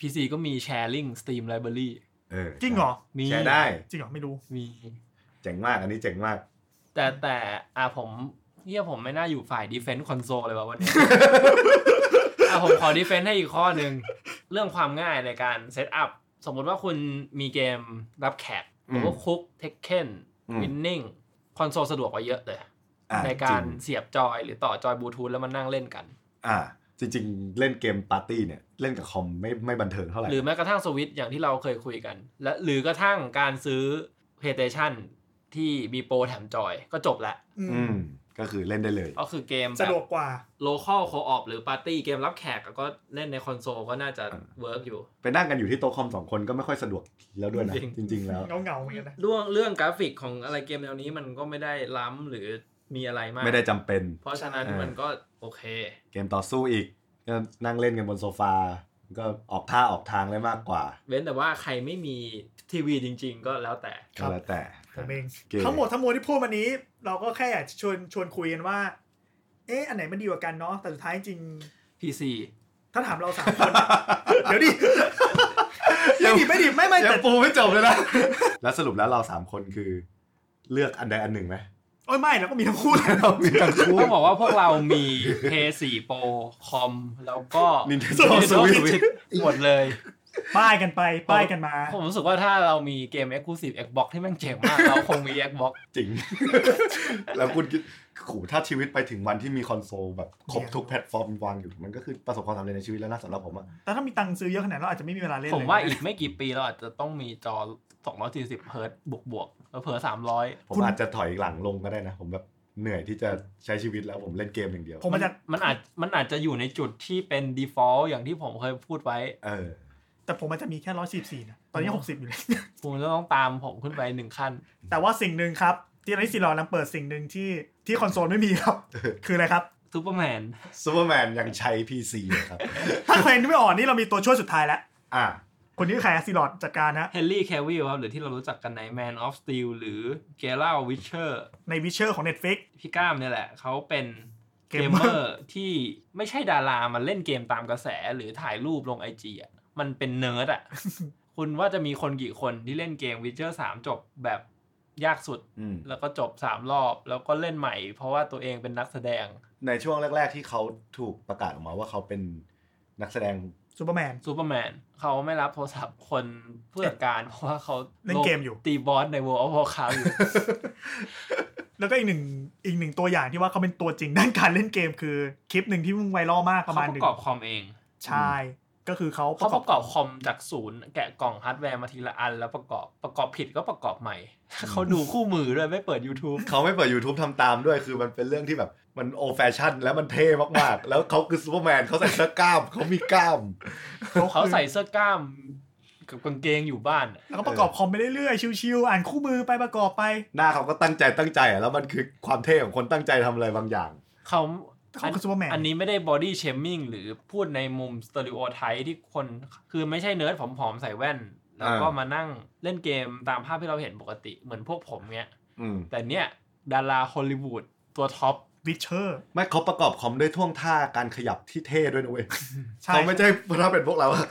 PC ก็มี Sharing Steam Library เออ จริงเหรอ มี แชร์ได้ จริงเหรอ ไม่รู้ มี เจ๋งมากอันนี้เจ๋ง มาก แต่แต่อ่ะผมเฮียผมไม่น่าอยู่ฝ่าย Defense Console เลยว่ะวันนี้ อ่ะผมขอ Defense ให้อีกข้อหนึ่งเรื่องความง่ายในการเซตอัพสมมุติว่าคุณมีเกมรับแขกหรือว่าคุกเทคเคน อืม วินนิ่งคอนโซลสะดวกกว่าเยอะเลย อ่ะ ในการ จง เสียบจอยหรือต่อจอยบลูทูธแล้วมันนั่งเล่นกัน อ่าจริงๆ เล่นเกมปาร์ตี้เนี่ย เล่นกับคอมไม่ไม่บันเทิงเท่าไหร่ หรือแม้กระทั่งสวิตช์อย่างที่เราเคยคุยกัน และหรือกระทั่งการซื้อ PlayStation ที่มีโปรแถมจอยก็จบละ อื อื ม มก็คือเล่นได้เลย ก็คือเกมแบ สะดวก บ กว่า local co-op หรือ party เกมรับแขกก็เล่นในคอนโซลก็น่าจะ อ่า เวิร์กอยู่ ไปนั่งกันอยู่ที่โต๊ะคอมสองคนก็ไม่ค่อยสะดวกแล้วด้วยนะ จ จ ริง ริง ๆ แล้ว เงาเงาๆเหมือนกันนะ เรื่องเรื่องกราฟิกของอะไรเกมแนวนี้มันก็ไม่ได้ล้ำหรือมีอะไรมาก ไม่ได้จำเป็น เพราะฉะนั้น อ่ามั มันก็โอเค เกมต่อสู้อีก ก็นั่งเล่นกันบนโซฟา ก็ออกท่าออกทางได้มากกว่า เว้นแต่ว่าใครไม่มีทีวีจริง ๆ ก็แล้วแต่ ครั ก็ บ แล้วแต่ ผมเอง เก๋ ทั้งหมดทั้งมวลที่พูดมานี้ เราก็แค่อยากจะชวนชวนคุยกันว่า เอ๊ะอันไหนมันดีกว่ากันเนาะแต่สุดท้ายจริง PC ถ้าถามเราสามคน เดี๋ยวดิ ยั ไม่ ง ดิไม่ดิไม่ไม่ ยั แต่ งปูไม่จบเลยนะ แล้วสรุปแล้วเราสามคนคือ เลือกอันใดอันหนึ่งไหม โอ้ยไม่เราก็มีทั้งคู่นะ เรามีกันคู่ ต้องบอกว่าพวกเรามี PS4 Pro คอมแล้วก็ Nintendo โซ Switch หมดเลย ป้ายกันไปป้ายกันมา ผมรู้สึกว่าถ้าเรามีเกม Exclusive Xbox ที่แม่งเจ๋งมาก เราคงมี Xbox จริง แล้วคุณคิดขู่ถ้าชีวิตไปถึงวันที่มีคอนโซลแบบครบทุกแพลตฟอร์มวางอยู่ มันก็คือประสบความสำเร็จในชีวิตแล้วนะสำหรับผมอะ แต่ถ้ามีตังค์ซื้อเยอะขนาดนั้นเราอาจจะไม่มีเวลาเล่น ผ เลย มว่าอีกไม่กี่ปีเราอาจจะต้องมีจอ 240 เฮิร์ตบวกบวกๆเผลอ ผมอาจจะถอยหลังลงก็ได้นะ ผมแบบเหนื่อยที่จะใช้ชีวิตแล้วผมเล่นเกมอย่างเดียว ผมอาจจะ 300 มันอาจมันอาจจะอยู่ในจุดที่เป็น default อย่างที่ผมเคยพูดไว้ เออ แต่ผมอาจจะมีแค่ร้อยสิบสี่นะตอนนี้หกสิบอยู่เลย คุณจะต้องตามผมขึ้นไปหนึ่งขั้น แต่ว่าสิ่งหนึ่งครับ ที่ไอซีรอนำเปิดสิ่งหนึ่งที่ที่คอนโซลไม่มีครับ คืออะไรครับ Superman ซูเปอร์แมนยังใช้ PC เลยครับ ถ้าใครนึกไม่ออกนี่เรามีตัวช่วยสุดท้ายแล้ว อ่ะ คนนี้คือใครซีรอนจัดการนะ เฮนรี่แควิลครับหรือที่เรารู้จักกันใน Man of Steel หรือเกล่าวิเชอร์ ในวิเชอร์ของ Netflix พี่ก้ามเนี่ยแหละ เขาเป็นเกม Gamer เมอร์ที่ไม่ใช่ดารามันเล่นเกมตามกระแสหรือถ่ายรูปลงไอจีอ่ะมันเป็นเนิร์ด อ่ะ คุณว่าจะมีคนกี่คนที่เล่นเกมวิเชอร์สามจบแบบยากสุด อืม แล้วก็จบสามรอบแล้วก็เล่นใหม่ เพราะว่าตัวเองเป็นนักแสดง ในช่วงแรก ๆ ที่เขาถูกประกาศออกมาว่าเขาเป็นนักแสดง ซูเปอร์แมน ซูเปอร์แมนเขาไม่รับโทรศัพท์คนเพื่อการเพราะว่าเขา เล่นเกมอยู่ ตีบอสใน World of Warcraft อยู่ แล้วก็อีกหนึ่งอีกหนึ่งตัวอย่างที่ว่าเขาเป็นตัวจริงด้านการเล่นเกมคือคลิปหนึ่งที่มึงไวรัลมากประ เขา มาณ ป หนึ่ ระ ง กอบคอมเอง ใช่ ก็คือเขา เขาประกอบคอมจากศูนย์แกะกล่องฮาร์ดแวร์มาทีละอัน แล้วประกอบประกอบผิดก็ประกอบใหม่ เขาดูคู่มือด้วยไม่เปิด YouTube เขาไม่เปิด YouTube ทำตามด้วย คือมันเป็นเรื่องที่แบบมันโอแฟชั่น แล้วมันเท่มากๆ แล้วเขาคือซูเปอร์แมนเขาใส่เสื้อกล้ามเขามีกล้าม เขาใส่เสื้อกล้ามกับกางเกงอยู่บ้านอะ แล้วก็ประกอบคอมไปเรื่อยๆชิวๆอ่านคู่มือไปประกอบไป หน้าเขาก็ตั้งใจตั้งใจอะแล้วมันคือความเท่ของคนตั้งใจทำอะไรบางอย่าง เขา เขาคือซูเปอร์แมน อันนี้ไม่ได้บอดี้เชมมิ่งหรือพูดในมุมสเตอริโอไทป์ที่คน คือไม่ใช่เนิร์ดผอมๆใส่แว่น แล้วก็ อ่าม มานั่งเล่นเกมตามภาพที่เราเห็นปกติเหมือนพวกผมเนี้ย อืม แต่เนี่ยดาราฮอลลีวูดตัวท็อป วิเชอร์ ไม่เขาประกอบคอมด้วยท่วงท่าการขยับที่เท่ด้วยนะเว้ย ใช่ เขาไม่ใช่ถ้าเป็นพวกเราอะ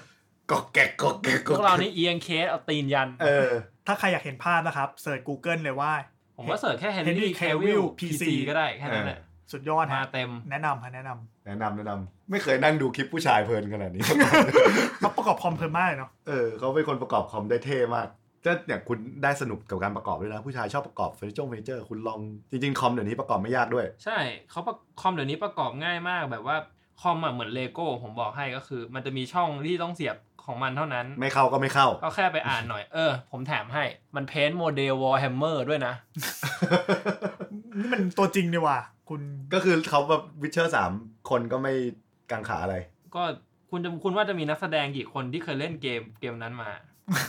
กอกแกกกอกแกก พ กอ วกกแก เรา ก นี่เอียงเคสเอาตีนยัน เออ ถ้าใครอยากเห็นภาพนะครับเสิร์ช Google เลยว่า ผมว่าเสิร์ชแค่ Henry Henry Cavill Cavill PC PC ก็ได้แค่นั้นแหละ สุดยอด มา ฮะ เต็ม แนะนำฮะแนะนำ แนะนำแนะนำไม่เคยนั่งดูคลิปผู้ชายเพลินขนาดนี้ เขาประกอบคอมเพลินมากเลยเนาะ เออเขาเป็นคนประกอบคอมได้เท่มากก็อย่างคุณได้สนุกกับการประกอบด้วยนะ ผู้ชายชอบประกอบเฟอร์นิเจอร์เฟอร์นิเจอร์คุณลองจริงๆคอมเดี๋ยวนี้ประกอบไม่ยากด้วย ใช่เขาประคอมเดี๋ยวนี้ประกอบง่ายมากแบบว่าคอมอะเหมือนเลโก้ผมบอกให้ก็คือ มันจะมีช่องที่ต้องเสียบของมันเท่านั้น ไม่เข้าก็ไม่เข้า ก็แค่ไปอ่านหน่อยเออ ผมแถมให้มันเพ้นโมเดลวอลแฮมเมอร์ด้วยนะ นี่มันตัวจริงนี่ว่ะคุณ ก็คือเขาแบบวิเชอร์สามคนก็ไม่กังขาอะไร ก็คุณจะคุณว่าจะมีนักแสดงกี่คนที่เคยเล่นเกมเกมนั้นมา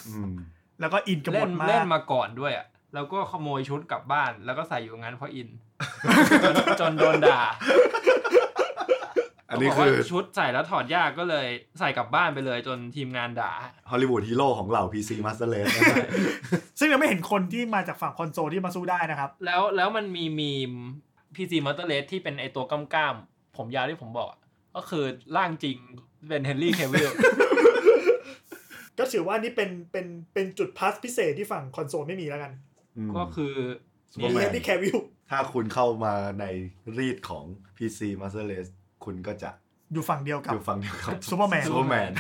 อืม แล้วก็อินกับบ เล่ ท น มา เล่น ก มาก่อนด้วยอ่ะแล้วก็ขโมยชุดกลับบ้าน แล้วก็ใส่อยู่งั้นเพราะอิน จนจนโดนด่า อันนี้ เขาบก คือ ว่าชุดใส่แล้วถอดยากก็เลยใส่กลับบ้านไปเลยจนทีมงานด่า ฮอลลีวูดฮีโร่ของเหล่า PC Master Race ซึ่งยังไม่เห็นคนที่มาจากฝั่งคอนโซลที่มาสู้ได้ นะครับ แล้วแล้วมันมีมีม PC m o t o r l e s ที่เป็นไอตัวก้ามก้ามๆผมยาวที่ผมบอกอะก็คือร่างจริงเป็นเฮนรี่เควิ ล ก็ถือว่านี่เป็นเป็นเป็นจุดพลัสพิเศษที่ฝั่งคอนโซลไม่มีแล้วกัน อืม ก็คือ Superman เล่นที่แควิล ถ้าคุณเข้ามาในรีดของ PC Master Race คุณก็จะ อยู่ฝั่งเดียวกับ อยู่ฝั่งเดียวกับ Superman ซูเปอร์แมน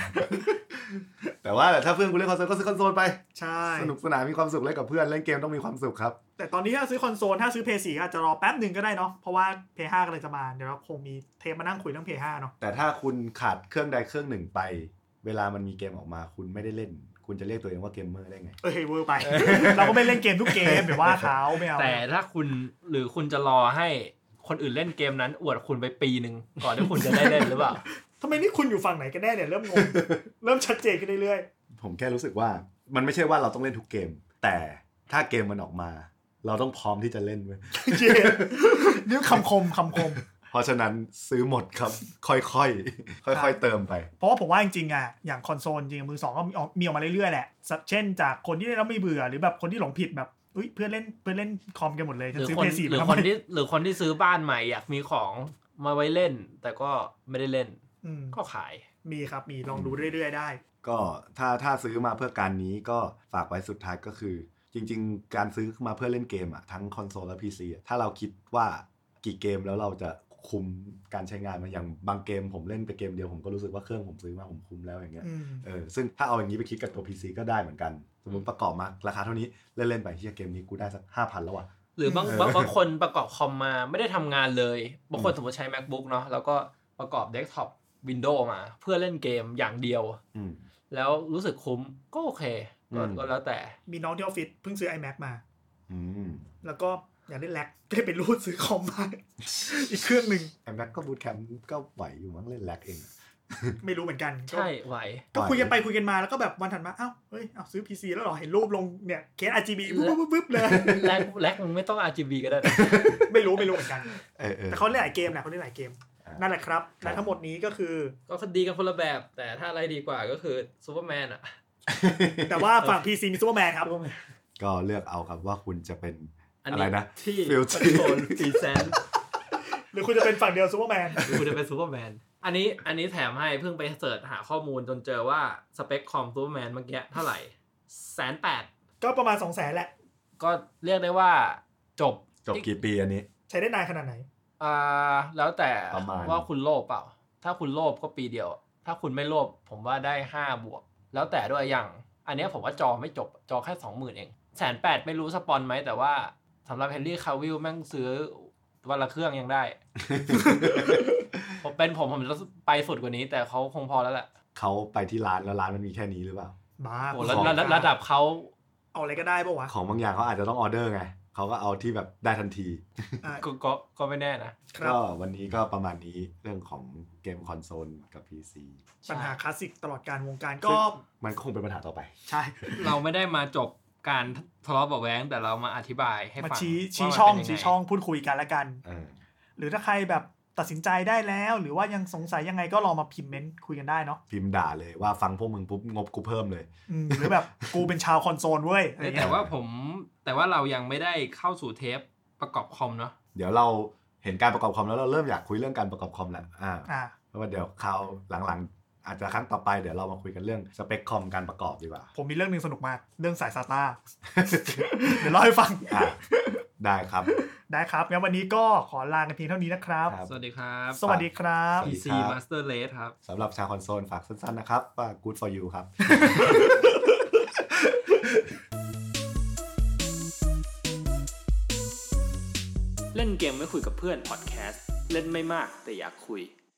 แต่ว่าถ้าเพื่อนคุณเล่นคอนโซลก็ซื้อคอนโซลไป ใช่ สนุกสนานมีความสุขเล่นกับเพื่อนเล่นเกมต้องมีความสุขครับ แต่ตอนนี้ถ้าซื้อคอนโซลถ้าซื้อเพย์สี่อาจจะรอแป๊บหนึ่งก็ได้เนาะเพราะว่าเพย์ห้ากำลังจะมาเดี๋ยวเราคงมีเทปมานั่งคุยเรื่องเพย์ห้าเนาะ แต่ถ้าคุณขาดเครื่องใดเครื่องหนึ่งไป เวลามันมีเกมออกมาคุณไม่ได้เล่น คุณจะเรียกตัวเองว่าเกมเมอร์ได้ไง เออเฮยเวอร์ไป เราก็ไม่เล่นเกมทุกเกมแบบว่าเขาไม่เอา แต่ถ้าคุณหรือคุณจะรอให้คนอื่นเล่นเกมนั้น อวดคุณไปปีหนึ่งก่อนที่คุณจะได้เล่นหรือเปล่า ทำไมนี่คุณอยู่ฝั่งไหนกันแน่เนี่ยเริ่มงง เริ่มชัดเจนขึ้นเรื่อย ผมแค่รู้สึกว่ามันไม่ใช่ว่าเราต้องเล่นทุกเกม แต่ถ้าเกมมันออกมา เราต้องพร้อมที่จะเล่นเว้ย ๆเย้นี่คำคมคำคม เพราะฉะนั้นซื้อหมดครับ ค่อยๆค่อย ๆ เติมไป เพราะว่าผมว่าจริงๆอ่ะอย่างคอนโซลจริงๆมือสองก็มีออกมีออกมาเรื่อยๆแหละสักเช่นจากคนที่เล่นแล้วไม่เบื่อหรือแบบคนที่หลงผิดแบบอุ้ยเพื่อนเล่นเพื่อนเล่นคอมกันหมดเลย ห ฉัน รือ ซื้อ คน เพย์สี่ หรือคทำไม นที่หรือคนที่ซื้อบ้านใหม่อยากมีของมาไว้เล่น แต่ก็ไม่ได้เล่น อืม ก็ขาย มีครับมีลองดูเรื่อยๆได้ ก็ถ้าถ้าซื้อมาเพื่อการนี้ก็ฝากไว้สุดท้ายก็คือ จริง ๆ การซื้อมาเพื่อเล่นเกมอะทั้งคอนโซลและ PC อะถ้าเราคิดว่ากี่เกมแล้วเราจะคุมการใช้งานมันอย่างบางเกมผมเล่นไปเกมเดียวผมก็รู้สึกว่าเครื่องผมซื้อมาผมคุมแล้วอย่างเงี้ย อืม เออซึ่งถ้าเอาอย่างนี้ไปคิดกับตัว PC ก็ได้เหมือนกัน สมมติประกอบมาราคาเท่านี้เล่น ๆ ไปเฮียเกมนี้กูได้สักห้าพันแล้วว่ะ หรือบาง เออ บางบางคนประกอบคอมมาไม่ได้ทำงานเลยบางคนสมมติใช้ macbook เนาะแล้วก็ประกอบเดสก์ท็อป Windows มา เพื่อเล่นเกมอย่างเดียว อืม แล้วรู้สึกคุ้มก็โอเคก็ อืม ก็แล้วแต่ มีน้องที่ออฟฟิศเพิ่งซื้อ iMac มา อืม แล้วก็อยากเล่นแล็กก็เลยไปรูดซื้อคอมมา อีกเครื่องหนึ่ง ไอแม็กก็บูตแคมป์ก็ไหวอยู่มั้งเล่นแลกเองอะ ไม่รู้เหมือนกันก็ ใช่ไห ว ก็คุยกันไปคุยกันมาแล้วก็แบบวันถัดมาอ้าวเฮ้ยเอาซื้อ PC แล้วเหรอเห็นรูปลงเนี่ยเคส RGB ปุ๊บปุ๊บปุ๊บเลย แลกแลกมึงไม่ต้อง RGB ก็ได้นะ ไม่รู้ไม่รู้เหมือนกัน เออเออ แต่เขาเล่นหลายเกมแหละเขาเล่นหลายเกม อ่านั่ นั่นแหละครับและทั้งหมดนี้ก็คือ ก็คือดีกันคนละแบบ แต่ถ้าอะไรดีกว่าก็คือซูเปอร์แมนอ่ะ แต่ว่าฝั่ง PC มีซูเปอร์แมนครับ ก็เลือกเอาครับว่าคุณจะเป็น อัน อะไร นี้ นะ ที่ค Filthy อนโท รลฟีแซน หรือคุณจะเป็นฝั่งเดียวซูเปอร์แมน กูจะเป็นซูเปอร์แมนอันนี้อันนี้แถมให้เพิ่งไปเสิร์ชหาข้อมูลจนเจอว่าสเปคคอมซูเปอร์แมนเมื่อกี้เท่าไหร่แสนแปด ก็ประมาณ2องแสนแหละ ก็เรียกได้ว่าจบ จบกี่ปีอันนี้ ใช้ได้นานขนาดไหน อ่าแล้วแต่ ประมาณ ว่าคุณโลภเปล่า ถ้าคุณโลภก็ปีเดียว ถ้าคุณไม่โลภผมว่าได้ห้าบวก แล้วแต่ด้วยอย่าง อันเนี้ยผมว่าจอไม่จบจอแค่สองหมื่นเองแสนแปดไม่รู้สปอนไหม แต่ว่าสำหรับเฮนรี่คาวิลแม่งซื้อวันละเครื่องยังได้ ผมเป็นผมผมจะไปสุดกว่านี้ แต่เขาคงพอแล้วแหละ เขาไปที่ร้านแล้วร้านมันมีแค่นี้หรือเปล่า บ้า โอ้ระระระดับเขา เอาอะไรก็ได้ปะวะ ของบางอย่างเขาอาจจะต้องออเดอร์ไงเขาก็เอาที่แบบได้ทันที อ่ะ ก็ก็ก็ไม่แน่นะ ครับ ก็วันนี้ก็ประมาณนี้เรื่องของเกมคอนโซลกับ PC ปัญหาคลาสสิกตลอดการวงการ ซึ่ ก็ งมันก็คงเป็นปัญหาต่อไป ใช่ เราไม่ได้มาจบการทะเลาะเบาะแว้งแต่เรามาอธิบายให้ มา ฟัง ชี้ชี้ ว่ามันเป็นยัไช่องชี้ช่องพูดคุยกันละกัน เออ หรือถ้าใครแบบตัดสินใจได้แล้ว หรือว่ายังสงสัยยังไงก็ลองมาพิมพ์เมนต์คุยกันได้เนาะ พิมพ์ด่าเลยว่าฟังพวกมึงปุ๊บงบกูเพิ่มเลย อืมหรือแบบกูเป็นชาวคอนโซลเว้ยอะไร เอ้ย เงี้ แต่ ย ว่าผมแต่ว่าเรายังไม่ได้เข้าสู่เทปประกอบคอมเนาะ เดี๋ยวเราเห็นการประกอบคอมแล้วเราเริ่มอยากคุยเรื่องการประกอบคอมแล้วอ่า อ่ะ เพราะว่าเดี๋ยวคราวหลังๆ อาจจะครั้งต่อไปเดี๋ยวเรามาคุยกันเรื่องสเปคคอมการประกอบดีกว่า ผมมีเรื่องหนึ่งสนุกมากเรื่องสายซาต า เดี๋ยวเล่าให้ฟัง อ่ะได้ครับ ได้ครับงั้นวันนี้ก็ขอลากันเพียงเท่านี้นะครับ ครับ สวัสดีครับ สวัสดีครับ สวัสดี PC ครับ Master Race ครับ สำหรับชาวคอนโซลฝากสั้นๆนะครับว่า good for you ครับ เล่นเกมไม่คุยกับเพื่อนพอดแคสต์เล่นไม่มากแต่อยากคุย